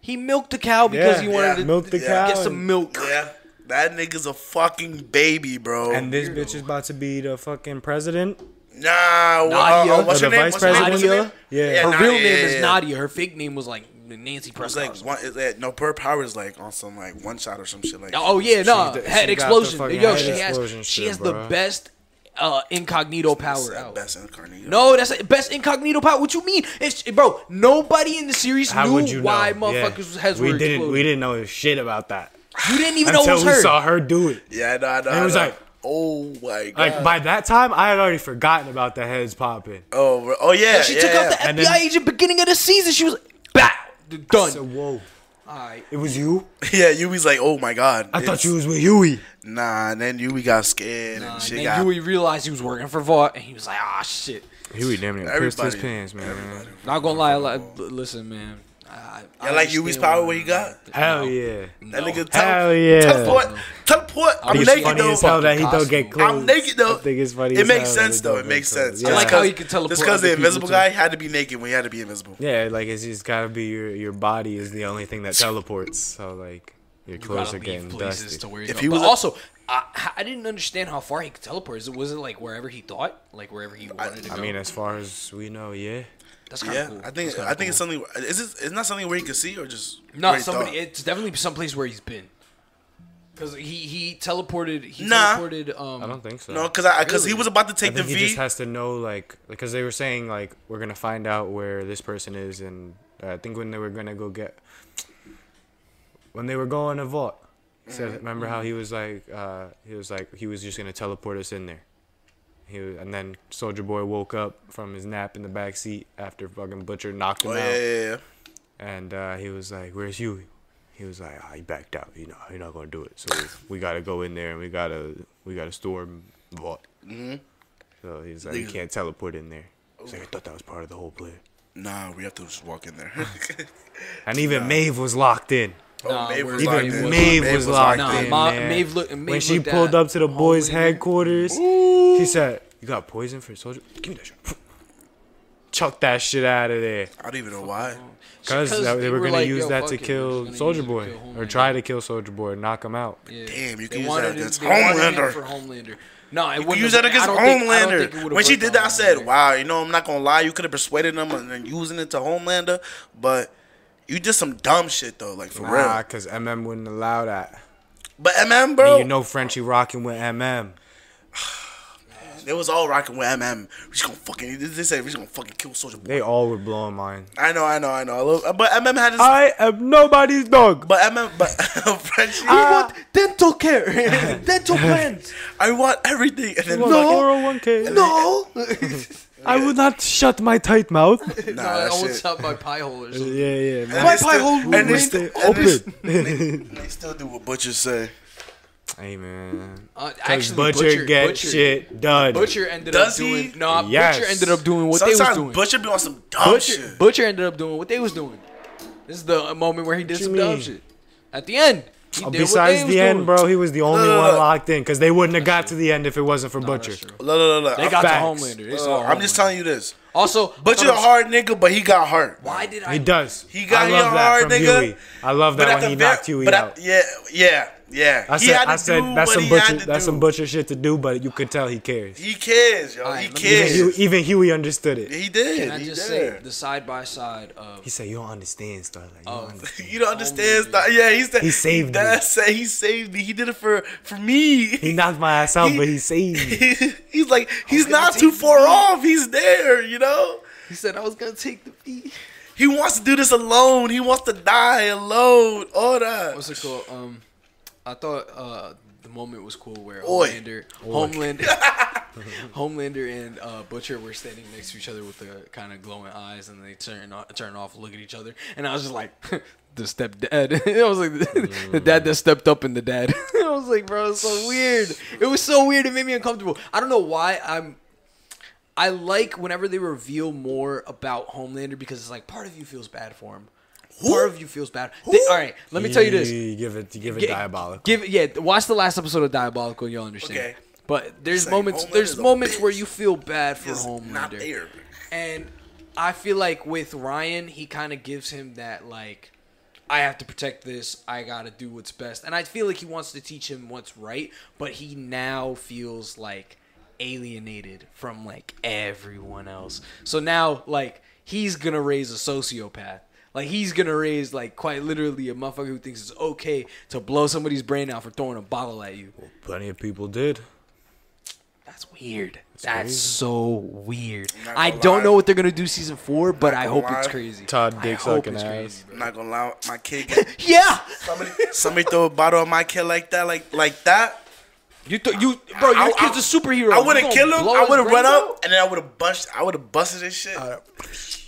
Speaker 3: He milked the cow because
Speaker 2: Yeah.
Speaker 3: he wanted
Speaker 1: Yeah.
Speaker 3: to
Speaker 2: Milk the
Speaker 1: Yeah.
Speaker 2: cow.
Speaker 3: get
Speaker 2: and-
Speaker 3: some milk.
Speaker 1: Yeah, that nigga's a fucking baby, bro.
Speaker 2: And this bitch is about to be the fucking president.
Speaker 1: nah, wh- uh,
Speaker 3: Nadia.
Speaker 1: uh, what's
Speaker 2: Or
Speaker 1: her
Speaker 2: the
Speaker 1: name?
Speaker 2: vice
Speaker 1: What's her name? What's her name?
Speaker 3: president.
Speaker 2: Yeah.
Speaker 3: Her
Speaker 1: Nadia,
Speaker 3: real
Speaker 1: yeah,
Speaker 3: name
Speaker 1: yeah,
Speaker 3: is
Speaker 1: yeah.
Speaker 3: Nadia. Her fake name was like
Speaker 1: It's
Speaker 3: Nancy Prescott. or
Speaker 1: like one, it's like, no, per power is like on some like one shot or some shit like.
Speaker 3: Oh yeah, no
Speaker 2: the- she got
Speaker 3: head
Speaker 2: the
Speaker 3: explosion.
Speaker 2: fucking
Speaker 3: Yo,
Speaker 2: head
Speaker 3: she
Speaker 2: explosion
Speaker 3: has she
Speaker 2: shit,
Speaker 3: has the
Speaker 2: bruh.
Speaker 3: best uh, incognito
Speaker 1: It's
Speaker 3: power
Speaker 1: that
Speaker 3: out.
Speaker 1: best incarnate.
Speaker 3: No, that's the best incognito power. What you mean? It's bro. Nobody in the series
Speaker 2: How
Speaker 3: knew
Speaker 2: would you
Speaker 3: why
Speaker 2: know?
Speaker 3: motherfuckers
Speaker 2: Yeah.
Speaker 3: heads
Speaker 2: we
Speaker 3: were
Speaker 2: didn't.
Speaker 3: exploding.
Speaker 2: We didn't know shit about that.
Speaker 3: You didn't even know it
Speaker 4: until
Speaker 3: was
Speaker 4: we
Speaker 3: her.
Speaker 4: saw her do it.
Speaker 1: Yeah, no, no.
Speaker 4: And it was
Speaker 1: no.
Speaker 4: like-
Speaker 1: oh my god.
Speaker 4: Like by that time, I had already forgotten about the heads popping.
Speaker 1: oh, bro. oh yeah.
Speaker 3: She
Speaker 1: yeah,
Speaker 3: took out the
Speaker 1: yeah.
Speaker 4: And
Speaker 3: FBI
Speaker 4: then-
Speaker 3: agent beginning of the season. She was like, "Bah, done."
Speaker 4: So whoa,
Speaker 3: All right.
Speaker 4: it was you.
Speaker 1: <laughs> Yeah, Yui's like, oh my god.
Speaker 4: I
Speaker 1: It's-
Speaker 4: thought you was with Huey.
Speaker 1: Nah, and then Yui got scared and she
Speaker 3: and
Speaker 1: got
Speaker 3: then Huey realized he was working for Vaught, and he was like, "Ah, shit."
Speaker 2: Huey damn near pissed his
Speaker 1: everybody.
Speaker 2: pants, man.
Speaker 1: everybody.
Speaker 3: Not gonna lie, like, l- listen, man. I, I
Speaker 1: Yeah, like Yui's power what he got.
Speaker 4: Hell yeah.
Speaker 1: That nigga
Speaker 4: Hell
Speaker 1: tele-
Speaker 4: yeah.
Speaker 1: teleport. Teleport. I'm
Speaker 4: It's
Speaker 1: naked
Speaker 4: funny as
Speaker 1: though.
Speaker 4: hell that he don't
Speaker 3: Gospel.
Speaker 4: get close.
Speaker 1: I'm naked though.
Speaker 2: I think it's funny
Speaker 1: It
Speaker 2: as
Speaker 1: makes
Speaker 2: hell that
Speaker 1: sense
Speaker 2: they
Speaker 1: though.
Speaker 2: don't
Speaker 1: It makes
Speaker 2: get close.
Speaker 1: sense.
Speaker 2: Yeah.
Speaker 3: I
Speaker 1: Just
Speaker 3: like how
Speaker 1: 'cause-
Speaker 3: he could teleport
Speaker 1: Just because
Speaker 3: other
Speaker 1: the
Speaker 3: people,
Speaker 1: invisible
Speaker 3: too.
Speaker 1: guy had to be naked when he had to be invisible.
Speaker 2: Yeah, like it's just gotta be your your body is the only thing that teleports. So like your
Speaker 3: You
Speaker 2: clothes
Speaker 3: gotta
Speaker 2: are
Speaker 3: leave
Speaker 2: getting
Speaker 3: places
Speaker 2: dusty.
Speaker 3: to where you
Speaker 1: If
Speaker 3: go.
Speaker 1: he
Speaker 3: But
Speaker 1: was a-
Speaker 3: also, I, I didn't understand how far he could teleport. Is it was it like wherever he thought, like wherever he wanted to go?
Speaker 2: I mean, as far as we know, yeah.
Speaker 3: that's kind of
Speaker 1: Yeah,
Speaker 3: cool.
Speaker 1: I think
Speaker 3: That's kinda
Speaker 1: I think it's
Speaker 3: cool.
Speaker 1: something. Is it? It's not something where he can see or just.
Speaker 3: no
Speaker 1: where he
Speaker 3: somebody.
Speaker 1: thought?
Speaker 3: It's definitely someplace where he's been. Because he he teleported. He
Speaker 1: Nah.
Speaker 3: teleported. Um,
Speaker 2: I don't think so.
Speaker 1: no, because I because he
Speaker 3: Really?
Speaker 1: was about to
Speaker 2: I
Speaker 1: take the
Speaker 2: think he
Speaker 1: V.
Speaker 2: just has to know like because they were saying like we're gonna find out where this person is, and uh, I think when they were gonna go get when they were going to vault. he said-
Speaker 1: Mm-hmm.
Speaker 2: remember how he was like uh, he was like he was just gonna teleport us in there. He was, and then Soldier Boy woke up from his nap in the back seat after fucking Butcher knocked him
Speaker 1: oh
Speaker 2: out.
Speaker 1: yeah, yeah, yeah.
Speaker 2: And uh, he was like, "Where's Huey?" He was like, "Ah, "He backed out. You know, you're not gonna do it. So we gotta go in there and we gotta we gotta storm vault." Mm-hmm. So he's like, "You can't teleport in there." He's like, "I thought that was part of the whole plan."
Speaker 1: Nah, we have to just walk in there. <laughs>
Speaker 2: And even Maeve was locked in.
Speaker 1: oh,
Speaker 3: Nah,
Speaker 1: Maeve
Speaker 3: we're-
Speaker 1: was
Speaker 3: Even
Speaker 1: locked in.
Speaker 2: Maeve was locked
Speaker 3: Nah,
Speaker 2: in.
Speaker 3: Ma-
Speaker 2: man.
Speaker 3: Maeve look- Maeve
Speaker 2: when she
Speaker 3: looked
Speaker 2: pulled
Speaker 3: at
Speaker 2: up to the boys'
Speaker 3: hallway there.
Speaker 2: headquarters, he said, "You got poison for soldier? Give me that shit." <laughs> Chuck that shit out of there.
Speaker 1: I don't even know why.
Speaker 2: Because they,
Speaker 3: they
Speaker 2: were
Speaker 3: were
Speaker 2: going
Speaker 3: like,
Speaker 2: to use
Speaker 3: "Yo,
Speaker 2: that
Speaker 3: fuck
Speaker 2: to
Speaker 3: it, we're just
Speaker 2: kill
Speaker 3: gonna
Speaker 2: Soldier
Speaker 3: use it to
Speaker 2: Boy
Speaker 3: kill
Speaker 2: or
Speaker 3: Homelander."
Speaker 2: try to kill Soldier Boy and knock him out.
Speaker 3: Yeah.
Speaker 1: Damn, you
Speaker 3: They
Speaker 1: can use
Speaker 3: wanted
Speaker 1: that
Speaker 3: it-
Speaker 1: against
Speaker 3: they wanted him
Speaker 1: Homelander.
Speaker 3: for Homelander. No, it
Speaker 1: You
Speaker 3: wouldn't
Speaker 1: use
Speaker 3: have-
Speaker 1: that against
Speaker 3: I don't think- I don't
Speaker 1: Homelander.
Speaker 3: think it would've
Speaker 1: when she
Speaker 3: worked
Speaker 1: did
Speaker 3: on
Speaker 1: that, I said,
Speaker 3: Homelander.
Speaker 1: "Wow, you know, I'm not gonna lie. You could have persuaded them and then using it to Homelander, but you did some dumb shit though, like for
Speaker 2: Nah,
Speaker 1: real."
Speaker 2: because MM wouldn't allow that.
Speaker 1: But MM,
Speaker 2: And
Speaker 1: bro,
Speaker 2: you know Frenchie rocking with MM.
Speaker 1: they was all rocking with MM. We just gonna fucking. They said we just gonna fucking kill Soldier Boy.
Speaker 2: They all were blowing mine.
Speaker 1: I know, I know, I know. I love, but MM had his.
Speaker 3: Uh,
Speaker 2: I am nobody's dog.
Speaker 1: but MM, but <laughs> Frenchie,
Speaker 3: uh,
Speaker 2: <laughs>
Speaker 3: dental care, dental plans.
Speaker 1: I want everything. And then
Speaker 2: no.
Speaker 1: fucking-
Speaker 3: No, <laughs> no,
Speaker 2: I would not shut my tight mouth.
Speaker 1: nah,
Speaker 3: I
Speaker 1: that
Speaker 3: almost
Speaker 1: shit.
Speaker 3: shut my pie hole
Speaker 2: <laughs>
Speaker 3: or
Speaker 2: yeah,
Speaker 3: something.
Speaker 2: yeah, man.
Speaker 1: And they
Speaker 3: My pie
Speaker 1: still-
Speaker 3: hole
Speaker 1: and they
Speaker 3: remained
Speaker 1: still- and they
Speaker 2: Open. <laughs>
Speaker 1: They still do what butchers say.
Speaker 2: hey, man. <laughs>
Speaker 3: Uh,
Speaker 2: 'Cause
Speaker 3: actually,
Speaker 2: Butcher,
Speaker 3: Butcher-
Speaker 2: get
Speaker 3: Butcher-
Speaker 2: shit done.
Speaker 3: Butcher ended
Speaker 1: Does
Speaker 3: up
Speaker 1: he?
Speaker 3: doing. No,
Speaker 2: Yes.
Speaker 3: Butcher ended up doing what they was
Speaker 1: Sometimes
Speaker 3: doing.
Speaker 1: butcher be on some dumb
Speaker 3: Butcher,
Speaker 1: shit.
Speaker 3: Butcher ended up doing what they was doing. This is the moment where he did
Speaker 2: you
Speaker 3: some dumb
Speaker 2: mean?
Speaker 3: shit. At the end, he
Speaker 2: Oh,
Speaker 3: did
Speaker 2: besides
Speaker 3: what they
Speaker 2: the
Speaker 3: was
Speaker 2: end,
Speaker 3: doing.
Speaker 2: bro, he was the only
Speaker 1: Look.
Speaker 2: one locked in because they wouldn't have got to the end if it wasn't for Butcher.
Speaker 3: That's true.
Speaker 1: No, no, no, no.
Speaker 3: They got
Speaker 2: Facts.
Speaker 3: the Homelander. It's all
Speaker 1: I'm just
Speaker 3: Homelander.
Speaker 1: telling you this.
Speaker 3: Also,
Speaker 1: Butcher a
Speaker 3: hard.
Speaker 1: hard nigga, but he got hurt.
Speaker 3: Why did I?
Speaker 2: He does.
Speaker 1: He got
Speaker 2: I
Speaker 1: hit
Speaker 2: love that
Speaker 1: hard,
Speaker 2: from
Speaker 1: nigga.
Speaker 2: Huey. I love that when he
Speaker 1: ver-
Speaker 2: knocked Huey
Speaker 1: but at-
Speaker 2: out.
Speaker 1: yeah, yeah, yeah.
Speaker 2: I
Speaker 1: He
Speaker 2: said,
Speaker 1: had to
Speaker 2: I
Speaker 1: do
Speaker 2: said that's
Speaker 1: what
Speaker 2: some
Speaker 1: he had
Speaker 2: butcher.
Speaker 1: to do.
Speaker 2: That's some butcher shit to do, but you could tell he cares.
Speaker 1: He cares, yo.
Speaker 3: Alright,
Speaker 1: he
Speaker 3: let me
Speaker 1: cares.
Speaker 2: Even Huey, even Huey understood it.
Speaker 1: he did.
Speaker 3: Can I
Speaker 1: he
Speaker 3: just
Speaker 1: did.
Speaker 3: say the side by side of
Speaker 2: He said, "You don't understand, Starlight. You
Speaker 1: Oh.
Speaker 2: don't understand."
Speaker 1: You don't understand. Star- yeah, he said
Speaker 2: He saved me.
Speaker 1: That said he saved me. He did it for for me.
Speaker 2: He knocked my ass out,
Speaker 1: He-
Speaker 2: but he saved
Speaker 1: <laughs>
Speaker 2: me.
Speaker 1: he's like he's
Speaker 3: gonna
Speaker 1: not
Speaker 3: take
Speaker 1: too far
Speaker 3: you.
Speaker 1: off. He's there, you know.
Speaker 3: He said I was gonna take the beat.
Speaker 1: He wants to do this alone. He wants to die alone. All that.
Speaker 3: What's it called? Um, I thought uh the moment was cool where
Speaker 1: Oi.
Speaker 3: Homelander, Homelander, <laughs> Homelander and uh, Butcher were standing next to each other with the kind of glowing eyes, and they turn on, turn off, look at each other, and I was just like. <laughs> The stepdad. <laughs> I was like the dad that stepped up and the dad. <laughs> I was like, bro, it's so weird. It was so weird. It made me uncomfortable. I don't know why I'm I like whenever they reveal more about Homelander because it's like part of you feels bad for him. Part of you feels bad. They- all right, let me tell you this.
Speaker 2: You give it, you give it
Speaker 3: Gi-
Speaker 2: diabolical.
Speaker 3: Give yeah. Watch the last episode of Diabolical. You'll understand.
Speaker 1: Okay.
Speaker 3: But there's
Speaker 1: Say,
Speaker 3: moments.
Speaker 1: Homelander's
Speaker 3: there's
Speaker 1: a
Speaker 3: moments where
Speaker 1: bitch.
Speaker 3: you feel bad for
Speaker 1: It's
Speaker 3: Homelander.
Speaker 1: not there.
Speaker 3: And I feel like with Ryan, he kind of gives him that like, I have to protect this. I gotta do what's best. And I feel like he wants to teach him what's right, but he now feels like alienated from like everyone else. So now like he's gonna raise a sociopath. Like he's gonna raise like quite literally a motherfucker who thinks it's okay to blow somebody's brain out for throwing a bottle at you.
Speaker 2: Plenty of people did.
Speaker 3: That's weird. That's so weird.
Speaker 1: not
Speaker 3: I
Speaker 1: gonna
Speaker 3: don't
Speaker 1: lie.
Speaker 3: know what they're gonna do season four, but I hope
Speaker 1: gonna
Speaker 3: it's
Speaker 1: lie.
Speaker 3: crazy.
Speaker 2: Todd
Speaker 3: I
Speaker 2: dick
Speaker 3: hope
Speaker 2: sucking
Speaker 3: it's
Speaker 2: ass.
Speaker 1: I'm not gonna allow my kid. Get,
Speaker 3: crazy. Yeah,
Speaker 1: somebody, somebody throw a bottle on my kid like that, like like that.
Speaker 3: you th- you bro, your
Speaker 1: I- I-
Speaker 3: kid's a superhero.
Speaker 1: I
Speaker 3: You
Speaker 1: would have
Speaker 3: gonna
Speaker 1: killed him.
Speaker 3: blow
Speaker 1: I
Speaker 3: his
Speaker 1: would have run
Speaker 3: brains out?
Speaker 1: up, and then I would have busted. I would have busted his shit. I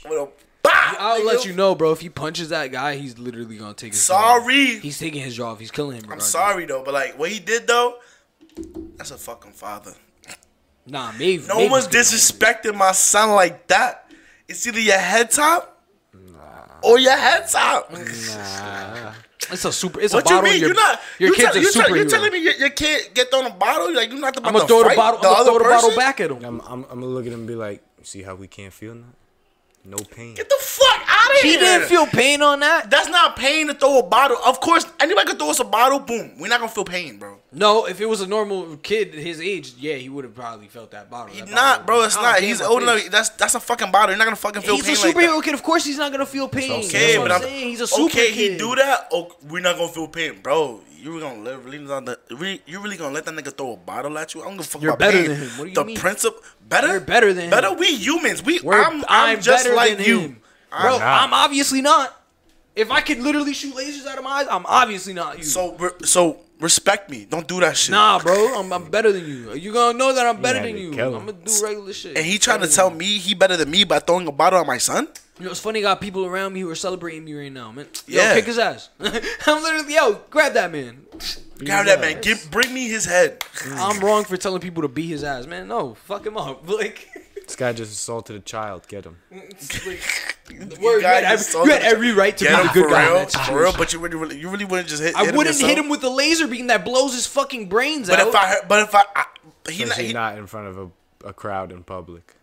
Speaker 1: would have.
Speaker 3: I'll let you know, bro. If he punches that guy, he's literally gonna take his. jaw off.
Speaker 1: Sorry.
Speaker 3: He's taking his jaw off. He's killing him.
Speaker 1: I'm
Speaker 3: regardless.
Speaker 1: sorry though, but like what he did though, that's a fucking father.
Speaker 3: Nah, maybe.
Speaker 1: No
Speaker 3: maybe
Speaker 1: one's
Speaker 3: he's gonna-
Speaker 1: disrespecting my son like that. It's either your head top or your head top.
Speaker 3: It's a super. It's a
Speaker 1: What you
Speaker 3: bottle.
Speaker 1: mean?
Speaker 3: Your,
Speaker 1: You're not.
Speaker 3: Your
Speaker 1: you
Speaker 3: kid's
Speaker 1: tell-
Speaker 3: a
Speaker 1: you tell-
Speaker 3: superhero.
Speaker 1: You're telling me your, your kid get thrown a bottle? Like you're not about
Speaker 3: I'm gonna
Speaker 1: to
Speaker 3: throw the
Speaker 1: fight
Speaker 3: bottle.
Speaker 1: the
Speaker 3: I'm gonna
Speaker 1: other
Speaker 3: throw the bottle
Speaker 1: person?
Speaker 3: back at him.
Speaker 4: I'm, I'm, I'm gonna look at him and be like, see how we can't feel nothing? No pain.
Speaker 1: Get the fuck out of
Speaker 3: He
Speaker 1: here.
Speaker 3: didn't feel pain on that.
Speaker 1: That's not pain to throw a bottle. Of course, anybody can throw us a bottle. Boom. We're not gonna feel pain, bro.
Speaker 3: No, if it was a normal kid his age, yeah, he would have probably felt that bottle. That
Speaker 1: He's
Speaker 3: bottle
Speaker 1: not,
Speaker 3: would've-
Speaker 1: bro. It's
Speaker 3: I don't
Speaker 1: not.
Speaker 3: care
Speaker 1: He's
Speaker 3: about
Speaker 1: old
Speaker 3: pain.
Speaker 1: enough. That's that's a fucking bottle. You're not gonna fucking feel pain
Speaker 3: He's a
Speaker 1: like
Speaker 3: superhero
Speaker 1: that.
Speaker 3: kid. Of course, he's not gonna feel pain.
Speaker 1: Okay,
Speaker 3: That's what
Speaker 1: but
Speaker 3: I'm
Speaker 1: I'm
Speaker 3: saying. He's a super
Speaker 1: okay.
Speaker 3: kid.
Speaker 1: He do that. Oh, we're not gonna feel pain, bro. You were gonna let really on the really, you really gonna let that nigga throw a bottle at you? I don't give a fuck
Speaker 3: You're
Speaker 1: about
Speaker 3: better
Speaker 1: pain.
Speaker 3: than him. What do you
Speaker 1: the
Speaker 3: mean?
Speaker 1: principle better.
Speaker 3: You're better than him.
Speaker 1: better. We humans. We
Speaker 3: We're-
Speaker 1: I'm, I'm just
Speaker 3: better
Speaker 1: like
Speaker 3: than
Speaker 1: you.
Speaker 3: him. bro.
Speaker 4: I'm not.
Speaker 3: I'm obviously not. If I could literally shoot lasers out of my eyes, I'm obviously not you.
Speaker 1: So re- so respect me. Don't do that shit.
Speaker 3: Nah, bro, I'm, I'm better than you. You gonna know that I'm better
Speaker 4: had
Speaker 3: than
Speaker 4: to
Speaker 3: you.
Speaker 4: kill
Speaker 3: I'm
Speaker 4: him.
Speaker 3: gonna do regular shit.
Speaker 1: And he trying to tell me he better than me by throwing a bottle at my son.
Speaker 3: You know, it's funny. I Got people around me who are celebrating me right now, man. Yo,
Speaker 1: Yeah.
Speaker 3: kick his ass. <laughs> I'm literally yo, grab that man.
Speaker 1: Grab that man. Give, bring me his head.
Speaker 3: I'm wrong for telling people to beat his ass, man. No, fuck him up. <laughs> Like,
Speaker 4: This guy just assaulted a child. Get him.
Speaker 3: it's like
Speaker 1: You
Speaker 3: word, you,
Speaker 1: guys
Speaker 3: had every,
Speaker 1: just
Speaker 3: you
Speaker 1: saw
Speaker 3: had
Speaker 1: that.
Speaker 3: every right to
Speaker 1: Get
Speaker 3: be
Speaker 1: him
Speaker 3: the good
Speaker 1: for
Speaker 3: guy. in
Speaker 1: real,
Speaker 3: that
Speaker 1: for real.
Speaker 3: situation.
Speaker 1: But you really, really, you really wouldn't just hit.
Speaker 3: I
Speaker 1: hit
Speaker 3: wouldn't
Speaker 1: him
Speaker 3: hit
Speaker 1: yourself?
Speaker 3: him with the laser beam that blows his fucking brains
Speaker 1: But
Speaker 3: out.
Speaker 1: if I, heard- but if I, I he,
Speaker 4: He's
Speaker 1: not, he,
Speaker 4: not in front of a, a crowd in public.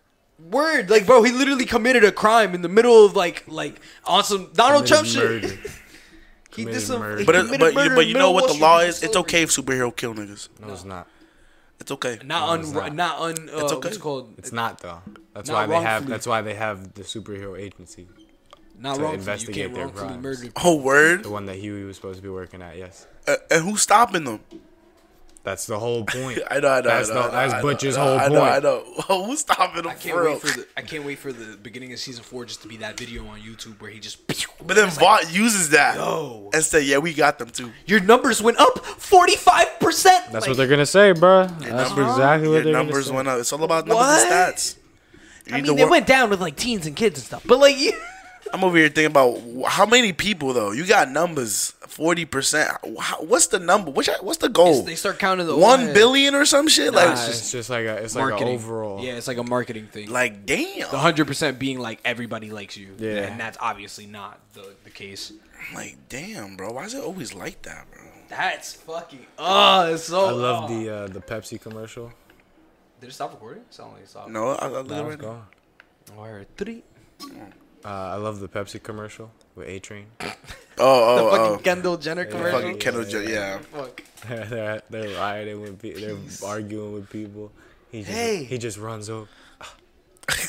Speaker 3: Word, like, bro, he literally committed a crime in the middle of like, like on some Donald Trump shit. <laughs>
Speaker 4: Murder.
Speaker 3: He did
Speaker 4: Committed
Speaker 3: some.
Speaker 4: murder.
Speaker 3: he
Speaker 1: But it,
Speaker 3: committed
Speaker 1: but,
Speaker 3: murder
Speaker 1: you, but
Speaker 3: in
Speaker 1: you
Speaker 3: the
Speaker 1: know
Speaker 3: middle
Speaker 1: what
Speaker 3: of
Speaker 1: the
Speaker 3: Wall
Speaker 1: law
Speaker 3: Street
Speaker 1: is? It's
Speaker 3: for
Speaker 1: okay if superhero kill niggas. <laughs>
Speaker 4: No, it's not.
Speaker 1: It's okay.
Speaker 3: Not un,
Speaker 4: it's
Speaker 3: not.
Speaker 4: not.
Speaker 3: un. Uh,
Speaker 1: It's okay.
Speaker 3: What's it called
Speaker 4: It's not though. That's
Speaker 3: Not
Speaker 4: why they have.
Speaker 3: wrongfully.
Speaker 4: That's why they have the superhero agency,
Speaker 3: not
Speaker 4: to
Speaker 3: wrongfully. you
Speaker 4: investigate
Speaker 3: can't
Speaker 4: their
Speaker 3: wrongfully
Speaker 4: crimes.
Speaker 3: murder.
Speaker 1: Oh word.
Speaker 4: the one that Huey was supposed to be working at. Yes,
Speaker 1: Uh, and who's stopping them?
Speaker 4: that's the
Speaker 1: <laughs>
Speaker 4: whole point.
Speaker 1: I know. I know.
Speaker 4: That's
Speaker 1: I know,
Speaker 4: the-
Speaker 1: I know,
Speaker 4: that's
Speaker 1: I know,
Speaker 4: Butch's
Speaker 1: I know,
Speaker 4: whole
Speaker 1: I know,
Speaker 4: point.
Speaker 1: I know. <laughs> who's stopping them?
Speaker 3: I can't
Speaker 1: for real?
Speaker 3: wait for the. I can't wait for the beginning of season four just to be that video on YouTube where he just. <laughs>
Speaker 1: but then Vaught uses that
Speaker 3: Yo.
Speaker 1: and say, "Yeah, we got them too."
Speaker 3: Your numbers went up forty five percent.
Speaker 2: That's what they're gonna say, bro. That's
Speaker 1: numbers-
Speaker 2: exactly what
Speaker 1: Your
Speaker 2: they're
Speaker 1: numbers
Speaker 2: gonna
Speaker 1: went up. It's all about numbers and
Speaker 3: What?
Speaker 1: stats. You
Speaker 3: I
Speaker 1: need
Speaker 3: mean,
Speaker 1: to
Speaker 3: they
Speaker 1: work-
Speaker 3: went down with like teens and kids and stuff. But like, <laughs> you-
Speaker 1: I'm over here thinking about wh- how many people though. You got numbers, forty percent. What's the number? Which what's the goal?
Speaker 3: they start counting the
Speaker 1: One
Speaker 3: overhead.
Speaker 1: billion or some shit.
Speaker 3: Nah,
Speaker 1: like,
Speaker 4: It's just, it's just like a. It's
Speaker 3: marketing.
Speaker 4: like an overall.
Speaker 3: Yeah, it's like a marketing thing.
Speaker 1: like damn.
Speaker 3: The hundred percent being like everybody likes you,
Speaker 4: Yeah.
Speaker 3: and that's obviously not the, the case.
Speaker 1: Like, damn, bro. Why is it always like that, bro?
Speaker 3: That's fucking oh, it's so.
Speaker 4: I love
Speaker 3: oh.
Speaker 4: the uh, the Pepsi commercial.
Speaker 3: Did it stop recording? Sound like it stopped.
Speaker 1: No, I, I look
Speaker 4: Nah,
Speaker 1: at it
Speaker 4: it's
Speaker 1: right now.
Speaker 4: gone.
Speaker 3: Or three.
Speaker 4: Uh, I love the Pepsi commercial with A Train.
Speaker 1: Oh, oh,
Speaker 3: fucking Kendall Jenner <laughs>
Speaker 1: oh.
Speaker 3: commercial.
Speaker 1: Fucking Kendall Jenner. Yeah. <laughs>
Speaker 3: Fuck.
Speaker 4: <laughs> they're, they're they're rioting with people. They're arguing with people. He just,
Speaker 3: Hey.
Speaker 4: he just runs over.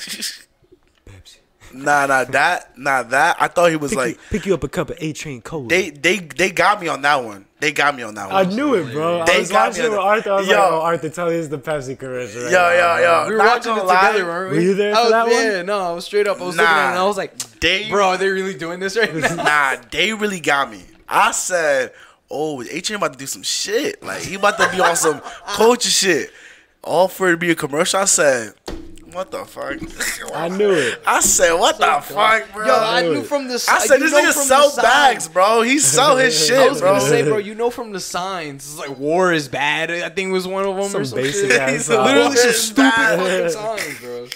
Speaker 4: Pepsi.
Speaker 1: nah, nah, that, nah, that. I thought he was
Speaker 4: Pick,
Speaker 1: like
Speaker 4: you, pick you up a cup of A Train cola.
Speaker 1: they, they, they got me on that one. They got me on that
Speaker 4: I
Speaker 1: one.
Speaker 4: knew it, bro.
Speaker 1: They
Speaker 4: I was
Speaker 1: got
Speaker 4: watching
Speaker 1: me
Speaker 4: it with
Speaker 1: on
Speaker 4: Arthur. I was
Speaker 1: Yo.
Speaker 4: like, oh, Arthur, tell you it's the Pepsi commercial.
Speaker 1: Yo,
Speaker 4: Right now,
Speaker 1: yo,
Speaker 4: bro.
Speaker 1: yo.
Speaker 3: We were
Speaker 1: not
Speaker 3: watching it
Speaker 1: gonna lie.
Speaker 3: together, weren't we?
Speaker 4: Were you there
Speaker 3: I
Speaker 4: for
Speaker 3: was,
Speaker 4: that one?
Speaker 3: Yeah, no, I was straight up. I was looking at it and I
Speaker 1: Nah.
Speaker 3: was like,
Speaker 1: They-
Speaker 3: bro, are they really doing this
Speaker 4: <laughs>
Speaker 3: right
Speaker 1: <laughs>
Speaker 3: now?
Speaker 1: Nah, they really got me. I said, oh, H&M about to do some shit. Like he about to be on some culture shit. All for it to be a commercial. I said, what the fuck?
Speaker 4: I knew it.
Speaker 1: I said, what the fuck, bro?
Speaker 3: Yo, I
Speaker 4: Dude.
Speaker 3: knew from the.
Speaker 1: I said
Speaker 3: you
Speaker 1: this
Speaker 3: know
Speaker 1: nigga
Speaker 3: from
Speaker 1: sell
Speaker 3: the signs.
Speaker 1: bags, bro. He sell his
Speaker 3: <laughs> I
Speaker 1: shit,
Speaker 3: was gonna
Speaker 1: bro. <laughs>
Speaker 3: say, bro, you know from the signs, it's like war is bad. I think was one of them or
Speaker 4: Some
Speaker 3: some
Speaker 4: basic
Speaker 3: shit.
Speaker 4: ass
Speaker 1: He's
Speaker 4: song.
Speaker 1: literally
Speaker 3: Literally some
Speaker 1: It's
Speaker 3: stupid
Speaker 1: bad.
Speaker 3: <laughs> fucking signs, bro.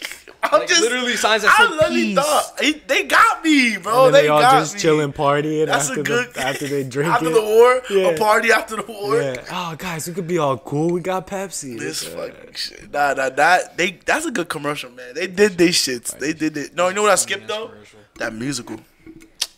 Speaker 1: I'm
Speaker 3: Like,
Speaker 1: just
Speaker 3: literally signs that
Speaker 1: I
Speaker 3: said
Speaker 1: literally
Speaker 3: peace.
Speaker 1: thought he, they got me, bro.
Speaker 4: And then
Speaker 1: Oh, they
Speaker 4: they all
Speaker 1: got
Speaker 4: just
Speaker 1: me.
Speaker 4: chilling, partying
Speaker 1: That's
Speaker 4: after
Speaker 1: a good
Speaker 4: the after they drink
Speaker 1: <laughs> after
Speaker 4: it.
Speaker 1: the war, a
Speaker 4: Yeah.
Speaker 1: party after the war.
Speaker 4: Yeah. Oh, guys, we could be all cool. We got Pepsi.
Speaker 1: This
Speaker 4: Uh,
Speaker 1: fucking shit. Nah, nah, that they that's a good commercial, man. They did they shits. They did it. No, you know what I skipped though? That musical.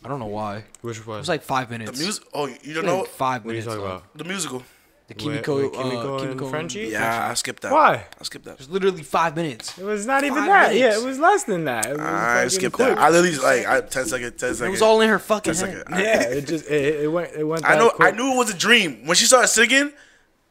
Speaker 3: I don't know why. It
Speaker 4: Which one?
Speaker 3: was like five
Speaker 1: The
Speaker 3: minutes.
Speaker 1: music. Oh, you don't
Speaker 3: Like
Speaker 1: know
Speaker 3: five
Speaker 4: what are you
Speaker 3: minutes.
Speaker 4: talking
Speaker 3: long.
Speaker 4: about?
Speaker 1: the musical.
Speaker 3: The
Speaker 4: Wait,
Speaker 3: Kimiko,
Speaker 4: wait,
Speaker 3: uh,
Speaker 4: and
Speaker 3: Kimiko
Speaker 4: Frenchie?
Speaker 1: Yeah, I skipped that.
Speaker 4: Why?
Speaker 1: I skipped that.
Speaker 3: It's literally five minutes.
Speaker 4: It was not even
Speaker 3: Five
Speaker 4: that.
Speaker 3: minutes.
Speaker 4: Yeah, it was less than that. It was
Speaker 1: I
Speaker 4: fucking
Speaker 1: skipped
Speaker 4: quick.
Speaker 1: that. I literally like I, 10 seconds, 10 seconds.
Speaker 3: It was all in her fucking
Speaker 1: 10
Speaker 3: head.
Speaker 1: seconds. I-
Speaker 4: Yeah, it just it, it went it went.
Speaker 1: I
Speaker 4: that
Speaker 1: know. I
Speaker 4: quick.
Speaker 1: knew it was a dream when she started singing.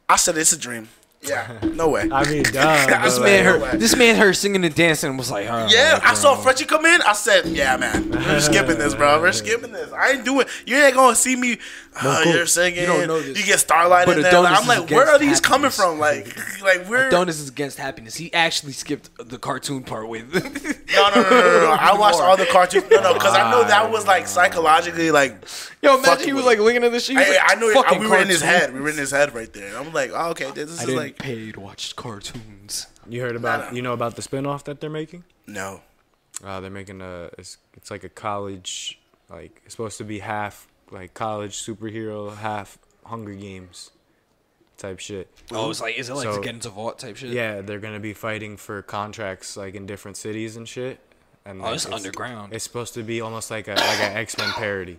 Speaker 1: I said it's a dream. Yeah, no way.
Speaker 2: I
Speaker 1: <laughs>
Speaker 2: mean,
Speaker 1: This
Speaker 2: dumb. but,
Speaker 3: This
Speaker 1: man
Speaker 3: man
Speaker 1: heard-
Speaker 3: heard this man heard singing and dancing and was like, all right,
Speaker 1: Yeah, I saw Frenchie come in. I said, "Yeah, man, we're skipping this, bro.
Speaker 3: <laughs>
Speaker 1: We're skipping this. I ain't doing. You ain't gonna see me. Uh,
Speaker 3: cool.
Speaker 1: You're singing.
Speaker 3: You
Speaker 1: You
Speaker 3: don't know this.
Speaker 1: get starlight
Speaker 3: But
Speaker 1: in there. Like,
Speaker 3: Adonis
Speaker 1: I'm
Speaker 3: is
Speaker 1: like, where
Speaker 3: against
Speaker 1: are these coming
Speaker 3: happiness.
Speaker 1: from? Like, <laughs>
Speaker 3: <laughs>
Speaker 1: like where?
Speaker 3: Adonis is against happiness. He actually skipped the cartoon part with. <laughs>
Speaker 1: No, no, no, no, no, no. I watched all the cartoons. No, no, because I know that was
Speaker 3: Ah.
Speaker 1: like psychologically like.
Speaker 3: Yo, imagine
Speaker 1: Fucking
Speaker 3: he was
Speaker 1: with
Speaker 3: like looking at the sheet.
Speaker 1: I,
Speaker 3: <laughs>
Speaker 1: I know
Speaker 3: know.
Speaker 1: it- we were in his head. We were in his head right there. I'm like, oh, okay, this, this
Speaker 2: I
Speaker 1: is
Speaker 2: didn't-
Speaker 1: like
Speaker 3: Paid watched cartoons.
Speaker 2: you heard
Speaker 1: Nah, nah.
Speaker 2: about you know about the spinoff that they're making?
Speaker 1: no.
Speaker 2: Uh, they're making a it's, it's like a college like it's supposed to be half like college superhero, half Hunger Games type shit.
Speaker 3: Oh, it's like is it like to
Speaker 2: So-
Speaker 3: get into vault type shit?
Speaker 2: Yeah, they're gonna be fighting for contracts like in different cities and shit. And
Speaker 3: Oh,
Speaker 2: like,
Speaker 3: it's underground.
Speaker 2: It's supposed to be almost like a like an X Men parody.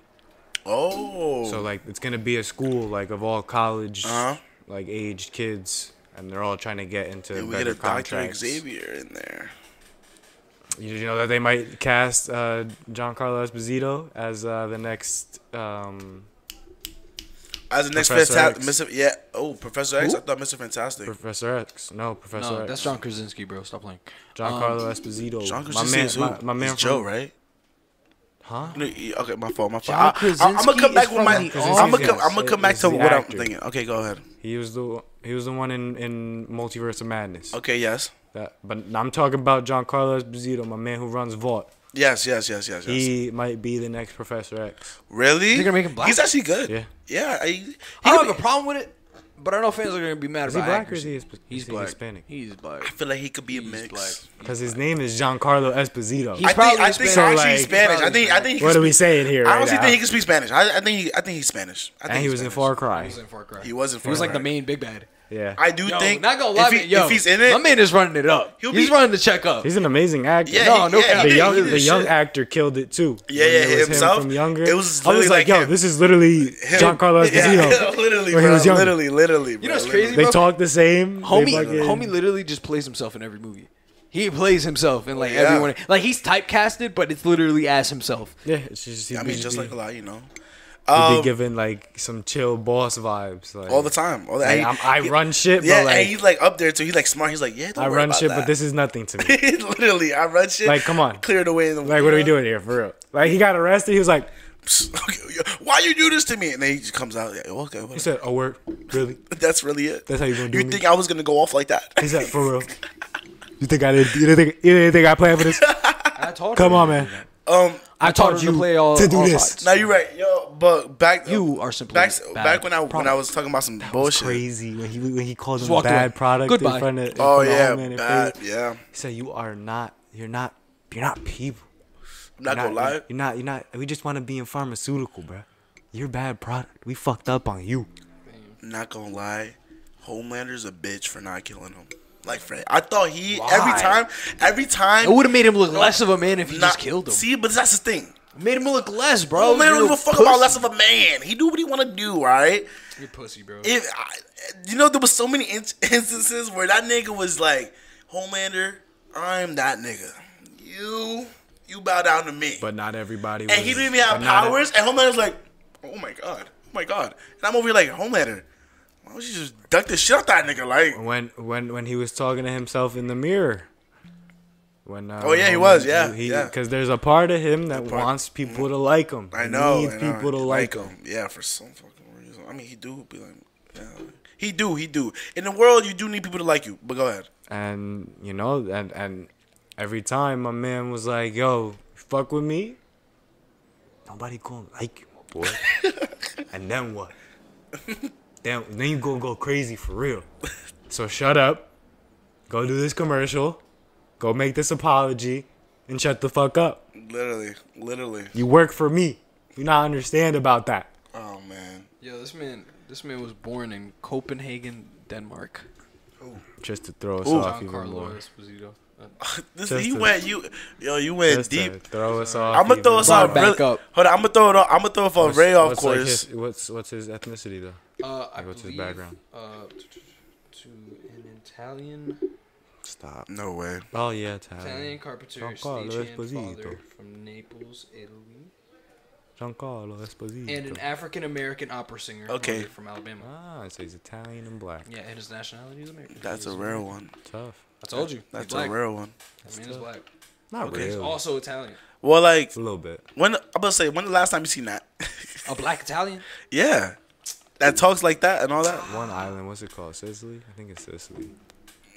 Speaker 1: Oh,
Speaker 2: So like it's gonna be a school like of all college
Speaker 1: Uh-huh.
Speaker 2: like aged kids, and they're all trying to get into
Speaker 1: Did we get
Speaker 2: better
Speaker 1: a Doctor
Speaker 2: contracts.
Speaker 1: Xavier in there.
Speaker 2: You, you know that they might cast uh, Giancarlo Esposito as uh, the next. Um,
Speaker 1: As the next
Speaker 2: Professor
Speaker 1: Fantastic,
Speaker 2: X.
Speaker 1: Mr. Yeah. Oh, Professor X. I thought Mr. Fantastic.
Speaker 2: Professor X. No, Professor
Speaker 3: No,
Speaker 2: X.
Speaker 3: that's John Krasinski, bro. Stop playing. Um,
Speaker 2: Giancarlo Esposito.
Speaker 1: Um, John
Speaker 2: my
Speaker 1: Krasinski
Speaker 2: man,
Speaker 1: is who?
Speaker 2: my, my man
Speaker 1: It's
Speaker 2: from-
Speaker 1: Joe, right?
Speaker 2: Huh?
Speaker 1: No, y- Okay, my fault. My fault.
Speaker 3: John
Speaker 1: I, am gonna
Speaker 3: Krasinski
Speaker 1: come back
Speaker 3: is
Speaker 1: with
Speaker 3: from
Speaker 1: my.
Speaker 3: the
Speaker 1: I'm gonna come,
Speaker 2: Office.
Speaker 1: I'm gonna come back
Speaker 2: Is
Speaker 1: to
Speaker 2: the
Speaker 1: what
Speaker 2: actor.
Speaker 1: I'm thinking. Okay, go ahead.
Speaker 2: He was the he was the one in in Multiverse of Madness.
Speaker 1: Okay, yes,
Speaker 2: That, but I'm talking about Giancarlo Esposito, my man who runs Vault.
Speaker 1: yes, yes, yes, yes, yes.
Speaker 2: He might be the next Professor X.
Speaker 1: really?
Speaker 3: They're gonna make him black?
Speaker 1: He's actually good.
Speaker 2: Yeah.
Speaker 1: Yeah. I,
Speaker 3: I don't have a problem with it, but I know fans are gonna be mad
Speaker 2: Is he
Speaker 3: about
Speaker 2: black or
Speaker 3: accuracy.
Speaker 2: is he Hisp-
Speaker 3: He's
Speaker 2: is he
Speaker 3: black.
Speaker 2: Hispanic?
Speaker 3: He's black.
Speaker 1: I feel like he could be a
Speaker 3: He's
Speaker 1: mix.
Speaker 3: black.
Speaker 2: Because his name is Giancarlo Esposito.
Speaker 3: He's
Speaker 1: I think. I
Speaker 3: probably
Speaker 1: think
Speaker 2: Hispanic.
Speaker 1: actually
Speaker 2: So, like-
Speaker 1: Spanish. I think. I think. He
Speaker 2: what
Speaker 1: can
Speaker 2: are we saying here?
Speaker 1: speak, I
Speaker 2: Right
Speaker 1: honestly
Speaker 2: now?
Speaker 1: think he can speak Spanish. I, I think. He, I think he's Spanish. I think
Speaker 2: and he
Speaker 1: he's
Speaker 2: was in
Speaker 1: Spanish.
Speaker 2: Far
Speaker 3: He
Speaker 2: Cry.
Speaker 3: was in Far Cry.
Speaker 1: He was in.
Speaker 3: He was
Speaker 1: Far
Speaker 3: like the
Speaker 1: Cry.
Speaker 3: main big bad.
Speaker 2: Yeah.
Speaker 1: I do
Speaker 3: Yo,
Speaker 1: think.
Speaker 3: not gonna lie,
Speaker 1: if, he-
Speaker 3: man, yo,
Speaker 1: if he's in it,
Speaker 3: my man is running it up.
Speaker 1: He'll
Speaker 3: He's
Speaker 1: be-
Speaker 3: running the check up.
Speaker 2: He's an amazing actor.
Speaker 1: Yeah,
Speaker 3: No, no
Speaker 1: he- yeah, he
Speaker 3: cap.
Speaker 2: the
Speaker 1: did-
Speaker 2: young
Speaker 1: he did
Speaker 2: the young
Speaker 1: shit.
Speaker 2: actor killed it too.
Speaker 1: Yeah,
Speaker 2: When
Speaker 1: yeah,
Speaker 2: it was him
Speaker 1: himself.
Speaker 2: from younger.
Speaker 1: It was
Speaker 2: I was
Speaker 1: literally like
Speaker 2: like, yo,
Speaker 1: him.
Speaker 2: this is literally Giancarlo Esposito.
Speaker 1: <laughs> Yeah, literally,
Speaker 2: when he
Speaker 1: bro,
Speaker 2: was younger.
Speaker 1: literally, literally. You
Speaker 3: know what's crazy?
Speaker 2: They
Speaker 3: bro.
Speaker 2: talk the same. they
Speaker 3: homie,
Speaker 2: fucking-
Speaker 3: homie literally just plays himself in every movie. He plays himself in like
Speaker 1: Yeah.
Speaker 3: everyone. Like he's typecasted, but it's literally as himself.
Speaker 2: Yeah, it's just, he
Speaker 1: I mean, just like a
Speaker 2: be,
Speaker 1: lot, you know.
Speaker 2: he'd
Speaker 1: Um,
Speaker 2: be giving like some chill boss vibes. Like,
Speaker 1: all the time. All the,
Speaker 2: Like,
Speaker 1: and
Speaker 2: I'm- I
Speaker 1: he-
Speaker 2: run shit, but,
Speaker 1: Yeah,
Speaker 2: like-
Speaker 1: and he's like up there too. He's like smart. He's like, yeah, don't
Speaker 2: I
Speaker 1: worry
Speaker 2: run
Speaker 1: about
Speaker 2: shit,
Speaker 1: that.
Speaker 2: but this is nothing to me.
Speaker 1: <laughs> literally, I run shit.
Speaker 2: Like, come on.
Speaker 1: clear the way. In the
Speaker 2: like, what are we doing here for real? Like, he got arrested. He was like,
Speaker 1: <laughs> Why you do this to me? And then he just comes out. Like, okay,
Speaker 2: he
Speaker 1: well,
Speaker 2: said, "Oh, word, really?
Speaker 1: <laughs> that's really it.
Speaker 2: That's how you gonna do
Speaker 1: You
Speaker 2: me?
Speaker 1: think I was gonna go off like that?
Speaker 2: He said, for real? You think I did? You didn't think? You didn't think I planned
Speaker 1: <laughs>
Speaker 2: for this?
Speaker 3: I told
Speaker 2: Come on, man.
Speaker 1: um,
Speaker 3: I taught him to play all
Speaker 2: to do
Speaker 3: all
Speaker 2: this.
Speaker 1: <laughs>
Speaker 3: sides.
Speaker 1: now you're right, yo. But back,
Speaker 3: You are simply
Speaker 1: back,
Speaker 3: bad
Speaker 1: back when I when
Speaker 3: product.
Speaker 1: I was talking about some
Speaker 2: was
Speaker 1: bullshit.
Speaker 2: crazy when he when he called him
Speaker 3: walked
Speaker 2: bad
Speaker 3: away.
Speaker 2: product
Speaker 3: Goodbye.
Speaker 2: in front of. in
Speaker 1: Oh
Speaker 2: front of
Speaker 1: yeah,
Speaker 2: all men in
Speaker 1: bad,
Speaker 2: front of-
Speaker 1: yeah.
Speaker 2: He said, "You are not. You're not. You're not people.
Speaker 1: I'm not
Speaker 2: You're
Speaker 1: gonna lie.
Speaker 2: You're not. You're not. We just want to be in pharmaceutical, bro. You're bad product. We fucked up on you.
Speaker 1: I'm not gonna lie. Homelander's a bitch for not killing him. Like Fred, I thought he
Speaker 3: Why?
Speaker 1: every time, every time.
Speaker 3: It would have made him look less of a man if he just killed him.
Speaker 1: See, but that's the thing.
Speaker 3: made him look less, bro.
Speaker 1: Oh man,
Speaker 3: You're
Speaker 1: don't give a fuck
Speaker 3: pussy.
Speaker 1: about less of a man. He do what he want to do, all right?
Speaker 3: You're pussy, bro.
Speaker 1: If I, you know, there was so many in- <laughs> instances where that nigga was like, Homelander, I'm that nigga. You, you bow down to me.
Speaker 2: But not everybody.
Speaker 1: and he didn't even have
Speaker 2: e-
Speaker 1: powers. and Homelander's like, oh my god, oh my god. And I'm over here like, Homelander, why don't you just duck the shit out that nigga? Like,
Speaker 2: when when when he was talking to himself in the mirror. When uh,
Speaker 1: Oh, yeah, he was, yeah, yeah.
Speaker 2: Because there's a part of him that
Speaker 1: part-
Speaker 2: wants people to like him.
Speaker 1: I
Speaker 2: He
Speaker 1: know.
Speaker 2: Needs
Speaker 1: I know.
Speaker 2: people to like him.
Speaker 1: Yeah, for some fucking reason. I mean, he do be like, yeah. he do, he do. In the world, you do need people to like you. But go ahead.
Speaker 2: and you know and and every time my man was like yo fuck with me nobody gonna like you
Speaker 1: <laughs>
Speaker 2: my boy and then what then then you gonna go crazy for real so shut up go do this commercial go make this apology and shut the fuck up
Speaker 1: Literally, literally.
Speaker 2: you work for me you not understand about that
Speaker 1: Oh man.
Speaker 3: Yo, this man, this man was born in Copenhagen, Denmark.
Speaker 2: just to throw us
Speaker 1: Ooh.
Speaker 2: off even more
Speaker 3: Esposito. Uh,
Speaker 1: This,
Speaker 2: Just
Speaker 1: he
Speaker 2: to-
Speaker 1: went you, yo, you went
Speaker 2: just
Speaker 1: deep.
Speaker 2: to throw us off
Speaker 1: I'm gonna
Speaker 2: even
Speaker 1: throw us
Speaker 2: more.
Speaker 1: off.
Speaker 3: Back
Speaker 1: Really,
Speaker 3: up.
Speaker 1: Hold on, I'm gonna throw it. Off, I'm gonna throw it for a ray off
Speaker 2: what's like
Speaker 1: course.
Speaker 2: his, what's what's his ethnicity though
Speaker 3: Uh, I
Speaker 2: Like, what's his
Speaker 3: believe,
Speaker 2: background?
Speaker 3: Uh, t- t- to an Italian,
Speaker 2: stop
Speaker 1: no way.
Speaker 2: oh yeah Italian.
Speaker 3: Italian carpenter,
Speaker 2: Giancarlo
Speaker 3: stagehand,
Speaker 2: Esposito.
Speaker 3: father from Naples, Italy.
Speaker 2: Giancarlo Esposito.
Speaker 3: and an African American opera singer.
Speaker 1: Okay.
Speaker 3: who are from Alabama.
Speaker 2: ah, so he's Italian and black.
Speaker 3: Yeah, and his nationality is American.
Speaker 1: That's a rare one.
Speaker 2: Tough.
Speaker 3: I told you.
Speaker 1: That's
Speaker 3: he's black.
Speaker 1: a rare one.
Speaker 3: That man is black.
Speaker 2: Not
Speaker 1: Okay.
Speaker 2: really.
Speaker 3: He's also Italian.
Speaker 1: Well, like
Speaker 2: a little bit.
Speaker 1: when I'm about to say when the last time you seen that? <laughs>
Speaker 3: A black Italian?
Speaker 1: yeah, that talks like that and all that.
Speaker 2: One island. What's it called? Sicily? I think it's Sicily.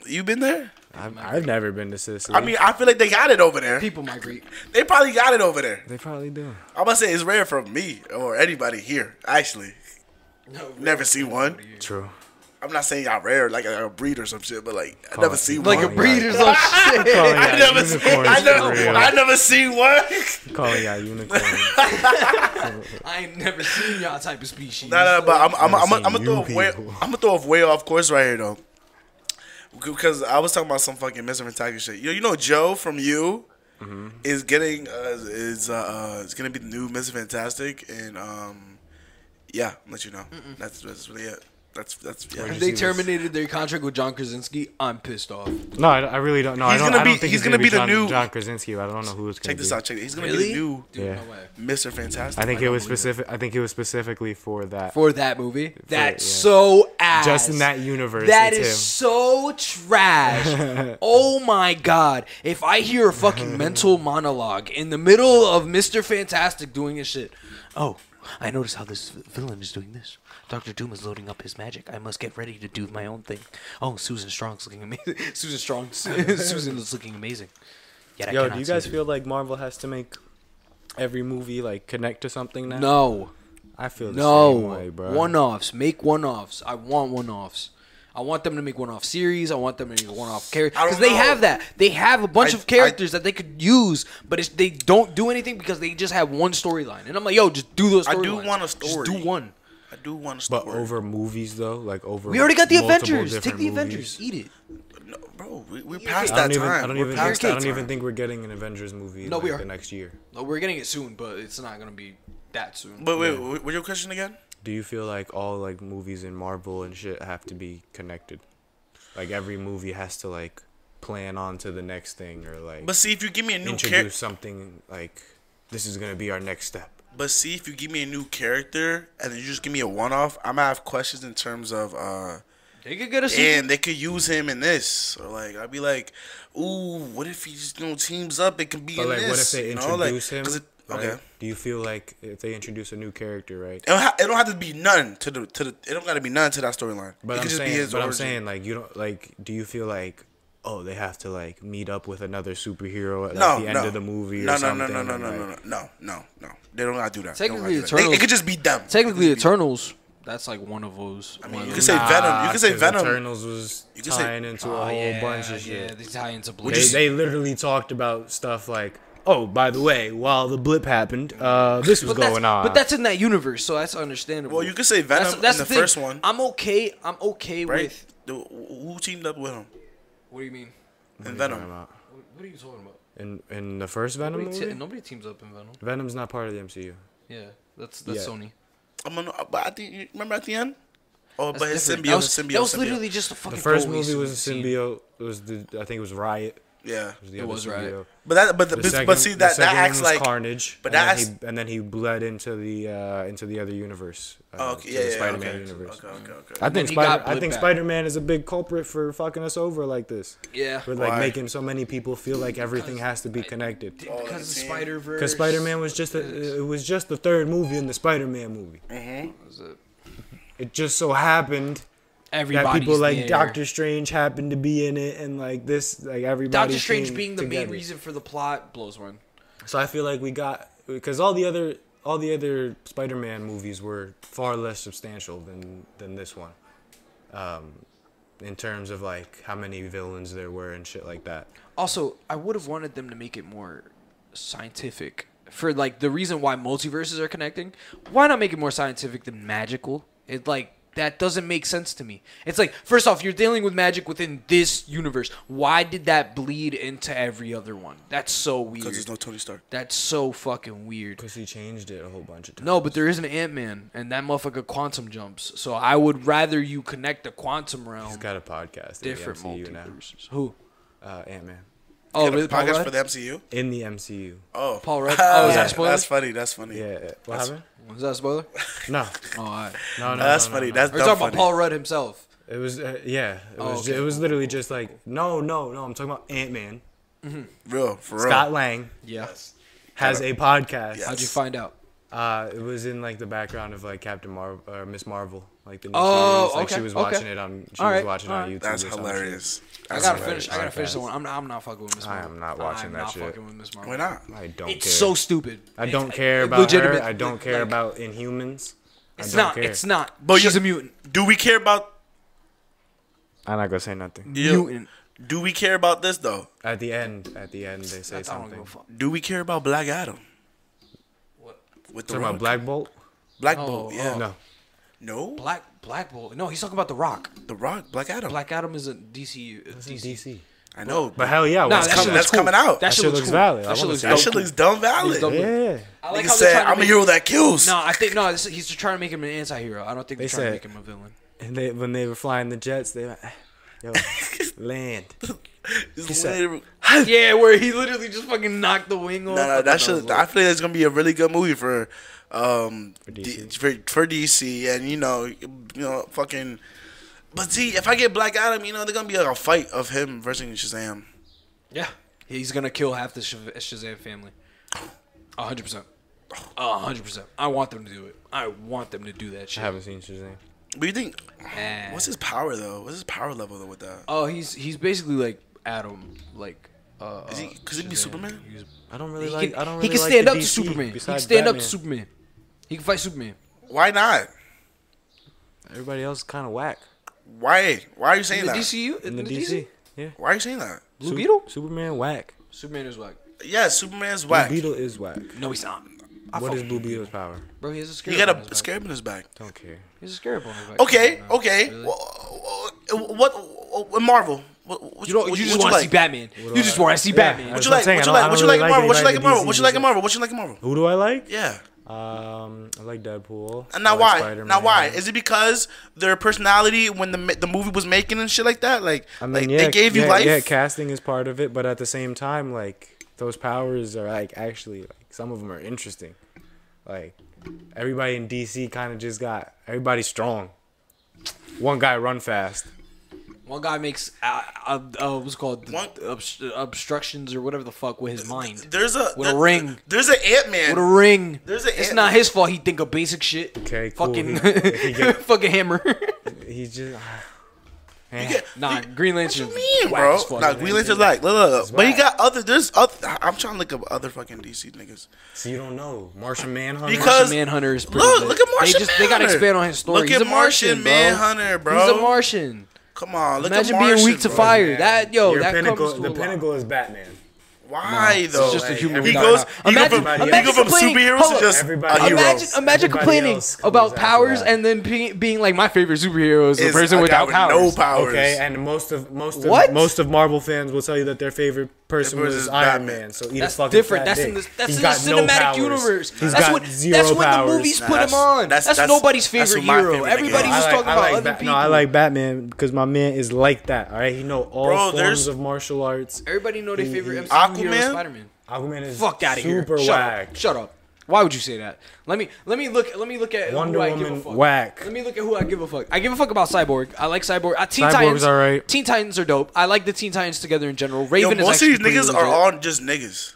Speaker 1: You been there?
Speaker 2: I've, I've never been to Sicily.
Speaker 1: I mean, I feel like they got it over there.
Speaker 3: People migrate.
Speaker 1: They probably got it over there.
Speaker 2: they probably do.
Speaker 1: I'm about to say it's rare for me or anybody here. Actually,
Speaker 3: No,
Speaker 1: <laughs> never seen one.
Speaker 2: True.
Speaker 1: I'm not saying y'all rare like a breed or some shit, but like <laughs> I never
Speaker 2: it-
Speaker 1: seen
Speaker 3: Like a
Speaker 1: one.
Speaker 2: Calling
Speaker 3: breed or
Speaker 2: out-
Speaker 3: some shit.
Speaker 1: <laughs>
Speaker 2: calling
Speaker 1: I
Speaker 2: out
Speaker 1: never, seen-
Speaker 2: unicorns
Speaker 1: I
Speaker 2: for
Speaker 1: never,
Speaker 2: real.
Speaker 1: I never seen
Speaker 2: <laughs>
Speaker 1: one.
Speaker 2: calling out unicorns.
Speaker 1: <laughs>
Speaker 3: I ain't never seen y'all type of species.
Speaker 1: No, no, but I'm, I'm,
Speaker 2: Never
Speaker 1: I'm,
Speaker 2: seen
Speaker 1: I'm, gonna
Speaker 2: you
Speaker 1: throw off way, I'm
Speaker 2: people.
Speaker 1: gonna throw off way off course right here though, because I was talking about some fucking Mr. Tiger shit. You know, you know Joe from You
Speaker 2: Mm-hmm.
Speaker 1: is getting uh, is uh, uh, is gonna be the new Mr. Fantastic, and um, yeah, I'll let you know. That's that's really it. That's that's yeah.
Speaker 3: If they terminated their contract with John Krasinski, I'm pissed off.
Speaker 2: No, I, I really don't know.
Speaker 1: He's
Speaker 2: I don't,
Speaker 1: gonna
Speaker 2: I don't
Speaker 1: be-
Speaker 2: think
Speaker 1: he's
Speaker 2: he's,
Speaker 1: gonna
Speaker 2: going to
Speaker 1: be
Speaker 2: be
Speaker 1: the
Speaker 2: John,
Speaker 1: new-
Speaker 2: John Krasinski. but I don't know who it's
Speaker 1: Check
Speaker 2: going to be.
Speaker 1: this out. Check it. He's gonna be
Speaker 3: Really?
Speaker 1: the new
Speaker 3: Dude,
Speaker 2: Yeah.
Speaker 3: no way.
Speaker 1: Mr. Fantastic.
Speaker 2: I think it was
Speaker 3: believe it.
Speaker 2: specific. I think it was specifically for that.
Speaker 3: For that movie, that's
Speaker 2: yeah.
Speaker 3: so ass.
Speaker 2: Just in that universe,
Speaker 3: That
Speaker 2: it's him.
Speaker 3: is so
Speaker 2: <laughs>
Speaker 3: trash. oh my god! If I hear a fucking mental monologue in the middle of Mister Fantastic doing his shit, oh, I notice how this v- villain is doing this. Doctor Doom is loading up his magic. I must get ready to do my own thing. Oh, Susan Strong's looking amazing. <laughs> Susan Strong, Susan is looking amazing. Yet I
Speaker 2: Yo,
Speaker 3: cannot
Speaker 2: do you
Speaker 3: see
Speaker 2: guys
Speaker 3: her.
Speaker 2: feel like Marvel has to make every movie like connect to something now?
Speaker 3: No.
Speaker 2: I feel the
Speaker 3: No,
Speaker 2: same way, bro.
Speaker 3: one offs. Make one offs. I want one offs. I want them to make one off series. I want them to make one off character
Speaker 1: I don't
Speaker 3: because they
Speaker 1: know.
Speaker 3: have that. They have a bunch
Speaker 1: I-
Speaker 3: of characters that they could use, but it's, they don't do anything because they just have one storyline. And I'm like, yo, just do those.
Speaker 1: I do
Speaker 3: storylines.
Speaker 1: want a
Speaker 3: Just
Speaker 1: story.
Speaker 3: do one.
Speaker 1: I do want to
Speaker 2: but
Speaker 1: story.
Speaker 2: over movies though, like over.
Speaker 3: We already got the
Speaker 2: multiple
Speaker 3: Avengers. Take the
Speaker 2: different
Speaker 3: Avengers.
Speaker 2: movies.
Speaker 3: Eat it.
Speaker 1: no, bro, we, we're
Speaker 3: You're
Speaker 1: past
Speaker 3: right.
Speaker 1: that
Speaker 2: I don't even.
Speaker 1: time.
Speaker 2: I don't
Speaker 1: We're
Speaker 2: even.
Speaker 1: past
Speaker 2: I
Speaker 1: that
Speaker 2: don't
Speaker 1: time.
Speaker 2: even think we're getting an Avengers movie.
Speaker 3: No,
Speaker 2: like,
Speaker 3: we are.
Speaker 2: the next year.
Speaker 3: No, we're getting it soon, but it's not gonna be that soon.
Speaker 1: But wait, wait, what's your question again?
Speaker 2: Do you feel like all like movies in Marvel and shit have to be connected? Like every movie has to like plan on to the next thing or like
Speaker 1: But see, if you give me a new
Speaker 2: introduce
Speaker 1: character,
Speaker 2: something like this is gonna be our next step.
Speaker 1: But see, if you give me a new character and then you just give me a one off, I'm gonna have questions in terms of, uh,
Speaker 3: they could get a sequel.
Speaker 1: and they could use him in this, or like I'd be like, ooh, what if he just you know teams up? It could be
Speaker 2: But
Speaker 1: in
Speaker 2: like,
Speaker 1: this.
Speaker 2: what if they
Speaker 1: you know, like,
Speaker 2: introduce
Speaker 1: 'cause
Speaker 2: him?
Speaker 1: It,
Speaker 2: right?
Speaker 1: okay,
Speaker 2: Do you feel like if they introduce a new character, right?
Speaker 1: it don't, ha- it don't have to be none to the to the. It don't gotta be none to that storyline.
Speaker 2: But
Speaker 1: it
Speaker 2: I'm
Speaker 1: could
Speaker 2: saying, but I'm
Speaker 1: origin.
Speaker 2: saying, like, you don't like. Do you feel like, oh, they have to like meet up with another superhero at like,
Speaker 1: no,
Speaker 2: the end
Speaker 1: no.
Speaker 2: of the movie
Speaker 1: No,
Speaker 2: or
Speaker 1: no,
Speaker 2: something?
Speaker 1: no, no, no,
Speaker 2: and,
Speaker 1: no, no,
Speaker 2: like-
Speaker 1: no, no, no, no. They don't gotta do that. They don't
Speaker 3: Technically,
Speaker 1: gotta do that. They-
Speaker 3: Eternals-
Speaker 1: It could just be them.
Speaker 3: Technically, Eternals. That's like one of those. I
Speaker 1: mean, you
Speaker 3: of
Speaker 1: could
Speaker 3: those-
Speaker 1: say Venom. You
Speaker 2: Ah,
Speaker 1: could say
Speaker 2: 'cause
Speaker 1: Venom.
Speaker 2: Eternals was
Speaker 1: You could say-
Speaker 2: tying into
Speaker 3: Oh,
Speaker 2: a whole
Speaker 3: yeah,
Speaker 2: bunch of
Speaker 3: Yeah,
Speaker 2: shit.
Speaker 3: the Italians of
Speaker 2: They, they literally talked about stuff like, oh, by the way, while the blip happened, uh, this was
Speaker 3: but that's-
Speaker 2: going on.
Speaker 3: But that's in that universe, so that's understandable.
Speaker 1: Well, you could say Venom in the
Speaker 3: thing.
Speaker 1: first one,
Speaker 3: I'm okay. I'm okay
Speaker 1: right?
Speaker 3: with.
Speaker 1: The- Who teamed up with him
Speaker 3: What do you mean?
Speaker 1: in
Speaker 2: What are you
Speaker 1: Venom?
Speaker 2: talking about?
Speaker 3: What, what are you talking about?
Speaker 2: in in the first Venom
Speaker 3: Nobody,
Speaker 2: movie.
Speaker 3: te- nobody teams up in Venom.
Speaker 2: Venom's not part of the MCU.
Speaker 3: Yeah, that's that's
Speaker 2: Yeah.
Speaker 3: Sony.
Speaker 1: I'm gonna, uh, but I think you remember at the end. Oh, but his
Speaker 3: That's
Speaker 1: symbiote,
Speaker 3: different. That was,
Speaker 1: his symbiote,
Speaker 3: that was
Speaker 1: symbiote.
Speaker 3: literally just a fucking.
Speaker 2: The first
Speaker 3: throwaway
Speaker 2: movie was a
Speaker 3: scene.
Speaker 2: symbiote. It was the I think it was Riot.
Speaker 1: yeah.
Speaker 2: Was the
Speaker 3: It
Speaker 2: other
Speaker 3: was Riot.
Speaker 2: symbiote.
Speaker 1: But that, but the,
Speaker 2: The
Speaker 1: but-
Speaker 2: second,
Speaker 1: but see
Speaker 2: the
Speaker 1: that that
Speaker 2: second one
Speaker 1: acts
Speaker 2: was
Speaker 1: like.
Speaker 2: Carnage.
Speaker 1: but
Speaker 2: and
Speaker 1: that
Speaker 2: then
Speaker 1: acts-
Speaker 2: he, and then he bled into the uh, into the other universe. Uh,
Speaker 1: Oh, okay,
Speaker 2: to
Speaker 1: yeah,
Speaker 2: the
Speaker 1: yeah,
Speaker 2: Spider-Man
Speaker 1: okay.
Speaker 2: universe.
Speaker 1: okay, okay, okay.
Speaker 2: I think
Speaker 3: he got
Speaker 2: Spider I
Speaker 3: bled
Speaker 2: think
Speaker 3: back.
Speaker 2: Spider Man is a big culprit for fucking us over like this.
Speaker 3: Yeah.
Speaker 2: With like
Speaker 1: Why?
Speaker 2: making so many people feel like everything has to be connected.
Speaker 1: Oh,
Speaker 3: Because the
Speaker 1: team.
Speaker 3: Spider Verse.
Speaker 2: Because Spider Man was just a, it was just the third movie in the Spider Man movie. It just so happened that
Speaker 3: Everybody's
Speaker 2: people like
Speaker 3: there.
Speaker 2: Doctor Strange happened to be in it, and like this, like everybody.
Speaker 3: Doctor Strange
Speaker 2: came
Speaker 3: being the main
Speaker 2: together.
Speaker 3: reason for the plot blows one.
Speaker 2: So I feel like we got because all the other all the other Spider-Man movies were far less substantial than than this one, um, in terms of like how many villains there were and shit like that.
Speaker 3: Also, I would have wanted them to make it more scientific for like the reason why multiverses are connecting. Why not make it more scientific than magical? It like that doesn't make sense to me. It's like first off, you're dealing with magic within this universe. Why did that bleed into every other one? That's so
Speaker 1: Because
Speaker 3: weird.
Speaker 1: there's no Tony Stark.
Speaker 3: That's so fucking weird.
Speaker 2: Because he changed it a whole bunch of times.
Speaker 3: No, but there is an Ant Man, and that motherfucker quantum jumps. So I would rather you connect the quantum realm
Speaker 2: he's got a podcast. in the
Speaker 3: different
Speaker 2: MCU now.
Speaker 3: multiverses. Who?
Speaker 2: Uh, Ant Man.
Speaker 3: Oh,
Speaker 1: Got a
Speaker 3: really? Paul
Speaker 1: podcast
Speaker 3: Rudd?
Speaker 1: for the MCU.
Speaker 2: in the MCU.
Speaker 1: Oh, <laughs>
Speaker 3: Paul Rudd? Oh, is that a spoiler?
Speaker 1: That's funny. That's funny.
Speaker 2: Yeah. What
Speaker 1: That's-
Speaker 2: happened?
Speaker 3: Was that a spoiler?
Speaker 1: <laughs>
Speaker 2: No.
Speaker 3: Oh, all right.
Speaker 2: No. No.
Speaker 1: That's
Speaker 2: no, no,
Speaker 1: funny.
Speaker 2: no.
Speaker 1: That's
Speaker 3: We're
Speaker 1: dumb
Speaker 3: talking
Speaker 1: funny.
Speaker 3: about Paul Rudd himself.
Speaker 2: It was. Uh, yeah. It
Speaker 3: Oh,
Speaker 2: was.
Speaker 3: okay.
Speaker 2: It was literally just like no, no, no. I'm talking about Ant Man.
Speaker 1: Real for real.
Speaker 2: Scott Lang
Speaker 3: Yeah.
Speaker 2: has a podcast.
Speaker 1: Yeah.
Speaker 3: How'd you find out?
Speaker 2: Uh, it was in like the background of like Captain Marvel or Miss Marvel, like the new
Speaker 3: Oh,
Speaker 2: series. Like
Speaker 3: okay,
Speaker 2: she was
Speaker 3: okay.
Speaker 2: watching it on. She
Speaker 3: All
Speaker 2: was
Speaker 3: right,
Speaker 2: watching it
Speaker 3: all
Speaker 2: on
Speaker 3: right.
Speaker 2: YouTube.
Speaker 1: That's
Speaker 2: or some shit.
Speaker 1: hilarious.
Speaker 3: I
Speaker 1: That's
Speaker 3: gotta
Speaker 1: hilarious.
Speaker 3: finish. I gotta finish
Speaker 2: podcast.
Speaker 3: the one. I'm, I'm not fucking with Miss
Speaker 2: I
Speaker 3: Marvel.
Speaker 2: am not watching
Speaker 3: I'm
Speaker 2: that
Speaker 3: not
Speaker 2: shit.
Speaker 3: fucking with Miss Marvel.
Speaker 1: Why not?
Speaker 2: I don't
Speaker 3: It's
Speaker 2: care.
Speaker 3: so stupid.
Speaker 2: I
Speaker 3: It's-
Speaker 2: don't
Speaker 3: like,
Speaker 2: care about
Speaker 3: legitimate-
Speaker 2: her. I don't care
Speaker 3: like,
Speaker 2: about Inhumans. I
Speaker 3: It's
Speaker 2: don't
Speaker 3: not.
Speaker 2: care.
Speaker 3: It's not.
Speaker 1: But
Speaker 3: she's
Speaker 1: you-
Speaker 3: a mutant.
Speaker 1: Do we care about?
Speaker 2: I'm not gonna say nothing.
Speaker 3: Mutant.
Speaker 1: Do we care about this though?
Speaker 2: At the end, at the end, they say
Speaker 3: I don't give
Speaker 2: something.
Speaker 3: a fuck.
Speaker 1: Do we care about Black Adam?
Speaker 3: What?
Speaker 1: With the
Speaker 2: Talking about
Speaker 1: Rock?
Speaker 2: Black Bolt?
Speaker 1: Black
Speaker 3: Oh,
Speaker 1: Bolt, yeah.
Speaker 2: No.
Speaker 1: No,
Speaker 3: Black Black Bolt. No, he's talking about The Rock.
Speaker 1: The Rock, Black Adam.
Speaker 3: Black Adam isn't DCU. It's DC.
Speaker 2: DC.
Speaker 1: I know, but
Speaker 2: But hell yeah,
Speaker 3: uh, Nah,
Speaker 2: what's
Speaker 3: that
Speaker 1: coming-
Speaker 3: shit
Speaker 2: coming?
Speaker 1: that's
Speaker 3: looks cool.
Speaker 1: coming out.
Speaker 3: That,
Speaker 2: That
Speaker 3: shit
Speaker 2: shit
Speaker 3: looks
Speaker 2: looks
Speaker 3: cool.
Speaker 2: valid. I
Speaker 3: That shit
Speaker 2: wanna
Speaker 3: looks
Speaker 2: see
Speaker 1: that
Speaker 3: dope.
Speaker 1: shit looks dumb valid.
Speaker 3: dope.
Speaker 1: Nigga
Speaker 2: Yeah.
Speaker 3: I like how they're
Speaker 1: said,
Speaker 3: trying to
Speaker 1: "I'm a
Speaker 3: make-
Speaker 1: hero that kills."
Speaker 3: No, I think no. This, he's just trying to make him an anti-hero. I don't think they're
Speaker 2: They
Speaker 3: trying to
Speaker 2: said-
Speaker 3: make him a villain.
Speaker 2: And they, when they were flying the jets, they were,
Speaker 3: <laughs>
Speaker 2: yo, land.
Speaker 1: It's
Speaker 2: said-
Speaker 1: literally- <laughs>
Speaker 3: yeah, where he literally just fucking knocked the wing off.
Speaker 1: No, no, that should.
Speaker 3: shit.
Speaker 1: I feel like it's gonna be a really good movie for, um, for
Speaker 2: DC.
Speaker 1: DC. for, for DC, and you know, you know, fucking. But see, if I get Black Adam, you know, they're gonna be like a fight of him versus Shazam.
Speaker 3: yeah, he's gonna kill half the Shaz- Shazam family. A hundred percent. A hundred percent. I want them to do it. I want them to do that
Speaker 2: I
Speaker 3: shit.
Speaker 2: haven't seen Shazam.
Speaker 1: But you think,
Speaker 3: Man.
Speaker 1: what's his power though? What's his power level though with that?
Speaker 3: Oh, he's he's basically like Adam, like. Uh,
Speaker 1: Is he-
Speaker 3: uh,
Speaker 1: could he be
Speaker 3: Shazam.
Speaker 1: Superman?
Speaker 3: He's-
Speaker 2: I don't
Speaker 3: He
Speaker 2: really
Speaker 3: can,
Speaker 2: like. I don't really
Speaker 3: he can
Speaker 2: like
Speaker 3: stand
Speaker 2: the
Speaker 3: up to
Speaker 2: DC
Speaker 3: Superman. He can
Speaker 2: besides
Speaker 3: stand up
Speaker 2: Batman.
Speaker 3: to Superman. He can fight Superman.
Speaker 1: Why not?
Speaker 2: Everybody else is kind of whack.
Speaker 1: Why? Why are you
Speaker 3: In
Speaker 1: saying
Speaker 3: the
Speaker 1: that?
Speaker 3: DCU,
Speaker 2: In the DC. Yeah.
Speaker 1: Why are you saying that?
Speaker 3: Blue
Speaker 2: Sup-
Speaker 3: Beetle,
Speaker 2: Superman whack.
Speaker 3: Superman is like,
Speaker 1: Yeah, Superman's
Speaker 2: Blue
Speaker 1: whack.
Speaker 2: Beetle is whack.
Speaker 3: no, he's not. I
Speaker 2: What
Speaker 3: fuck-
Speaker 2: is Blue Beetle's power?
Speaker 3: Bro, he has a scare.
Speaker 1: He got a scarab in his back.
Speaker 2: Don't care.
Speaker 3: He's a scarab on his back.
Speaker 1: Okay,
Speaker 3: Come on, man.
Speaker 1: okay.
Speaker 3: Really?
Speaker 1: What, what, what Marvel? What, what
Speaker 3: You don't.
Speaker 1: what
Speaker 3: you
Speaker 1: what
Speaker 3: just want to
Speaker 1: like?
Speaker 3: see Batman. You just want to see Batman.
Speaker 1: What
Speaker 2: That's
Speaker 1: you
Speaker 2: what I'm
Speaker 1: like?
Speaker 2: saying,
Speaker 1: What
Speaker 2: I
Speaker 1: you
Speaker 2: don't- I
Speaker 1: like? What
Speaker 2: don't
Speaker 1: you like in
Speaker 2: really
Speaker 1: Marvel?
Speaker 2: like
Speaker 1: What you like in
Speaker 2: anybody
Speaker 1: Marvel? What you like in Marvel? What you like
Speaker 2: DC's.
Speaker 1: in Marvel?
Speaker 2: Who do I like?
Speaker 1: Yeah.
Speaker 2: Um, I like Deadpool.
Speaker 1: And now
Speaker 2: I like
Speaker 1: why?
Speaker 2: Spider-Man.
Speaker 1: Now why? Is it because their personality when the ma- the movie was making and shit like that? Like,
Speaker 2: I mean,
Speaker 1: like
Speaker 2: yeah,
Speaker 1: they gave you
Speaker 2: yeah,
Speaker 1: life.
Speaker 2: Yeah, casting is part of it, but at the same time, like those powers are like actually like some of them are interesting. Like everybody in DC kind of just got everybody strong. One guy run fast.
Speaker 3: One guy makes uh, uh, uh, what's called
Speaker 1: One-
Speaker 3: obst- obstructions or whatever the fuck with his mind.
Speaker 1: There's a
Speaker 3: With a
Speaker 1: there-
Speaker 3: ring.
Speaker 1: There's an Ant
Speaker 3: With
Speaker 1: Man.
Speaker 3: a ring.
Speaker 1: There's a
Speaker 3: it's
Speaker 1: ant-
Speaker 3: not his fault. He think of basic shit.
Speaker 2: Okay, cool.
Speaker 3: Fucking, <laughs>
Speaker 2: He- he get-
Speaker 3: fucking hammer.
Speaker 2: He's just <sighs>
Speaker 3: nah, Green Lantern.
Speaker 1: What you mean,
Speaker 3: whack
Speaker 1: bro?
Speaker 3: as fuck,
Speaker 1: Nah,
Speaker 3: man.
Speaker 1: Green Lantern's like, look, look, look. but he
Speaker 2: whack.
Speaker 1: got other. There's other. I'm trying to look up other fucking DC niggas.
Speaker 2: so you don't know Martian Manhunter.
Speaker 1: Because-
Speaker 3: Martian Manhunter is pretty
Speaker 1: Look,
Speaker 3: lit.
Speaker 1: look at Martian.
Speaker 3: They just they gotta
Speaker 1: Manhunter.
Speaker 3: expand on his story.
Speaker 1: Look
Speaker 3: He's
Speaker 1: at
Speaker 3: a Martian,
Speaker 1: Martian
Speaker 3: bro.
Speaker 1: Manhunter, bro.
Speaker 3: He's a Martian.
Speaker 1: Come on, look
Speaker 3: Imagine
Speaker 1: at Martian,
Speaker 3: being weak to
Speaker 1: bro.
Speaker 3: fire. That yo,
Speaker 2: your
Speaker 3: that
Speaker 2: pinnacle,
Speaker 3: comes to
Speaker 2: the
Speaker 3: a lot.
Speaker 2: pinnacle is Batman.
Speaker 1: Why
Speaker 3: it's
Speaker 1: though?
Speaker 3: just a
Speaker 1: Like,
Speaker 3: human
Speaker 1: He
Speaker 3: being.
Speaker 1: goes.
Speaker 3: Nah,
Speaker 1: He
Speaker 3: nah.
Speaker 1: go from,
Speaker 2: Imagine-
Speaker 1: he go from
Speaker 3: imagine
Speaker 1: superheroes
Speaker 3: complaining-
Speaker 1: to just
Speaker 2: Everybody-
Speaker 1: a hero.
Speaker 3: Imagine, imagine
Speaker 2: Everybody
Speaker 3: complaining
Speaker 2: else comes
Speaker 3: about
Speaker 2: after
Speaker 3: powers
Speaker 2: that.
Speaker 3: and then pe- being like, my favorite superhero is the
Speaker 1: Is
Speaker 3: person
Speaker 1: a guy
Speaker 3: without
Speaker 1: with
Speaker 3: powers.
Speaker 1: No powers.
Speaker 2: Okay, and most of most of
Speaker 3: What?
Speaker 2: most of Marvel fans will tell you that their favorite person
Speaker 1: Their person
Speaker 2: was
Speaker 1: is
Speaker 2: Iron
Speaker 1: Batman.
Speaker 2: Man. So eat
Speaker 3: That's
Speaker 2: a fucking
Speaker 3: different.
Speaker 2: fat
Speaker 3: That's in
Speaker 2: dick.
Speaker 3: the that's
Speaker 2: He's
Speaker 3: in the
Speaker 2: got no
Speaker 3: cinematic
Speaker 2: powers.
Speaker 3: universe.
Speaker 2: He's
Speaker 3: that's
Speaker 2: got
Speaker 3: when
Speaker 2: zero
Speaker 3: that's when
Speaker 2: powers.
Speaker 3: the movies
Speaker 1: Nah,
Speaker 3: put him
Speaker 1: that's-
Speaker 3: on. That's,
Speaker 1: that's- that's-
Speaker 3: nobody's
Speaker 1: that's
Speaker 3: favorite
Speaker 1: who my
Speaker 3: hero.
Speaker 1: favorite nigga
Speaker 3: Everybody
Speaker 1: is.
Speaker 3: was
Speaker 2: I like,
Speaker 3: talking
Speaker 2: I
Speaker 3: about
Speaker 2: like
Speaker 3: other
Speaker 2: Bat-
Speaker 3: people.
Speaker 2: No, I like Batman because my man is like that. All right, he know all
Speaker 1: Bro,
Speaker 2: forms
Speaker 1: there's-
Speaker 2: of martial arts.
Speaker 3: Everybody know their
Speaker 2: He-
Speaker 3: favorite
Speaker 2: he-
Speaker 3: MCU Aquaman?
Speaker 1: Aquaman?
Speaker 3: hero, Spider-Man.
Speaker 2: Aquaman is
Speaker 3: Fuck out of here.
Speaker 2: super
Speaker 3: Shut
Speaker 2: whack.
Speaker 3: up. Shut up. Why would you say that? Let me let me look let me look at
Speaker 2: Wonder
Speaker 3: who I give a
Speaker 2: Woman
Speaker 3: fuck.
Speaker 2: whack.
Speaker 3: Let me look at who I give a fuck. I give a fuck about Cyborg. I like Cyborg. Uh, Teen
Speaker 2: Cyborg's
Speaker 3: Titans
Speaker 2: alright.
Speaker 3: Teen Titans are dope. I like the Teen Titans together in general.
Speaker 1: Yo,
Speaker 3: Raven is
Speaker 1: most of
Speaker 3: actually
Speaker 1: these niggas
Speaker 3: pretty
Speaker 1: are
Speaker 3: legit.
Speaker 1: all just niggas.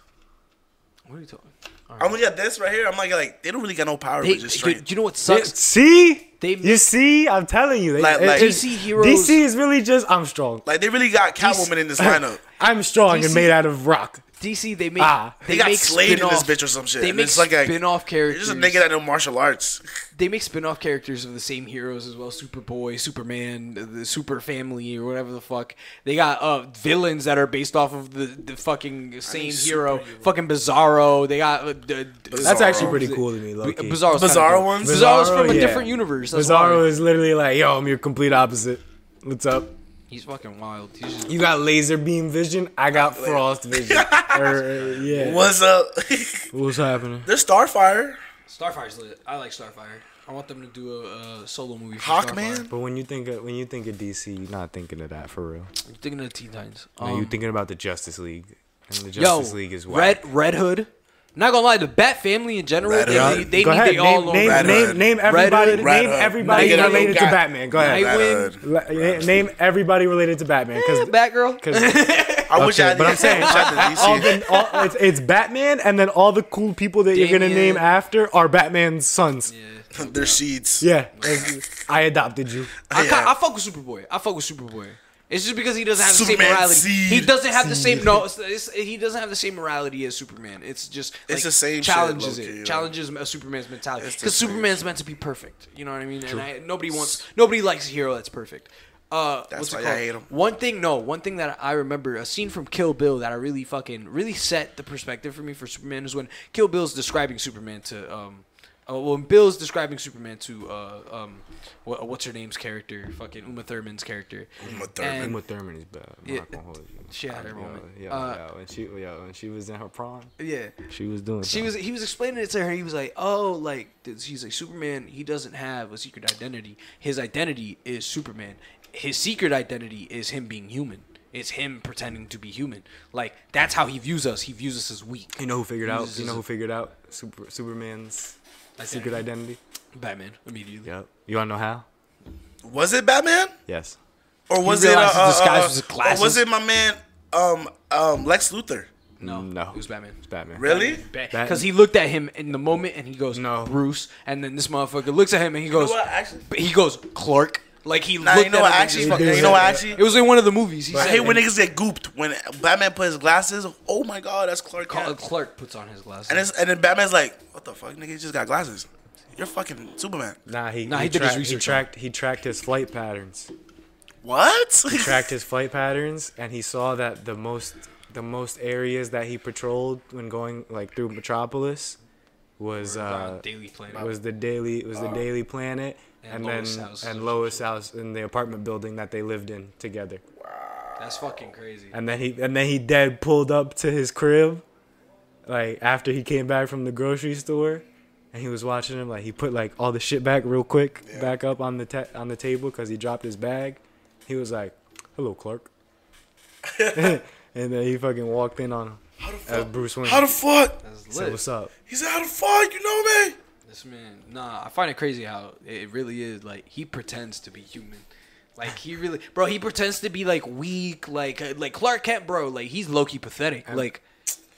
Speaker 3: What are you talking?
Speaker 1: I'm looking at this right here. I'm like, like they don't really got no power,
Speaker 3: They,
Speaker 1: but just
Speaker 3: do, do
Speaker 1: strength.
Speaker 3: you know what
Speaker 2: Yeah,
Speaker 3: sucks?
Speaker 2: see,
Speaker 3: They-
Speaker 2: you see, I'm telling you, they,
Speaker 1: Like-
Speaker 2: it-
Speaker 1: like-
Speaker 2: it's-
Speaker 3: DC heroes-
Speaker 2: DC is really just I'm strong.
Speaker 1: like they really got Catwoman
Speaker 3: <laughs>
Speaker 1: in this lineup.
Speaker 2: I'm strong and
Speaker 3: DC
Speaker 2: made out of rock.
Speaker 3: DC they make
Speaker 2: Ah.
Speaker 1: They,
Speaker 3: they,
Speaker 1: got
Speaker 3: make
Speaker 1: Slade in this
Speaker 3: spin-off-
Speaker 1: bitch or some shit.
Speaker 3: They
Speaker 1: and
Speaker 3: make
Speaker 1: it's like a,
Speaker 3: spin-off
Speaker 1: You're
Speaker 3: characters.
Speaker 1: just a nigga that know martial arts.
Speaker 3: they make spin-off characters of the same heroes as well superboy superman the super family or whatever the fuck they got uh villains that are based off of the, the fucking same hero fucking bizarro they got uh, the,
Speaker 1: That's
Speaker 2: That's
Speaker 1: Bizarro.
Speaker 2: actually pretty cool to me,
Speaker 3: B-
Speaker 2: low key.
Speaker 3: bizarro's kinda
Speaker 1: Bizarro
Speaker 3: dope.
Speaker 1: ones?
Speaker 3: bizarro's from a
Speaker 2: yeah.
Speaker 3: different universe that's
Speaker 2: Bizarro
Speaker 3: why.
Speaker 2: is literally like, yo, I'm your complete opposite. What's up?
Speaker 3: he's fucking wild he's just
Speaker 2: You got laser beam vision. I got frost
Speaker 3: <laughs>
Speaker 2: vision. Er, yeah.
Speaker 1: What's up? <laughs>
Speaker 2: What's happening?
Speaker 1: There's Starfire,
Speaker 3: starfire's lit i like starfire i want them to do a, a solo movie for
Speaker 1: Hawkman.
Speaker 2: But when you think of, when you think of DC, you're not thinking of that for real.
Speaker 3: Starfire. i'm thinking of teen titans
Speaker 2: No, you're thinking about the Justice League. and the Justice
Speaker 3: Um, Yo,
Speaker 2: League is wild.
Speaker 3: Red Red Hood. Not gonna lie, the Bat family in general,
Speaker 1: Red
Speaker 3: they,
Speaker 1: Hood.
Speaker 3: they, they
Speaker 2: Go
Speaker 3: need
Speaker 2: ahead.
Speaker 3: they all
Speaker 2: name,
Speaker 1: Red
Speaker 3: over.
Speaker 2: name,
Speaker 1: Hood.
Speaker 2: name, name everybody.
Speaker 1: Red
Speaker 2: name
Speaker 1: Hood.
Speaker 2: everybody
Speaker 3: Nightwing.
Speaker 2: related to
Speaker 3: Got-
Speaker 2: Batman. Go ahead.
Speaker 3: Nightwing.
Speaker 2: Le- na- name everybody related to Batman because
Speaker 3: Batgirl.
Speaker 1: I wish I
Speaker 2: Okay,
Speaker 1: had
Speaker 2: but I'm saying,
Speaker 1: I wish <laughs> I had the
Speaker 2: all
Speaker 1: DC.
Speaker 2: the all, <laughs> it's, it's Batman, and then all the cool people that you're gonna
Speaker 3: Damien.
Speaker 2: name after are Batman's sons.
Speaker 1: <laughs> Their seeds.
Speaker 2: Yeah, like, I adopted you.
Speaker 3: I, ca-
Speaker 1: Yeah.
Speaker 3: I fuck with Superboy. I fuck with Superboy. It's just because he doesn't have the
Speaker 1: Superman
Speaker 3: same morality. He
Speaker 1: seed.
Speaker 3: doesn't have the same no. It's, it's, he doesn't have the same morality as Superman. It's just like,
Speaker 1: It's the same
Speaker 3: challenges
Speaker 1: shit, low-key,
Speaker 3: it
Speaker 1: like-
Speaker 3: challenges a Superman's mentality
Speaker 1: It's the
Speaker 3: because
Speaker 1: same
Speaker 3: Superman's meant to be perfect. You know what I mean? And I, nobody wants nobody likes a hero that's perfect. Uh,
Speaker 1: That's
Speaker 3: what's it
Speaker 1: why I
Speaker 3: called?
Speaker 1: hate 'em.
Speaker 3: One thing, no, one thing that I remember, a scene from Kill Bill that I really fucking really set the perspective for me for Superman is when Kill Bill's describing Superman to um, uh, when Bill's describing Superman to uh, um, what, what's her name's character, fucking Uma Thurman's character.
Speaker 1: Uma Thurman.
Speaker 3: And-
Speaker 2: Uma Thurman is bad. I'm
Speaker 3: Yeah,
Speaker 2: not gonna hold you.
Speaker 3: she had her moment.
Speaker 2: Yo, yo,
Speaker 3: Uh,
Speaker 2: yo, when she, yo, when she was in her prime,
Speaker 3: yeah.
Speaker 2: she was doing.
Speaker 3: She was he was explaining it to her. He was like, "Oh, like th- he's like Superman. He doesn't have a secret identity. His identity is Superman. His secret identity is him being human. It's him pretending to be human. Like that's how he views us. He views us as weak.
Speaker 2: You know who figured out?
Speaker 3: This
Speaker 2: You
Speaker 3: is
Speaker 2: know
Speaker 3: a-
Speaker 2: who figured out Super, Superman's secret identity?
Speaker 3: Batman immediately.
Speaker 2: Yep. You wanna know how?
Speaker 1: Was it Batman?
Speaker 2: Yes.
Speaker 1: Or was it uh,
Speaker 3: realized his
Speaker 1: uh,
Speaker 3: disguise
Speaker 1: uh,
Speaker 3: was
Speaker 1: or was
Speaker 3: his glasses.
Speaker 1: it my man um um Lex Luthor?
Speaker 3: No,
Speaker 2: No.
Speaker 3: it was Batman.
Speaker 2: It's Batman.
Speaker 1: Really?
Speaker 2: Bat-
Speaker 3: Because he looked at him in the moment and he goes,
Speaker 2: No.
Speaker 3: Bruce." And then this motherfucker looks at him and he goes,
Speaker 1: what, actually-
Speaker 3: but he goes, "Clark." Like he
Speaker 1: Nah,
Speaker 3: looked
Speaker 1: you know
Speaker 3: at
Speaker 1: what
Speaker 3: him. and just
Speaker 1: actually
Speaker 3: fucking
Speaker 1: you
Speaker 3: said
Speaker 1: know what
Speaker 3: it.
Speaker 1: actually
Speaker 3: It was in one of the movies. He
Speaker 1: I
Speaker 3: said
Speaker 1: hate
Speaker 3: it.
Speaker 1: when niggas get gooped when Batman puts his glasses. Oh my god, that's Clark
Speaker 3: Cl-
Speaker 1: Kent.
Speaker 3: Clark puts on his glasses.
Speaker 1: And it's, and then Batman's like, what the fuck, nigga? You just got glasses. You're fucking Superman.
Speaker 2: Nah, he,
Speaker 3: Nah,
Speaker 2: he,
Speaker 3: he did his
Speaker 2: tra-
Speaker 3: research on it.
Speaker 2: He tracked, he tracked his flight patterns.
Speaker 1: What? <laughs>
Speaker 2: tracked his flight patterns and he saw that the most the most areas that he patrolled when going like through Metropolis was uh
Speaker 3: Daily Planet.
Speaker 2: was the daily was the Daily Planet and,
Speaker 3: And
Speaker 2: then
Speaker 3: Lois' house.
Speaker 2: and Lois house in the apartment building that they lived in together.
Speaker 3: That's fucking crazy.
Speaker 2: And then he and then he dead pulled up to his crib like after he came back from the grocery store and he was watching him like he put like all the shit back real quick back up on the ta- on the table cuz he dropped his bag. He was like, "Hello, Clark." <laughs> and then he fucking walked in on him. How the fuck? Bruce Wayne.
Speaker 1: How the fuck?
Speaker 3: That's
Speaker 2: said,
Speaker 3: lit.
Speaker 2: "What's up?"
Speaker 1: He said, how the fuck? You know me?
Speaker 3: This man, nah, I find it crazy how it really is. Like he pretends to be human. Like he really, bro. He pretends to be like weak, like uh, like Clark Kent, bro. Like he's low key pathetic. Like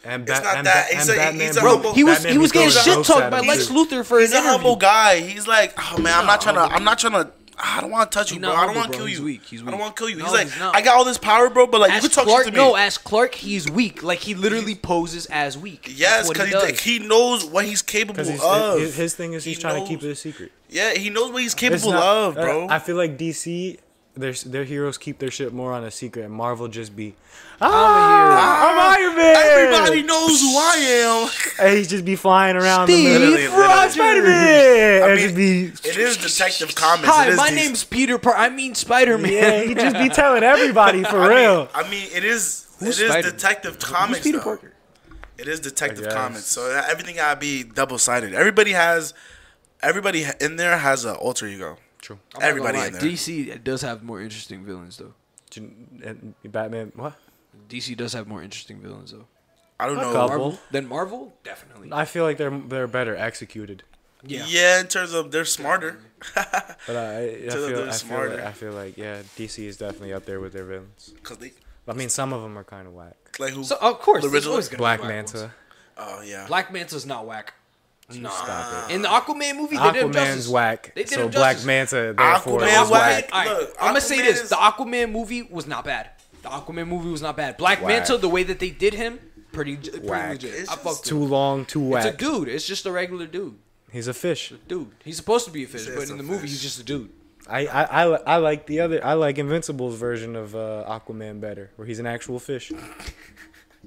Speaker 2: And,
Speaker 1: It's
Speaker 2: Bat-
Speaker 1: not
Speaker 2: and,
Speaker 1: that.
Speaker 2: Ba-
Speaker 1: He's
Speaker 2: and
Speaker 1: a-
Speaker 2: Batman,
Speaker 1: he's a
Speaker 2: bro-
Speaker 1: humble-
Speaker 3: he was
Speaker 2: Batman
Speaker 3: he was getting
Speaker 2: throws
Speaker 3: shit
Speaker 2: jokes
Speaker 3: talked
Speaker 2: at
Speaker 3: by
Speaker 2: him,
Speaker 3: Lex
Speaker 2: too.
Speaker 3: Luthor for
Speaker 1: He's
Speaker 3: his
Speaker 1: a humble
Speaker 3: interview.
Speaker 1: guy. He's like, oh man, I'm not trying to. I'm not trying to. I don't want to touch you,
Speaker 3: He's
Speaker 1: bro.
Speaker 3: not
Speaker 1: I don't
Speaker 3: humble,
Speaker 1: want to
Speaker 3: bro.
Speaker 1: kill
Speaker 3: He's
Speaker 1: you.
Speaker 3: weak. He's
Speaker 1: I
Speaker 3: weak.
Speaker 1: don't want to kill you.
Speaker 3: No,
Speaker 1: he's like,
Speaker 3: he's not.
Speaker 1: I got all this power, bro, but like you
Speaker 3: Ask
Speaker 1: can talk
Speaker 3: Clark,
Speaker 1: shit to me.
Speaker 3: no, ask Clark. He's weak. Like he literally poses as weak. That's
Speaker 1: yes,
Speaker 3: what
Speaker 1: because he,
Speaker 3: does.
Speaker 1: like, he knows what he's capable
Speaker 2: 'Cause he's-
Speaker 1: of.
Speaker 2: his, his thing is
Speaker 1: He
Speaker 2: he's trying to keep
Speaker 1: knows-
Speaker 2: it a secret.
Speaker 1: Yeah, he knows what he's
Speaker 2: It's
Speaker 1: capable
Speaker 2: not- uh,
Speaker 1: of, bro.
Speaker 2: I I feel like DC, their their heroes keep their shit more on a secret, and Marvel just be,
Speaker 3: I'm
Speaker 2: I'm Iron Man.
Speaker 1: Ah, Everybody knows who I am. <laughs>
Speaker 2: and he just be flying around
Speaker 3: a
Speaker 2: the
Speaker 3: hero.
Speaker 2: middle.
Speaker 1: Literally,
Speaker 3: Steve
Speaker 1: <laughs>
Speaker 3: Rogers.
Speaker 2: Spider-Man.
Speaker 1: I
Speaker 2: and just be,
Speaker 1: mean, it is Detective Comics. It
Speaker 3: Hi,
Speaker 1: is
Speaker 3: my
Speaker 1: DC.
Speaker 3: name's Peter. Par- I mean Spider Man. <laughs>
Speaker 2: yeah, he just be telling everybody
Speaker 1: <laughs>
Speaker 2: for
Speaker 1: I mean-
Speaker 2: real.
Speaker 1: I mean, it is.
Speaker 3: Who's
Speaker 1: it is
Speaker 3: Spider-Man?
Speaker 1: Detective Comics.
Speaker 3: Peter
Speaker 1: though.
Speaker 3: Parker?
Speaker 1: It is Detective
Speaker 2: I guess.
Speaker 1: Comics, so that- everything gotta be double sided. Everybody has, everybody ha- in there has an alter ego. True. Everybody in there.
Speaker 3: DC does have more interesting villains though.
Speaker 2: And Batman, what?
Speaker 3: DC does have more interesting villains though.
Speaker 1: I don't know.
Speaker 2: couple.
Speaker 3: Oh, Marvel than Marvel, definitely.
Speaker 2: I feel like they're they're better executed,
Speaker 1: Yeah. in terms of they're smarter.
Speaker 2: but I, I,
Speaker 1: So
Speaker 2: feel,
Speaker 1: they're
Speaker 2: I, feel
Speaker 1: smarter.
Speaker 2: like, I feel like yeah, DC is definitely up there with their villains.
Speaker 1: Cause they
Speaker 2: I mean, some of them are kind of whack.
Speaker 1: like who?
Speaker 3: So
Speaker 2: oh,
Speaker 3: of course,
Speaker 1: The
Speaker 3: the
Speaker 1: original-
Speaker 3: original always gonna be
Speaker 2: Black
Speaker 3: whack ones.
Speaker 2: Manta,
Speaker 1: oh yeah.
Speaker 3: Black Manta's not whack. Nah.
Speaker 2: Stop
Speaker 3: In the Aquaman movie, they did him
Speaker 2: Aquaman's
Speaker 3: justice.
Speaker 2: whack.
Speaker 3: They did
Speaker 2: So
Speaker 3: him
Speaker 2: Black
Speaker 3: justice.
Speaker 2: Manta, therefore,
Speaker 1: Aquaman
Speaker 2: is
Speaker 1: whack.
Speaker 2: whack.
Speaker 1: Look,
Speaker 3: I'm gonna say
Speaker 1: Aquaman
Speaker 3: this:
Speaker 1: is-
Speaker 3: the Aquaman movie was not bad. The Aquaman movie was not bad. Black
Speaker 2: Whack.
Speaker 3: Manta, the way that they did him, pretty, j- pretty
Speaker 2: Whack.
Speaker 3: legit.
Speaker 1: It's
Speaker 3: I
Speaker 1: just
Speaker 3: fucked with
Speaker 2: Too
Speaker 3: him.
Speaker 2: long, too
Speaker 3: It's a
Speaker 2: whack.
Speaker 3: dude. It's just a regular dude.
Speaker 2: He's a fish.
Speaker 3: Dude, he's supposed to be a fish,
Speaker 1: It's
Speaker 3: but in
Speaker 1: a
Speaker 3: the movie,
Speaker 1: fish.
Speaker 3: he's just a dude.
Speaker 2: I, I, I, li- I like the other. I like Invincible's version of uh, Aquaman better, where he's an actual fish.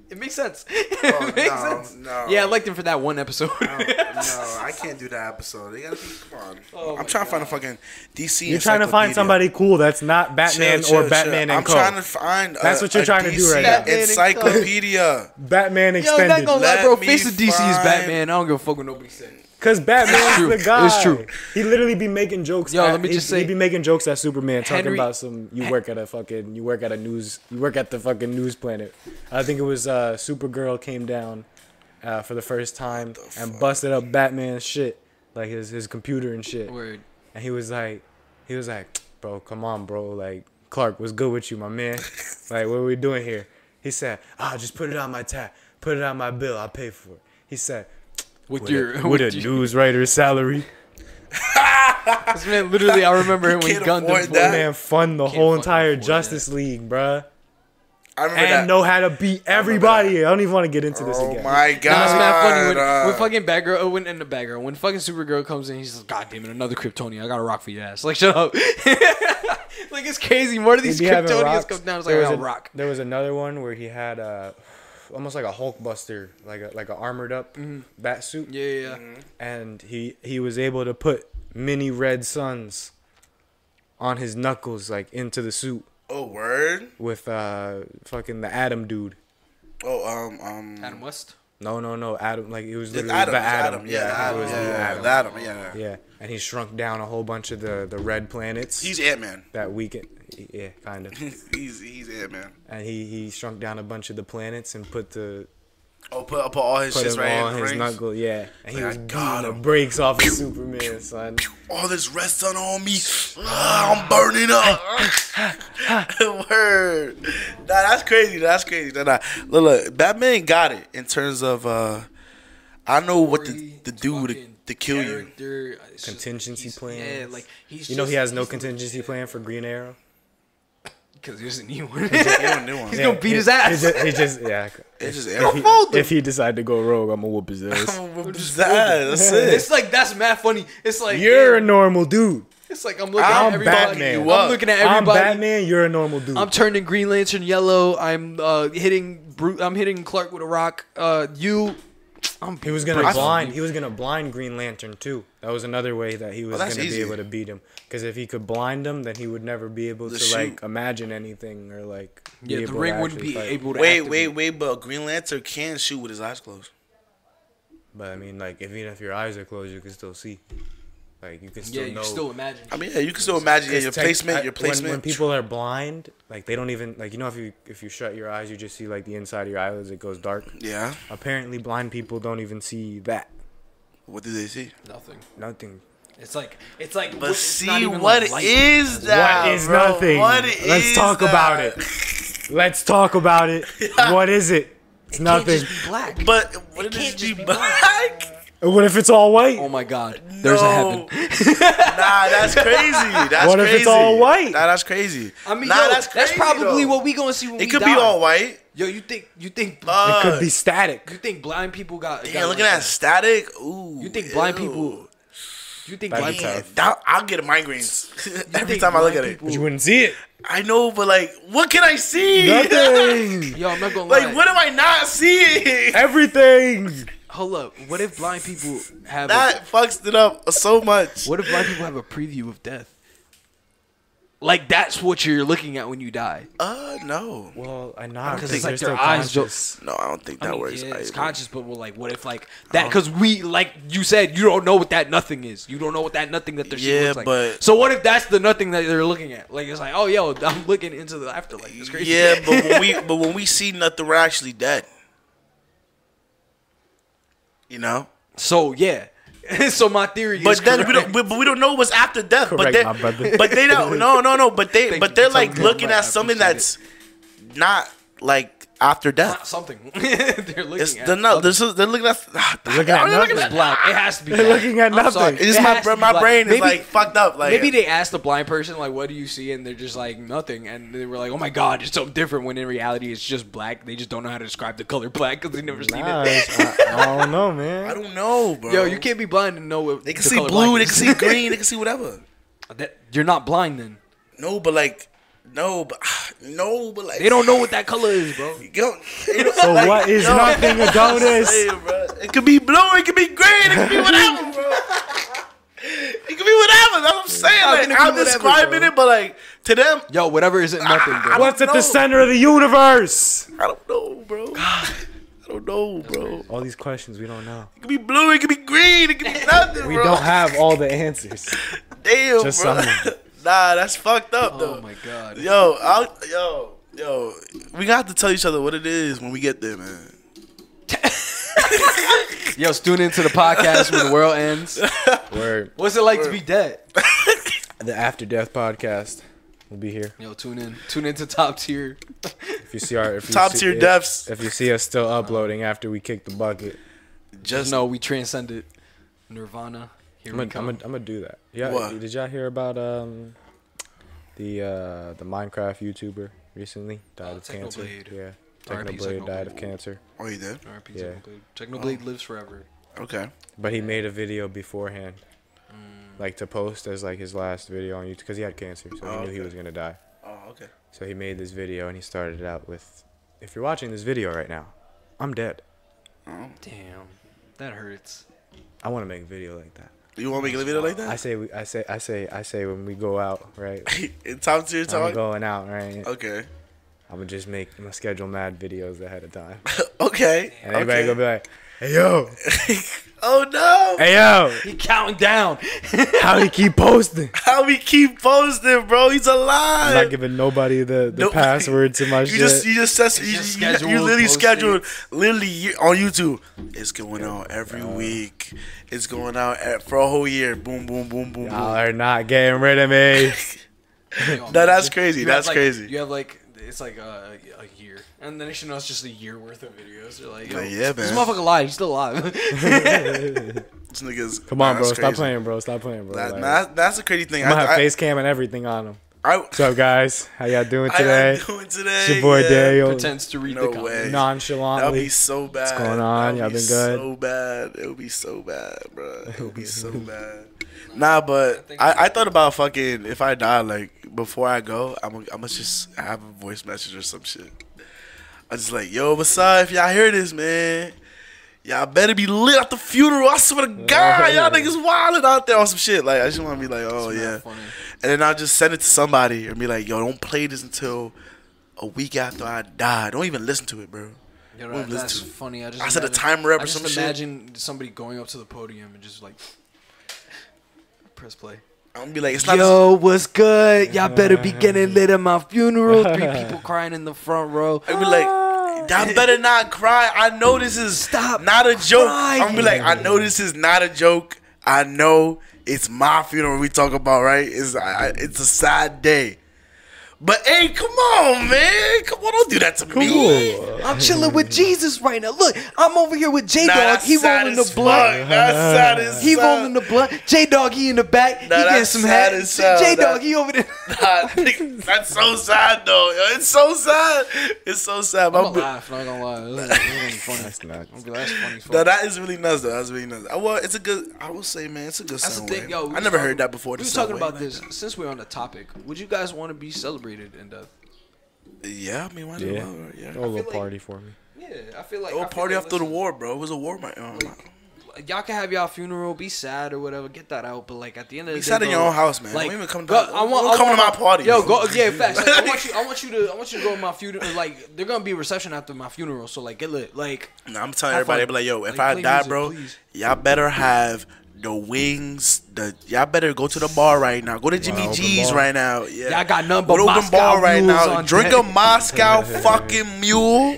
Speaker 3: It makes sense. <laughs> Oh, It makes
Speaker 1: no,
Speaker 3: sense.
Speaker 1: no.
Speaker 3: Yeah, I liked him for that one episode.
Speaker 1: no,
Speaker 3: <laughs>
Speaker 1: I can't do that episode. They gotta be, come on.
Speaker 3: Oh
Speaker 1: I'm
Speaker 3: my
Speaker 1: trying to find a fucking DC.
Speaker 2: You're trying to find
Speaker 1: encyclopedia.
Speaker 2: somebody cool that's not Batman
Speaker 1: Chill, chill,
Speaker 2: or Batman
Speaker 1: chill.
Speaker 2: and
Speaker 1: I'm
Speaker 2: Co.
Speaker 1: trying to find.
Speaker 2: That's
Speaker 1: a-
Speaker 2: what you're
Speaker 1: a
Speaker 2: trying to do
Speaker 1: DC
Speaker 2: right now.
Speaker 3: Batman and Co.
Speaker 1: Encyclopedia.
Speaker 2: Batman
Speaker 3: Yo, not
Speaker 2: extended.
Speaker 3: gonna lie,
Speaker 1: Let
Speaker 3: bro.
Speaker 1: me
Speaker 3: Face of DC is
Speaker 1: find-
Speaker 3: Batman. I don't give a fuck what nobody said.
Speaker 2: Cause Batman's
Speaker 3: true.
Speaker 2: the guy.
Speaker 3: It's true.
Speaker 2: He literally be making jokes.
Speaker 3: Yo,
Speaker 2: at-
Speaker 3: let me
Speaker 2: he-
Speaker 3: just say-
Speaker 2: he be making jokes at Superman, talking
Speaker 3: Henry-
Speaker 2: about some. You work at a fucking. You work at a news. You work at the fucking news planet. I think it was uh, Supergirl came down uh, for the first time and busted up Batman's shit, like his his computer and shit.
Speaker 3: Word.
Speaker 2: And he was like, he was like, bro, come on, bro. Like, Clark, what's good with you, my
Speaker 3: <laughs>
Speaker 2: man? like, what are we doing here? He said, ah, just put it on my tab. Put it on my bill. I'll pay for it. He said,
Speaker 3: With,
Speaker 2: with
Speaker 3: your <laughs>
Speaker 2: a,
Speaker 3: with
Speaker 2: with a
Speaker 3: your,
Speaker 2: news writer's salary.
Speaker 3: this man literally I remember him when he
Speaker 1: can't
Speaker 3: gunned
Speaker 1: avoid
Speaker 3: him.
Speaker 1: that.
Speaker 3: That.
Speaker 2: man fund the
Speaker 3: Can't
Speaker 2: whole
Speaker 3: fucking
Speaker 2: entire
Speaker 3: afford that.
Speaker 2: Justice League, bruh.
Speaker 1: I remember
Speaker 2: And
Speaker 1: that.
Speaker 2: know how to beat everybody. I don't even want to get into this
Speaker 1: oh
Speaker 2: again.
Speaker 1: my god.
Speaker 3: Nah, it's mad funny when,
Speaker 1: uh,
Speaker 3: when fucking Batgirl, oh, when in the Batgirl, when fucking Supergirl comes in, he's like, God damn it, another Kryptonian. I got a rock for your ass. Like, shut up. <laughs> like, it's crazy. More of
Speaker 2: He
Speaker 3: these
Speaker 2: be having rocks.
Speaker 3: Kryptonians come down. It's like,
Speaker 2: There
Speaker 3: I
Speaker 2: was
Speaker 3: got a
Speaker 2: a-
Speaker 3: rock.
Speaker 2: There was another one where he had uh, almost like a Hulkbuster, like a like a armored up bat suit.
Speaker 3: Yeah, yeah, yeah.
Speaker 2: and he he was able to put mini red suns on his knuckles like into the suit
Speaker 1: oh word.
Speaker 2: with uh fucking the Adam dude.
Speaker 1: Oh um um.
Speaker 3: Adam West.
Speaker 2: No, no, no, Adam. Like it was
Speaker 1: It's
Speaker 2: literally
Speaker 1: Adam.
Speaker 2: the
Speaker 1: it's
Speaker 2: Adam.
Speaker 1: Adam. Yeah,
Speaker 2: I think
Speaker 1: Adam.
Speaker 2: it was
Speaker 1: Yeah,
Speaker 2: the
Speaker 1: yeah,
Speaker 2: Adam.
Speaker 1: the Adam. Yeah. yeah.
Speaker 2: Yeah, and he shrunk down a whole bunch of the the red planets
Speaker 1: He's Ant Man.
Speaker 2: that weekend. Yeah, kind of.
Speaker 1: <laughs> he's he's Ant Man.
Speaker 2: and he he shrunk down a bunch of the planets and put the
Speaker 1: Oh, put up all his
Speaker 2: put
Speaker 1: shit
Speaker 2: him
Speaker 1: right
Speaker 2: on
Speaker 1: in
Speaker 2: his
Speaker 1: rings.
Speaker 2: knuckle. Yeah, and he
Speaker 1: Like,
Speaker 2: was
Speaker 1: I
Speaker 2: beating
Speaker 1: got
Speaker 2: the
Speaker 1: him.
Speaker 2: brakes off of Superman, son.
Speaker 1: All this red sun on me. Ah, I'm burning up. <laughs> Word. Nah, that's crazy. That's crazy. Nah, nah. Look, look, Batman got it in terms of uh, I know what to, to do to, to kill you.
Speaker 3: you.
Speaker 2: Contingency
Speaker 3: Yeah,
Speaker 2: plans.
Speaker 3: like he's.
Speaker 2: You know he
Speaker 3: just-
Speaker 2: has no
Speaker 3: he's- <laughs>
Speaker 2: contingency plan for Green Arrow.
Speaker 3: Because he doesn't need one. <laughs>
Speaker 1: don't need one.
Speaker 3: He's gonna beat his ass.
Speaker 2: He just, he just yeah.
Speaker 1: It's just
Speaker 2: If
Speaker 1: Ant-Man.
Speaker 2: he, if he decide to go rogue, I'm gonna whoop his ass.
Speaker 1: Just that. <laughs> That's it.
Speaker 3: It's like that's mad funny. It's like
Speaker 2: You're a
Speaker 3: man,
Speaker 2: normal dude.
Speaker 3: It's like I'm looking at
Speaker 2: I'm
Speaker 3: everybody.
Speaker 2: Batman.
Speaker 3: I'm looking at
Speaker 2: I'm
Speaker 3: everybody. I'm,
Speaker 2: Batman. You're a normal dude.
Speaker 3: turning Green Lantern yellow. I'm uh, hitting. Bru- I'm hitting Clark with a rock. Uh, you. I'm
Speaker 2: he was gonna
Speaker 3: breaking
Speaker 2: blind.
Speaker 3: you.
Speaker 2: He was gonna blind Green Lantern too. That was another way that he was
Speaker 1: that's
Speaker 2: gonna
Speaker 1: easy.
Speaker 2: be able to beat him. Because if he could blind him, then he would never be able to
Speaker 1: shoot.
Speaker 2: like imagine anything or like. be
Speaker 3: Yeah, the
Speaker 2: able to
Speaker 3: ring wouldn't
Speaker 2: actually
Speaker 3: be
Speaker 2: fight.
Speaker 3: able to.
Speaker 1: Wait,
Speaker 3: activate.
Speaker 1: wait, wait. But Green Lantern can shoot with his eyes closed.
Speaker 2: But I mean, like, if, even if your eyes are closed, you can still see. Like, you can still
Speaker 3: Yeah, you
Speaker 2: know.
Speaker 3: still imagine.
Speaker 1: I mean, yeah, you can still imagine yeah, your
Speaker 2: Tech-
Speaker 1: placement.
Speaker 2: I-
Speaker 1: Your
Speaker 2: when-
Speaker 1: placement.
Speaker 2: When, people are blind, like they don't even like you know if you if you shut your eyes, you just see like the inside of your eyelids. It goes dark.
Speaker 1: yeah.
Speaker 2: Apparently, blind people don't even see that.
Speaker 1: What do they see?
Speaker 3: Nothing.
Speaker 2: Nothing.
Speaker 3: It's like it's like.
Speaker 1: But
Speaker 3: it's not
Speaker 1: see,
Speaker 3: even
Speaker 1: what is
Speaker 3: like light.
Speaker 1: that?
Speaker 2: what is
Speaker 1: bro?
Speaker 2: nothing?
Speaker 1: What
Speaker 2: Let's
Speaker 1: is
Speaker 2: talk
Speaker 1: that?
Speaker 2: about it. Let's talk
Speaker 1: <laughs>
Speaker 2: about it. What is it? It's
Speaker 3: It can't
Speaker 2: nothing.
Speaker 3: just be black.
Speaker 1: But what
Speaker 3: can't
Speaker 1: is
Speaker 3: just
Speaker 1: be
Speaker 3: be
Speaker 1: black?
Speaker 2: And What if it's all white?
Speaker 3: oh my God, there's a heaven.
Speaker 1: <laughs> nah, that's crazy. <laughs> That's
Speaker 2: What if
Speaker 1: crazy.
Speaker 2: it's all white?
Speaker 1: Nah, that's crazy.
Speaker 3: I mean,
Speaker 1: nah,
Speaker 3: yo, that's,
Speaker 1: crazy,
Speaker 3: probably
Speaker 1: though.
Speaker 3: what we gonna see when
Speaker 1: It
Speaker 3: we
Speaker 1: could
Speaker 3: die.
Speaker 1: be all white.
Speaker 3: Yo, you think you think
Speaker 1: Uh,
Speaker 2: it could be
Speaker 3: you
Speaker 2: static.
Speaker 3: think blind people got?
Speaker 1: Damn,
Speaker 3: got
Speaker 1: look
Speaker 3: like
Speaker 1: at that static. Ooh.
Speaker 3: You think blind
Speaker 1: ew.
Speaker 3: people? You think
Speaker 2: That'd
Speaker 3: blind
Speaker 2: be
Speaker 1: Man,
Speaker 3: people?
Speaker 1: that-
Speaker 2: tough.
Speaker 1: I'll get <laughs> migraines
Speaker 3: You
Speaker 1: every
Speaker 3: think
Speaker 1: time I look
Speaker 3: blind
Speaker 1: at it.
Speaker 3: people-
Speaker 2: But you wouldn't see
Speaker 1: <laughs>
Speaker 2: it.
Speaker 1: I know, but like, what can I see? <laughs>
Speaker 2: Nothing.
Speaker 3: Yo, I'm not gonna lie.
Speaker 1: like, what am I not seeing?
Speaker 2: Everything.
Speaker 3: Hold up. What if blind people have?
Speaker 1: That fucks it up so much.
Speaker 3: A, what if blind people have a preview of death? Like that's what you're looking at when you die.
Speaker 1: Uh, no.
Speaker 2: Well, I know because
Speaker 3: it's
Speaker 2: they're
Speaker 3: like your
Speaker 2: still
Speaker 3: eyes don't-
Speaker 2: conscious.
Speaker 1: No, I don't think that
Speaker 3: I mean,
Speaker 1: works.
Speaker 3: yeah, it's
Speaker 1: either.
Speaker 3: conscious, but well, like, what if like that? Because we, like you said, you don't know what that nothing is. You don't know what that nothing that they're
Speaker 1: Yeah,
Speaker 3: looks like.
Speaker 1: but-
Speaker 3: so what if that's the nothing that they're looking at? Like it's like, oh yo, <laughs> I'm looking into the afterlife. It's crazy.
Speaker 1: Yeah, but when
Speaker 3: <laughs>
Speaker 1: we but when we see nothing, we're actually dead. You know,
Speaker 3: so yeah. <laughs> so my theory is
Speaker 1: but then we
Speaker 3: correct. <laughs>
Speaker 1: don't. We, but we don't know what's after death.
Speaker 2: Correct,
Speaker 1: but
Speaker 2: my
Speaker 1: they,
Speaker 2: brother.
Speaker 1: but they don't. No, no, no. But they,
Speaker 3: Thank
Speaker 1: but
Speaker 3: you
Speaker 1: they're
Speaker 3: for telling
Speaker 1: like
Speaker 3: me.
Speaker 1: looking
Speaker 3: I
Speaker 1: at something
Speaker 3: appreciate
Speaker 1: that's not like after death.
Speaker 3: something. <laughs> they're looking
Speaker 1: It's
Speaker 3: at
Speaker 1: the no. This is they're looking at. ah, They're
Speaker 2: looking at nothing.
Speaker 3: It's black. It has to be.
Speaker 2: They're
Speaker 3: black.
Speaker 2: looking at
Speaker 3: I'm
Speaker 2: nothing.
Speaker 3: sorry.
Speaker 1: It's
Speaker 3: It
Speaker 1: just my
Speaker 3: has
Speaker 1: bra-
Speaker 3: to be
Speaker 1: my
Speaker 3: black.
Speaker 1: brain is
Speaker 3: Maybe-
Speaker 1: like fucked up. Like
Speaker 3: Maybe they asked the blind person like, "What do you see?" and they're just like, "Nothing." And they were like, "Oh my god, it's so different." When in reality, it's just black. They just don't know how to describe the color black because they never seen
Speaker 2: Nah,
Speaker 3: it.
Speaker 2: it's- I, I don't know,
Speaker 1: <laughs> I
Speaker 2: man.
Speaker 1: don't know, bro.
Speaker 3: Yo, you can't be blind and know what
Speaker 1: They can
Speaker 3: the
Speaker 1: see
Speaker 3: color
Speaker 1: blue.
Speaker 3: black
Speaker 1: They
Speaker 3: is.
Speaker 1: can
Speaker 3: <laughs>
Speaker 1: see green. They can see whatever.
Speaker 3: That- you're not blind then.
Speaker 1: No, but like, no, but <sighs> no, but like
Speaker 3: They don't know what that color is, bro.
Speaker 1: <laughs> Yo,
Speaker 2: So what is
Speaker 1: <laughs>
Speaker 2: nothing, Adonis?
Speaker 1: It could be blue, it could be green, it could be whatever,
Speaker 3: <laughs>
Speaker 1: bro. It could be whatever. That's what I'm saying.
Speaker 3: can
Speaker 1: Like,
Speaker 3: it be
Speaker 1: I'm
Speaker 3: whatever,
Speaker 1: describing
Speaker 3: bro?
Speaker 1: it, but like to them,
Speaker 3: Yo,
Speaker 1: Ah,
Speaker 3: whatever isn't nothing, bro.
Speaker 2: What's at
Speaker 1: know.
Speaker 2: the center of the universe?
Speaker 1: I don't know, bro. I I don't know, bro.
Speaker 4: All these questions we don't know.
Speaker 1: It could be blue. It could be green. It could be nothing,
Speaker 4: We
Speaker 1: bro.
Speaker 4: don't have all the answers.
Speaker 1: Damn,
Speaker 4: just some
Speaker 1: bro.
Speaker 4: of them.
Speaker 1: <laughs> nah, that's fucked up, though.
Speaker 3: Oh my
Speaker 1: <laughs>
Speaker 3: god.
Speaker 1: Yo, I'll, yo, yo. We got to tell each other what it is when we get there, man.
Speaker 3: Yo, tune into the podcast when the world
Speaker 1: <laughs>
Speaker 3: ends.
Speaker 2: Word.
Speaker 3: What's it like to be dead?
Speaker 2: The After Death podcast will be here.
Speaker 3: Yo, tune in. Tune into top tier.
Speaker 2: If you see our if you
Speaker 1: Top
Speaker 2: see-
Speaker 1: tier
Speaker 2: if-
Speaker 1: deaths.
Speaker 2: If you see us still uploading after we kick the bucket,
Speaker 1: Just
Speaker 3: No, we transcended Nirvana. Here
Speaker 2: I'm gonna
Speaker 3: we
Speaker 2: I'm
Speaker 3: come.
Speaker 2: gonna I'm gonna do that. Yeah.
Speaker 1: What?
Speaker 2: Did y'all hear about um the uh the Minecraft YouTuber recently died
Speaker 3: Oh,
Speaker 2: of cancer?
Speaker 3: Technoblade.
Speaker 2: Yeah.
Speaker 3: R.I.P.
Speaker 2: Technoblade died of
Speaker 3: Technoblade.
Speaker 2: cancer,
Speaker 1: Oh, you did?
Speaker 3: RIP
Speaker 2: Yeah.
Speaker 3: Technoblade. Technoblade lives forever.
Speaker 1: Okay.
Speaker 2: but he made a video beforehand,
Speaker 3: Mm.
Speaker 2: like to post as like his last video on YouTube because he had cancer, so he
Speaker 1: Oh,
Speaker 2: knew he
Speaker 1: okay.
Speaker 2: was gonna die.
Speaker 1: Oh, okay.
Speaker 2: So he made this video and he started it out with, "If you're watching this video right now, I'm dead.
Speaker 3: Damn. That hurts.
Speaker 2: I want to make a video like that."
Speaker 1: You want me to leave it like
Speaker 2: I
Speaker 1: that?
Speaker 2: say, we, I say, I say, I say, when we go out, right?
Speaker 1: <laughs> In top tier
Speaker 2: I'm
Speaker 1: talk.
Speaker 2: going out, right?
Speaker 1: Okay.
Speaker 2: I'm gonna just make my schedule mad videos ahead of
Speaker 1: <laughs>
Speaker 2: time,
Speaker 1: okay.
Speaker 2: and everybody
Speaker 1: okay.
Speaker 2: gonna be like, "Hey yo,
Speaker 1: <laughs> oh no!
Speaker 2: hey yo,
Speaker 3: He counting <laughs> down.
Speaker 2: how you keep
Speaker 1: <laughs>
Speaker 2: posting?"
Speaker 1: How we keep posting, bro? He's
Speaker 2: I'm
Speaker 1: alive.
Speaker 2: not giving nobody the, the
Speaker 1: Nope.
Speaker 2: password to my
Speaker 1: <laughs> you
Speaker 2: shit.
Speaker 1: just you just says you,
Speaker 3: just
Speaker 1: you- you
Speaker 3: scheduled
Speaker 1: literally
Speaker 3: posting.
Speaker 1: scheduled literally ye- on YouTube. It's going out every week. It's going out at, for a whole year. Boom, boom, boom, boom,
Speaker 2: Y'all are not getting rid
Speaker 1: <laughs>
Speaker 2: of me.
Speaker 3: Yo,
Speaker 1: No, that's crazy.
Speaker 3: you have,
Speaker 1: That's
Speaker 3: like-
Speaker 1: crazy.
Speaker 3: You have like it's like a, a year, and the next you know it's just a year worth of videos. They're like, yo,
Speaker 1: Like, yeah,
Speaker 3: this
Speaker 1: man.
Speaker 3: motherfucker lied. He's
Speaker 1: <laughs>
Speaker 3: still alive. <laughs>
Speaker 1: This nigga's,
Speaker 2: Come on,
Speaker 1: nah,
Speaker 2: bro.
Speaker 1: that's
Speaker 2: Stop
Speaker 1: crazy.
Speaker 2: playing, bro. Stop playing, bro.
Speaker 1: That,
Speaker 2: Like,
Speaker 1: nah, that's- that's the crazy thing.
Speaker 2: I'm gonna have
Speaker 1: I,
Speaker 2: face cam and everything on them. <laughs>
Speaker 1: I, I,
Speaker 2: What's up, guys? How y'all doing
Speaker 1: How y'all
Speaker 2: today?
Speaker 1: doing today?
Speaker 2: It's your boy
Speaker 1: Yeah.
Speaker 2: Daniel.
Speaker 3: Pretends to read
Speaker 1: No
Speaker 3: the comments.
Speaker 1: way. That'll
Speaker 2: Nonchalantly.
Speaker 1: be so bad. What's
Speaker 2: going on?
Speaker 1: That'll
Speaker 2: Y'all
Speaker 1: be
Speaker 2: been good?
Speaker 1: So bad. It'll be so bad, bro.
Speaker 2: <laughs>
Speaker 1: It'll be so bad. Nah, but I, I thought about fucking if I die, like before I go, I'm gonna I'm just have a voice message or some shit. I just like, yo, what's up? If y'all hear this, man, y'all better be lit at the funeral. I
Speaker 2: <laughs>
Speaker 1: swear to God, y'all niggas wilding out there on some shit. Like I just want to be like, oh
Speaker 3: It's mad
Speaker 1: yeah,
Speaker 3: funny.
Speaker 1: and then I'll just send it to somebody and be like, yo, don't play this until a week after I die. Don't even listen to it, bro.
Speaker 3: Yo,
Speaker 1: We'll
Speaker 3: that, that's
Speaker 1: listen.
Speaker 3: funny. I just
Speaker 1: I set a
Speaker 3: imagine-
Speaker 1: timer up
Speaker 3: I
Speaker 1: or
Speaker 3: just
Speaker 1: some shit.
Speaker 3: imagine somebody going up to the podium and just like press play.
Speaker 1: I'm gonna be like, it's not.
Speaker 3: what's good? Y'all better be getting lit at my funeral.
Speaker 1: <laughs>
Speaker 3: Three people crying in the front row.
Speaker 1: I'd be like, y'all
Speaker 3: <laughs>
Speaker 1: better not cry. I know this is
Speaker 3: Stop
Speaker 1: not a joke. I'm gonna be like,
Speaker 3: crying.
Speaker 1: I know this is not a joke. I know it's my funeral we talk about, right? It's I, I- it's a sad day. But hey, come on, man. Come on, don't do that to me.
Speaker 2: Cool.
Speaker 3: I'm chilling with Jesus right now. Look, I'm over here with J
Speaker 1: Nah,
Speaker 3: Dog.
Speaker 1: that's
Speaker 3: He
Speaker 1: sad
Speaker 3: rolling the
Speaker 1: as
Speaker 3: blunt.
Speaker 1: fuck. That's sad as
Speaker 3: He
Speaker 1: fuck.
Speaker 3: rolling the blunt. J Dog, he in the back.
Speaker 1: Nah,
Speaker 3: he getting
Speaker 1: that's
Speaker 3: some
Speaker 1: sad
Speaker 3: hat.
Speaker 1: as hell.
Speaker 3: J Dog,
Speaker 1: That-
Speaker 3: he
Speaker 1: <laughs>
Speaker 3: over there.
Speaker 1: <laughs> Nah, nigga, that's so sad though. yo. It's so sad. It's so sad.
Speaker 3: I'm
Speaker 1: My
Speaker 3: gonna
Speaker 1: bro-
Speaker 3: laugh. Not gonna
Speaker 1: <laughs>
Speaker 3: lie. This is, this is gonna be funny.
Speaker 2: That's nuts.
Speaker 3: I'm gonna be like, that's funny. as fuck.
Speaker 1: No, that is really nuts though. That's really nuts. Uh, Well, it's a good. I will say, man, it's a good.
Speaker 3: That's the
Speaker 1: sound
Speaker 3: thing,
Speaker 1: wave.
Speaker 3: yo. we
Speaker 1: I
Speaker 3: was
Speaker 1: never
Speaker 3: talking-
Speaker 1: heard that before.
Speaker 3: We
Speaker 1: the
Speaker 3: were
Speaker 1: sound
Speaker 3: talking
Speaker 1: wave
Speaker 3: about
Speaker 1: like
Speaker 3: this since we're on the topic. Would you guys want to be celebrated in death?
Speaker 1: that. Yeah, I mean, why
Speaker 2: Yeah.
Speaker 1: not?
Speaker 2: Oh.
Speaker 1: Well, Yeah.
Speaker 2: Throw a little
Speaker 3: like-
Speaker 2: party for me.
Speaker 3: Yeah, I feel like.
Speaker 1: Oh,
Speaker 3: I feel
Speaker 1: party
Speaker 3: like,
Speaker 1: after the
Speaker 3: listen,
Speaker 1: war, bro. It was a war, my. Um,
Speaker 3: Like, Y'all can have y'all funeral, be sad or whatever, get that out. But like at the end of the
Speaker 1: Be
Speaker 3: day,
Speaker 1: sad in
Speaker 3: bro,
Speaker 1: your own house, man.
Speaker 3: Like,
Speaker 1: Don't even come to-
Speaker 3: bro, I want,
Speaker 1: don't
Speaker 3: I
Speaker 1: come to my
Speaker 3: want
Speaker 1: party,
Speaker 3: Yo,
Speaker 1: bro.
Speaker 3: go
Speaker 1: <laughs>
Speaker 3: yeah, facts. Like, I want you, I want you to, I want you to go to my funeral. Like they're gonna be a reception after my funeral, so like get
Speaker 1: <laughs>
Speaker 3: lit. Like
Speaker 1: Nah, I'm telling
Speaker 3: Have
Speaker 1: everybody,
Speaker 3: fun.
Speaker 1: be like, yo, if
Speaker 3: Like,
Speaker 1: I
Speaker 3: play
Speaker 1: die,
Speaker 3: music,
Speaker 1: bro,
Speaker 3: please.
Speaker 1: y'all better have the wings. The y'all better go to the bar right now. Go to Jimmy
Speaker 2: open
Speaker 1: G's
Speaker 2: bar.
Speaker 1: right now. Yeah,
Speaker 3: Y'all got nothing
Speaker 1: Go
Speaker 3: but
Speaker 1: to open
Speaker 3: Moscow
Speaker 1: bar right
Speaker 3: mules
Speaker 1: now.
Speaker 3: on
Speaker 1: Drink
Speaker 3: deck.
Speaker 1: a
Speaker 2: <laughs>
Speaker 1: Moscow fucking
Speaker 3: <laughs>
Speaker 1: mule.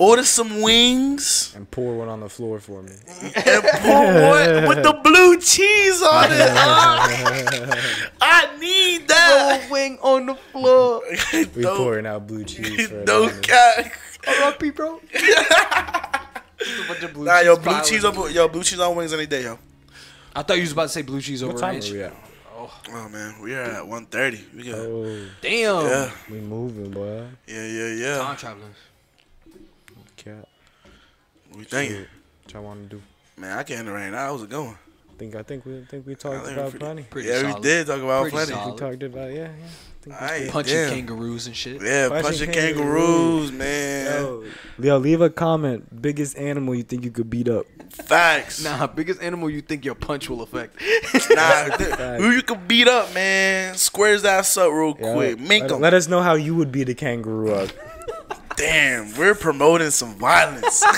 Speaker 1: Order some wings
Speaker 2: And pour one on the floor for me.
Speaker 1: and pour one with the blue cheese on
Speaker 2: <laughs>
Speaker 1: it. Ah, I need that.
Speaker 3: throw a wing on the floor.
Speaker 2: We
Speaker 1: No-
Speaker 2: pouring out blue cheese
Speaker 1: <laughs>
Speaker 2: for
Speaker 1: no
Speaker 2: everybody.
Speaker 1: cap.
Speaker 3: R.I.P. Bro. Just a bunch of blue
Speaker 1: Nah, yo,
Speaker 3: cheese
Speaker 1: blue
Speaker 3: piling.
Speaker 1: cheese on yo, blue cheese on wings any day, yo.
Speaker 3: I thought you was about to say blue cheese over
Speaker 2: What time are
Speaker 3: ranch.
Speaker 2: we at?
Speaker 1: Oh man, we are at 1.30. We good.
Speaker 2: Oh,
Speaker 3: Damn.
Speaker 1: Yeah,
Speaker 2: we moving, boy.
Speaker 1: yeah, yeah, yeah.
Speaker 3: Time traveling.
Speaker 2: Cat.
Speaker 1: We thinking.
Speaker 2: Shit. What y'all want to do?
Speaker 1: Man, I can't right now. How's it going?
Speaker 2: Think I think we think we
Speaker 1: I
Speaker 2: talked
Speaker 1: think
Speaker 2: about
Speaker 1: we-
Speaker 2: plenty.
Speaker 3: Pretty
Speaker 1: yeah, we
Speaker 3: solid.
Speaker 1: did talk about
Speaker 3: Pretty
Speaker 1: plenty.
Speaker 2: We
Speaker 3: solid.
Speaker 2: talked about yeah. yeah. I think
Speaker 1: All right,
Speaker 3: Punching
Speaker 1: damn.
Speaker 3: kangaroos and shit.
Speaker 1: Yeah,
Speaker 2: Punching
Speaker 1: punching
Speaker 2: kangaroos.
Speaker 1: kangaroos, man.
Speaker 2: Yo, Leo, leave a comment. Biggest animal you think you could beat up?
Speaker 1: Facts. Nah,
Speaker 3: Nah, biggest animal you think your punch will
Speaker 2: <laughs>
Speaker 3: affect. <laughs>
Speaker 1: th- who you could beat up, man? Squares that up real
Speaker 2: Yeah,
Speaker 1: quick. Make
Speaker 2: let,
Speaker 1: them. <laughs>
Speaker 2: let us know how you would beat a kangaroo up.
Speaker 1: Damn, we're promoting some violence. <laughs>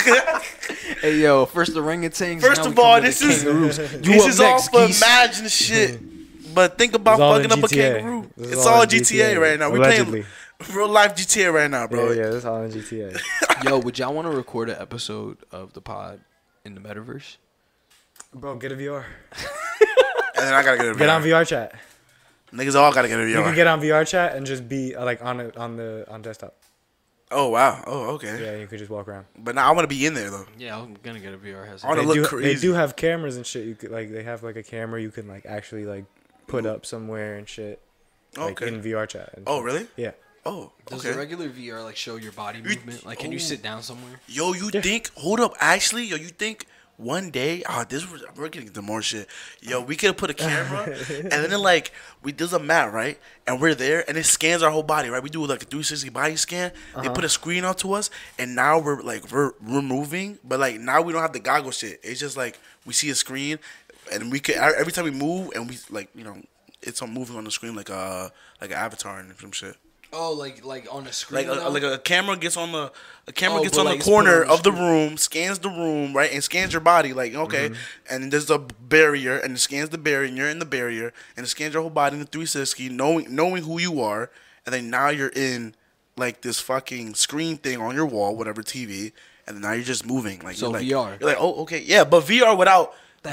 Speaker 3: Hey yo, first the orangutans.
Speaker 1: First
Speaker 3: now we
Speaker 1: of all,
Speaker 3: come to
Speaker 1: this
Speaker 3: the
Speaker 1: is <laughs>
Speaker 3: kangaroos.
Speaker 2: <laughs>
Speaker 1: this
Speaker 3: You up
Speaker 1: is
Speaker 3: next,
Speaker 1: all for
Speaker 3: geese.
Speaker 1: imagine shit. But think about
Speaker 2: It's all
Speaker 1: fucking up
Speaker 2: in
Speaker 1: a
Speaker 2: GTA.
Speaker 1: kangaroo.
Speaker 2: This is
Speaker 1: It's
Speaker 2: all
Speaker 1: all,
Speaker 2: in
Speaker 1: GTA,
Speaker 2: GTA,
Speaker 1: right now. We're
Speaker 2: allegedly.
Speaker 1: playing real life GTA right now,
Speaker 2: Yeah,
Speaker 1: bro.
Speaker 2: yeah, that's all in GTA.
Speaker 3: Yo, would y'all want to record an episode of the pod in the metaverse?
Speaker 2: Bro, get a VR.
Speaker 1: And then I gotta get a VR.
Speaker 2: Get on VR chat.
Speaker 1: Niggas all gotta get a
Speaker 2: You
Speaker 1: VR.
Speaker 2: can get on VR chat and just be uh, like on a, on the on desktop.
Speaker 1: oh wow. Oh okay.
Speaker 2: Yeah, you could just walk around.
Speaker 1: But now I want to be in there though.
Speaker 3: Yeah, I'm gonna get a VR headset.
Speaker 1: I want
Speaker 2: They
Speaker 1: to look
Speaker 2: do,
Speaker 1: crazy.
Speaker 2: they do have cameras and shit. You could like they have like a camera you can like actually like put up somewhere and shit. Like
Speaker 1: okay.
Speaker 2: in VR chat. and
Speaker 1: oh
Speaker 2: shit.
Speaker 1: really?
Speaker 2: Yeah.
Speaker 1: Oh
Speaker 3: Does
Speaker 1: okay.
Speaker 3: the regular VR like show your body
Speaker 1: You- Oh.
Speaker 3: movement? Like, can you
Speaker 1: Ooh.
Speaker 3: sit down somewhere?
Speaker 1: Yo, you think? Hold up, actually, yo, you think one day? Ah, this was- we're getting into more shit. Yo, we could put a camera, and then it, like we there's a map right, and we're there, and it scans our whole body right. We do like a 360 body scan. They put a screen onto us, and now we're like we're we're moving, but like now we don't have the goggle shit. It's just like we see a screen, and we could every time we move, and we like you know. It's on moving on the screen like a like an avatar and some shit.
Speaker 3: Oh, like like on a screen.
Speaker 1: Like a,
Speaker 3: though?
Speaker 1: like a camera gets on the a camera
Speaker 3: Oh,
Speaker 1: gets
Speaker 3: but
Speaker 1: on
Speaker 3: like
Speaker 1: the
Speaker 3: it's put on
Speaker 1: corner
Speaker 3: the
Speaker 1: of the
Speaker 3: screen.
Speaker 1: room, scans the room, right, and scans your body. Like okay,
Speaker 3: Mm-hmm.
Speaker 1: and there's a barrier, and it scans the barrier, and you're in the barrier, and it scans your whole body in the 360, knowing knowing who you are, and then now you're in like this fucking screen thing on your wall, whatever TV, and now you're just moving. Like
Speaker 3: So
Speaker 1: you're like,
Speaker 3: VR.
Speaker 1: You're like oh okay yeah, but VR without
Speaker 3: The
Speaker 1: the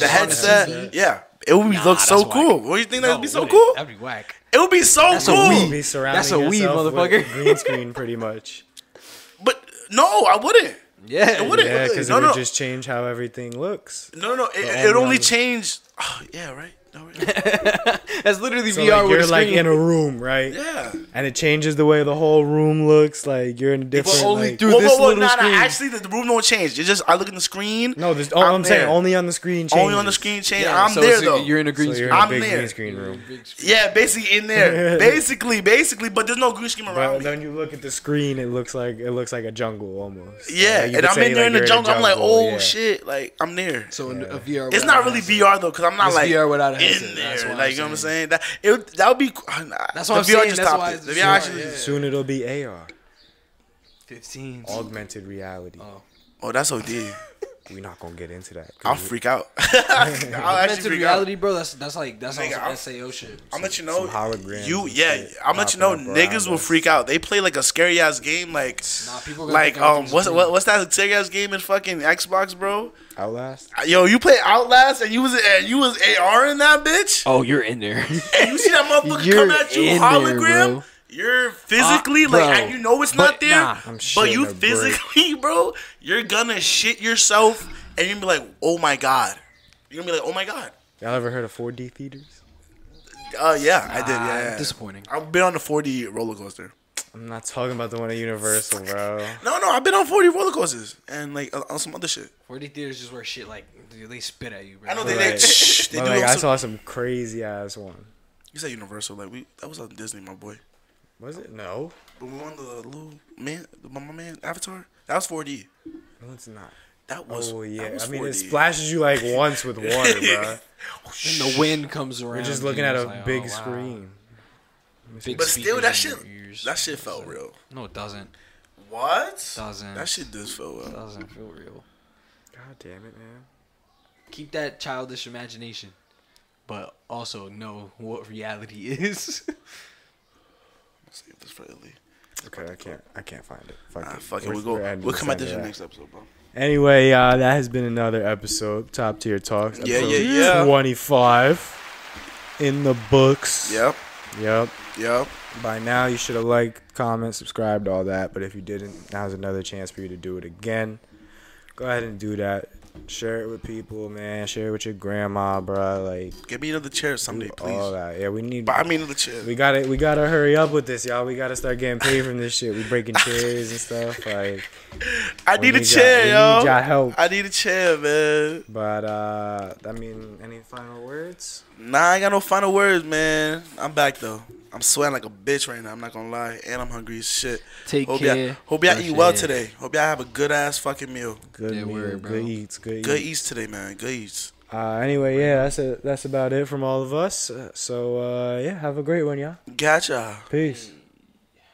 Speaker 1: headset, the
Speaker 3: just on the
Speaker 1: headset
Speaker 3: TV?
Speaker 1: yeah, it would
Speaker 3: Nah,
Speaker 1: look so
Speaker 3: that's whack.
Speaker 1: cool. What do you think that'd
Speaker 3: No,
Speaker 1: be so
Speaker 3: wouldn't.
Speaker 1: cool?
Speaker 3: That'd be whack.
Speaker 1: it would be so
Speaker 3: That's a
Speaker 1: cool.
Speaker 3: Wii.
Speaker 2: Be surrounding
Speaker 3: That's a weed,
Speaker 2: yourself with
Speaker 3: motherfucker.
Speaker 2: green screen,
Speaker 1: <laughs>
Speaker 2: pretty much.
Speaker 1: But no, I wouldn't.
Speaker 3: Yeah.
Speaker 1: It wouldn't.
Speaker 2: Yeah, because
Speaker 1: no,
Speaker 2: it would
Speaker 1: no,
Speaker 2: just change how everything looks.
Speaker 1: no, no, no.
Speaker 2: all
Speaker 1: It, it only
Speaker 2: around.
Speaker 1: changed. Oh, yeah, right. No,
Speaker 3: <laughs>
Speaker 1: right.
Speaker 3: That's literally
Speaker 2: So
Speaker 3: VR
Speaker 2: like,
Speaker 3: with a
Speaker 2: you're like
Speaker 3: screen.
Speaker 2: in a room, right?
Speaker 1: yeah.
Speaker 2: And it changes the way the whole room looks. Like you're in a different.
Speaker 3: only
Speaker 2: like-
Speaker 3: through-
Speaker 1: whoa,
Speaker 3: this
Speaker 1: whoa, whoa,
Speaker 3: little
Speaker 1: nah, nah,
Speaker 3: screen.
Speaker 1: Actually, the, the room don't change. It's just I look in the screen.
Speaker 2: No, there's, oh, I'm, saying
Speaker 1: there.
Speaker 2: only on the screen. Changes.
Speaker 1: Only on the screen change.
Speaker 3: Yeah,
Speaker 1: I'm
Speaker 3: so
Speaker 1: there
Speaker 3: it's-
Speaker 1: though.
Speaker 3: You're in a green
Speaker 2: So you're
Speaker 3: screen.
Speaker 2: in a
Speaker 1: I'm
Speaker 2: big
Speaker 1: there.
Speaker 2: green screen room.
Speaker 3: Big screen.
Speaker 1: yeah, basically in
Speaker 3: <laughs>
Speaker 1: there. basically, basically, but there's no green screen around
Speaker 2: But
Speaker 1: me.
Speaker 2: then you look at the screen, it looks like it looks like a jungle almost.
Speaker 1: yeah,
Speaker 2: Like, you
Speaker 1: and
Speaker 2: could
Speaker 1: I'm
Speaker 2: say,
Speaker 1: in there
Speaker 2: like,
Speaker 1: in the
Speaker 2: you're
Speaker 1: jungle. I'm like, oh
Speaker 2: yeah.
Speaker 1: shit, like I'm there.
Speaker 3: So in a VR.
Speaker 1: It's not really VR though, because I'm not
Speaker 3: It's
Speaker 1: like
Speaker 3: VR without a headset,
Speaker 1: in
Speaker 3: that's
Speaker 1: there.
Speaker 3: what
Speaker 1: Like
Speaker 3: I'm
Speaker 1: you know what I'm
Speaker 3: saying.
Speaker 1: saying? That it would- that would be. cool.
Speaker 3: That's what I'm saying, that's why it's
Speaker 1: The
Speaker 3: VR,
Speaker 1: VR actually.
Speaker 3: Oh, yeah.
Speaker 2: Soon it'll be AR,
Speaker 3: 15.
Speaker 2: augmented reality.
Speaker 3: Oh.
Speaker 1: Oh, that's OD.
Speaker 2: We're not gonna get into that. 'cause
Speaker 1: I'll
Speaker 2: we-
Speaker 1: freak out. <laughs>
Speaker 2: <laughs>
Speaker 1: I'll actually
Speaker 3: Augmented
Speaker 1: freak out.
Speaker 3: reality, bro. That's that's like that's
Speaker 1: Nigga,
Speaker 3: also
Speaker 1: I'm-
Speaker 3: SAO shit.
Speaker 1: I'm let you know.
Speaker 2: some holograms
Speaker 1: You
Speaker 2: and
Speaker 1: yeah.
Speaker 2: shit
Speaker 1: I'm let you know.
Speaker 2: popping up around
Speaker 1: Niggas will
Speaker 2: us.
Speaker 1: freak out. They play like a scary ass game. Like
Speaker 3: Nah, people gonna
Speaker 1: like
Speaker 3: think everything's
Speaker 1: um what's
Speaker 3: a
Speaker 1: what, what's that scary ass game in fucking Xbox, bro?
Speaker 2: Outlast.
Speaker 1: Yo, you play Outlast and you was and you was AR in that bitch.
Speaker 3: Oh, you're in there.
Speaker 1: And <laughs> you see that motherfucker
Speaker 3: You're
Speaker 1: come at you
Speaker 3: in there,
Speaker 1: hologram.
Speaker 3: bro.
Speaker 1: you're physically
Speaker 3: Uh,
Speaker 1: like
Speaker 3: bro.
Speaker 1: and you know it's
Speaker 3: But
Speaker 1: not there,
Speaker 3: nah,
Speaker 2: I'm
Speaker 1: but
Speaker 2: shitting a
Speaker 1: you
Speaker 2: brick.
Speaker 1: physically, <laughs> bro, you're gonna shit yourself and you're gonna be like, oh my god, you're gonna be like, oh my god.
Speaker 2: Y'all ever heard of 4D theaters?
Speaker 1: Uh, yeah, I did.
Speaker 2: Ah,
Speaker 3: <laughs>
Speaker 1: Yeah, yeah.
Speaker 3: disappointing.
Speaker 1: I've been on the 40 roller coaster.
Speaker 2: I'm not talking about the one at Universal,
Speaker 1: <laughs>
Speaker 2: bro.
Speaker 1: No, no, I've been on 40 roller coasters and like uh, on some other shit.
Speaker 3: 4D theaters just where shit like dude, they spit at you, bro.
Speaker 1: I know they
Speaker 2: Right.
Speaker 1: they, they do.
Speaker 2: But, like, I
Speaker 1: also-
Speaker 2: saw some crazy ass one.
Speaker 1: you said Universal, like we that was on Disney, my boy.
Speaker 2: Was it? No,
Speaker 1: But we won the little man, the, my, my man Avatar. That was 4D.
Speaker 2: no, it's not.
Speaker 1: That was.
Speaker 2: Oh
Speaker 1: that
Speaker 2: yeah,
Speaker 1: was
Speaker 2: I mean
Speaker 1: 4D.
Speaker 2: it splashes you like
Speaker 1: <laughs>
Speaker 2: once with water, bro.
Speaker 3: Then the wind comes around.
Speaker 2: You're just looking
Speaker 3: dude,
Speaker 2: at
Speaker 3: it's
Speaker 2: a
Speaker 3: like,
Speaker 2: big
Speaker 3: oh, wow.
Speaker 2: screen.
Speaker 3: Big
Speaker 1: But still, that shit,
Speaker 3: speakers in your ears.
Speaker 1: that shit felt real.
Speaker 3: No, it doesn't.
Speaker 1: What?
Speaker 3: Doesn't.
Speaker 1: That shit does feel real.
Speaker 3: Doesn't feel real.
Speaker 2: God damn it, man.
Speaker 3: Keep that childish imagination, but also know what reality is. <laughs>
Speaker 1: Save this for Italy.
Speaker 2: Okay, I can't. I can't find it. Fuck
Speaker 1: Ah,
Speaker 2: it.
Speaker 1: fuck it.
Speaker 2: We're-
Speaker 1: We'll
Speaker 2: we're
Speaker 1: go.
Speaker 2: ending
Speaker 1: We'll come at
Speaker 2: end of
Speaker 1: this in
Speaker 2: that.
Speaker 1: the next episode, bro.
Speaker 2: Anyway, uh, that has been another episode. Top tier talks.
Speaker 1: Yeah,
Speaker 2: episode
Speaker 1: yeah, yeah.
Speaker 2: Twenty-five in the books.
Speaker 1: Yep.
Speaker 2: Yep.
Speaker 1: Yep.
Speaker 2: By now, you should have liked, comment, subscribed, all that. But if you didn't, now's another chance for you to do it again. Go ahead and do that. Share it with people, man. Share it with your grandma, bruh. Like
Speaker 1: Give me another chair someday,
Speaker 2: all
Speaker 1: please.
Speaker 2: that. Yeah, we need.
Speaker 1: Buy me another chair.
Speaker 2: We gotta we gotta hurry up with this, y'all. We gotta start getting paid from this shit. We
Speaker 1: <laughs>
Speaker 2: breaking chairs and stuff. Like
Speaker 1: I
Speaker 2: we
Speaker 1: need a
Speaker 2: need
Speaker 1: chair,
Speaker 2: y'all- we
Speaker 1: yo.
Speaker 2: need y'all help.
Speaker 1: I need a chair, man.
Speaker 2: But uh I mean, any final words?
Speaker 1: Nah, I ain't got no final words, man. I'm back though. I'm sweating like a bitch right now. I'm not gonna lie, and I'm hungry as shit.
Speaker 3: Take
Speaker 1: Hope
Speaker 3: care.
Speaker 1: y'all, hope y'all
Speaker 3: Fresh
Speaker 1: eat well
Speaker 3: air.
Speaker 1: today. Hope y'all have a good ass fucking meal.
Speaker 2: Good
Speaker 3: Yeah,
Speaker 2: meal,
Speaker 3: word, bro.
Speaker 2: good eats, good,
Speaker 1: Good
Speaker 2: eats.
Speaker 1: eats today, man. Good eats.
Speaker 2: Uh, anyway, yeah, that's it. That's about it from all of us. Uh, So uh, yeah, have a great one, y'all.
Speaker 1: Gotcha.
Speaker 2: Peace.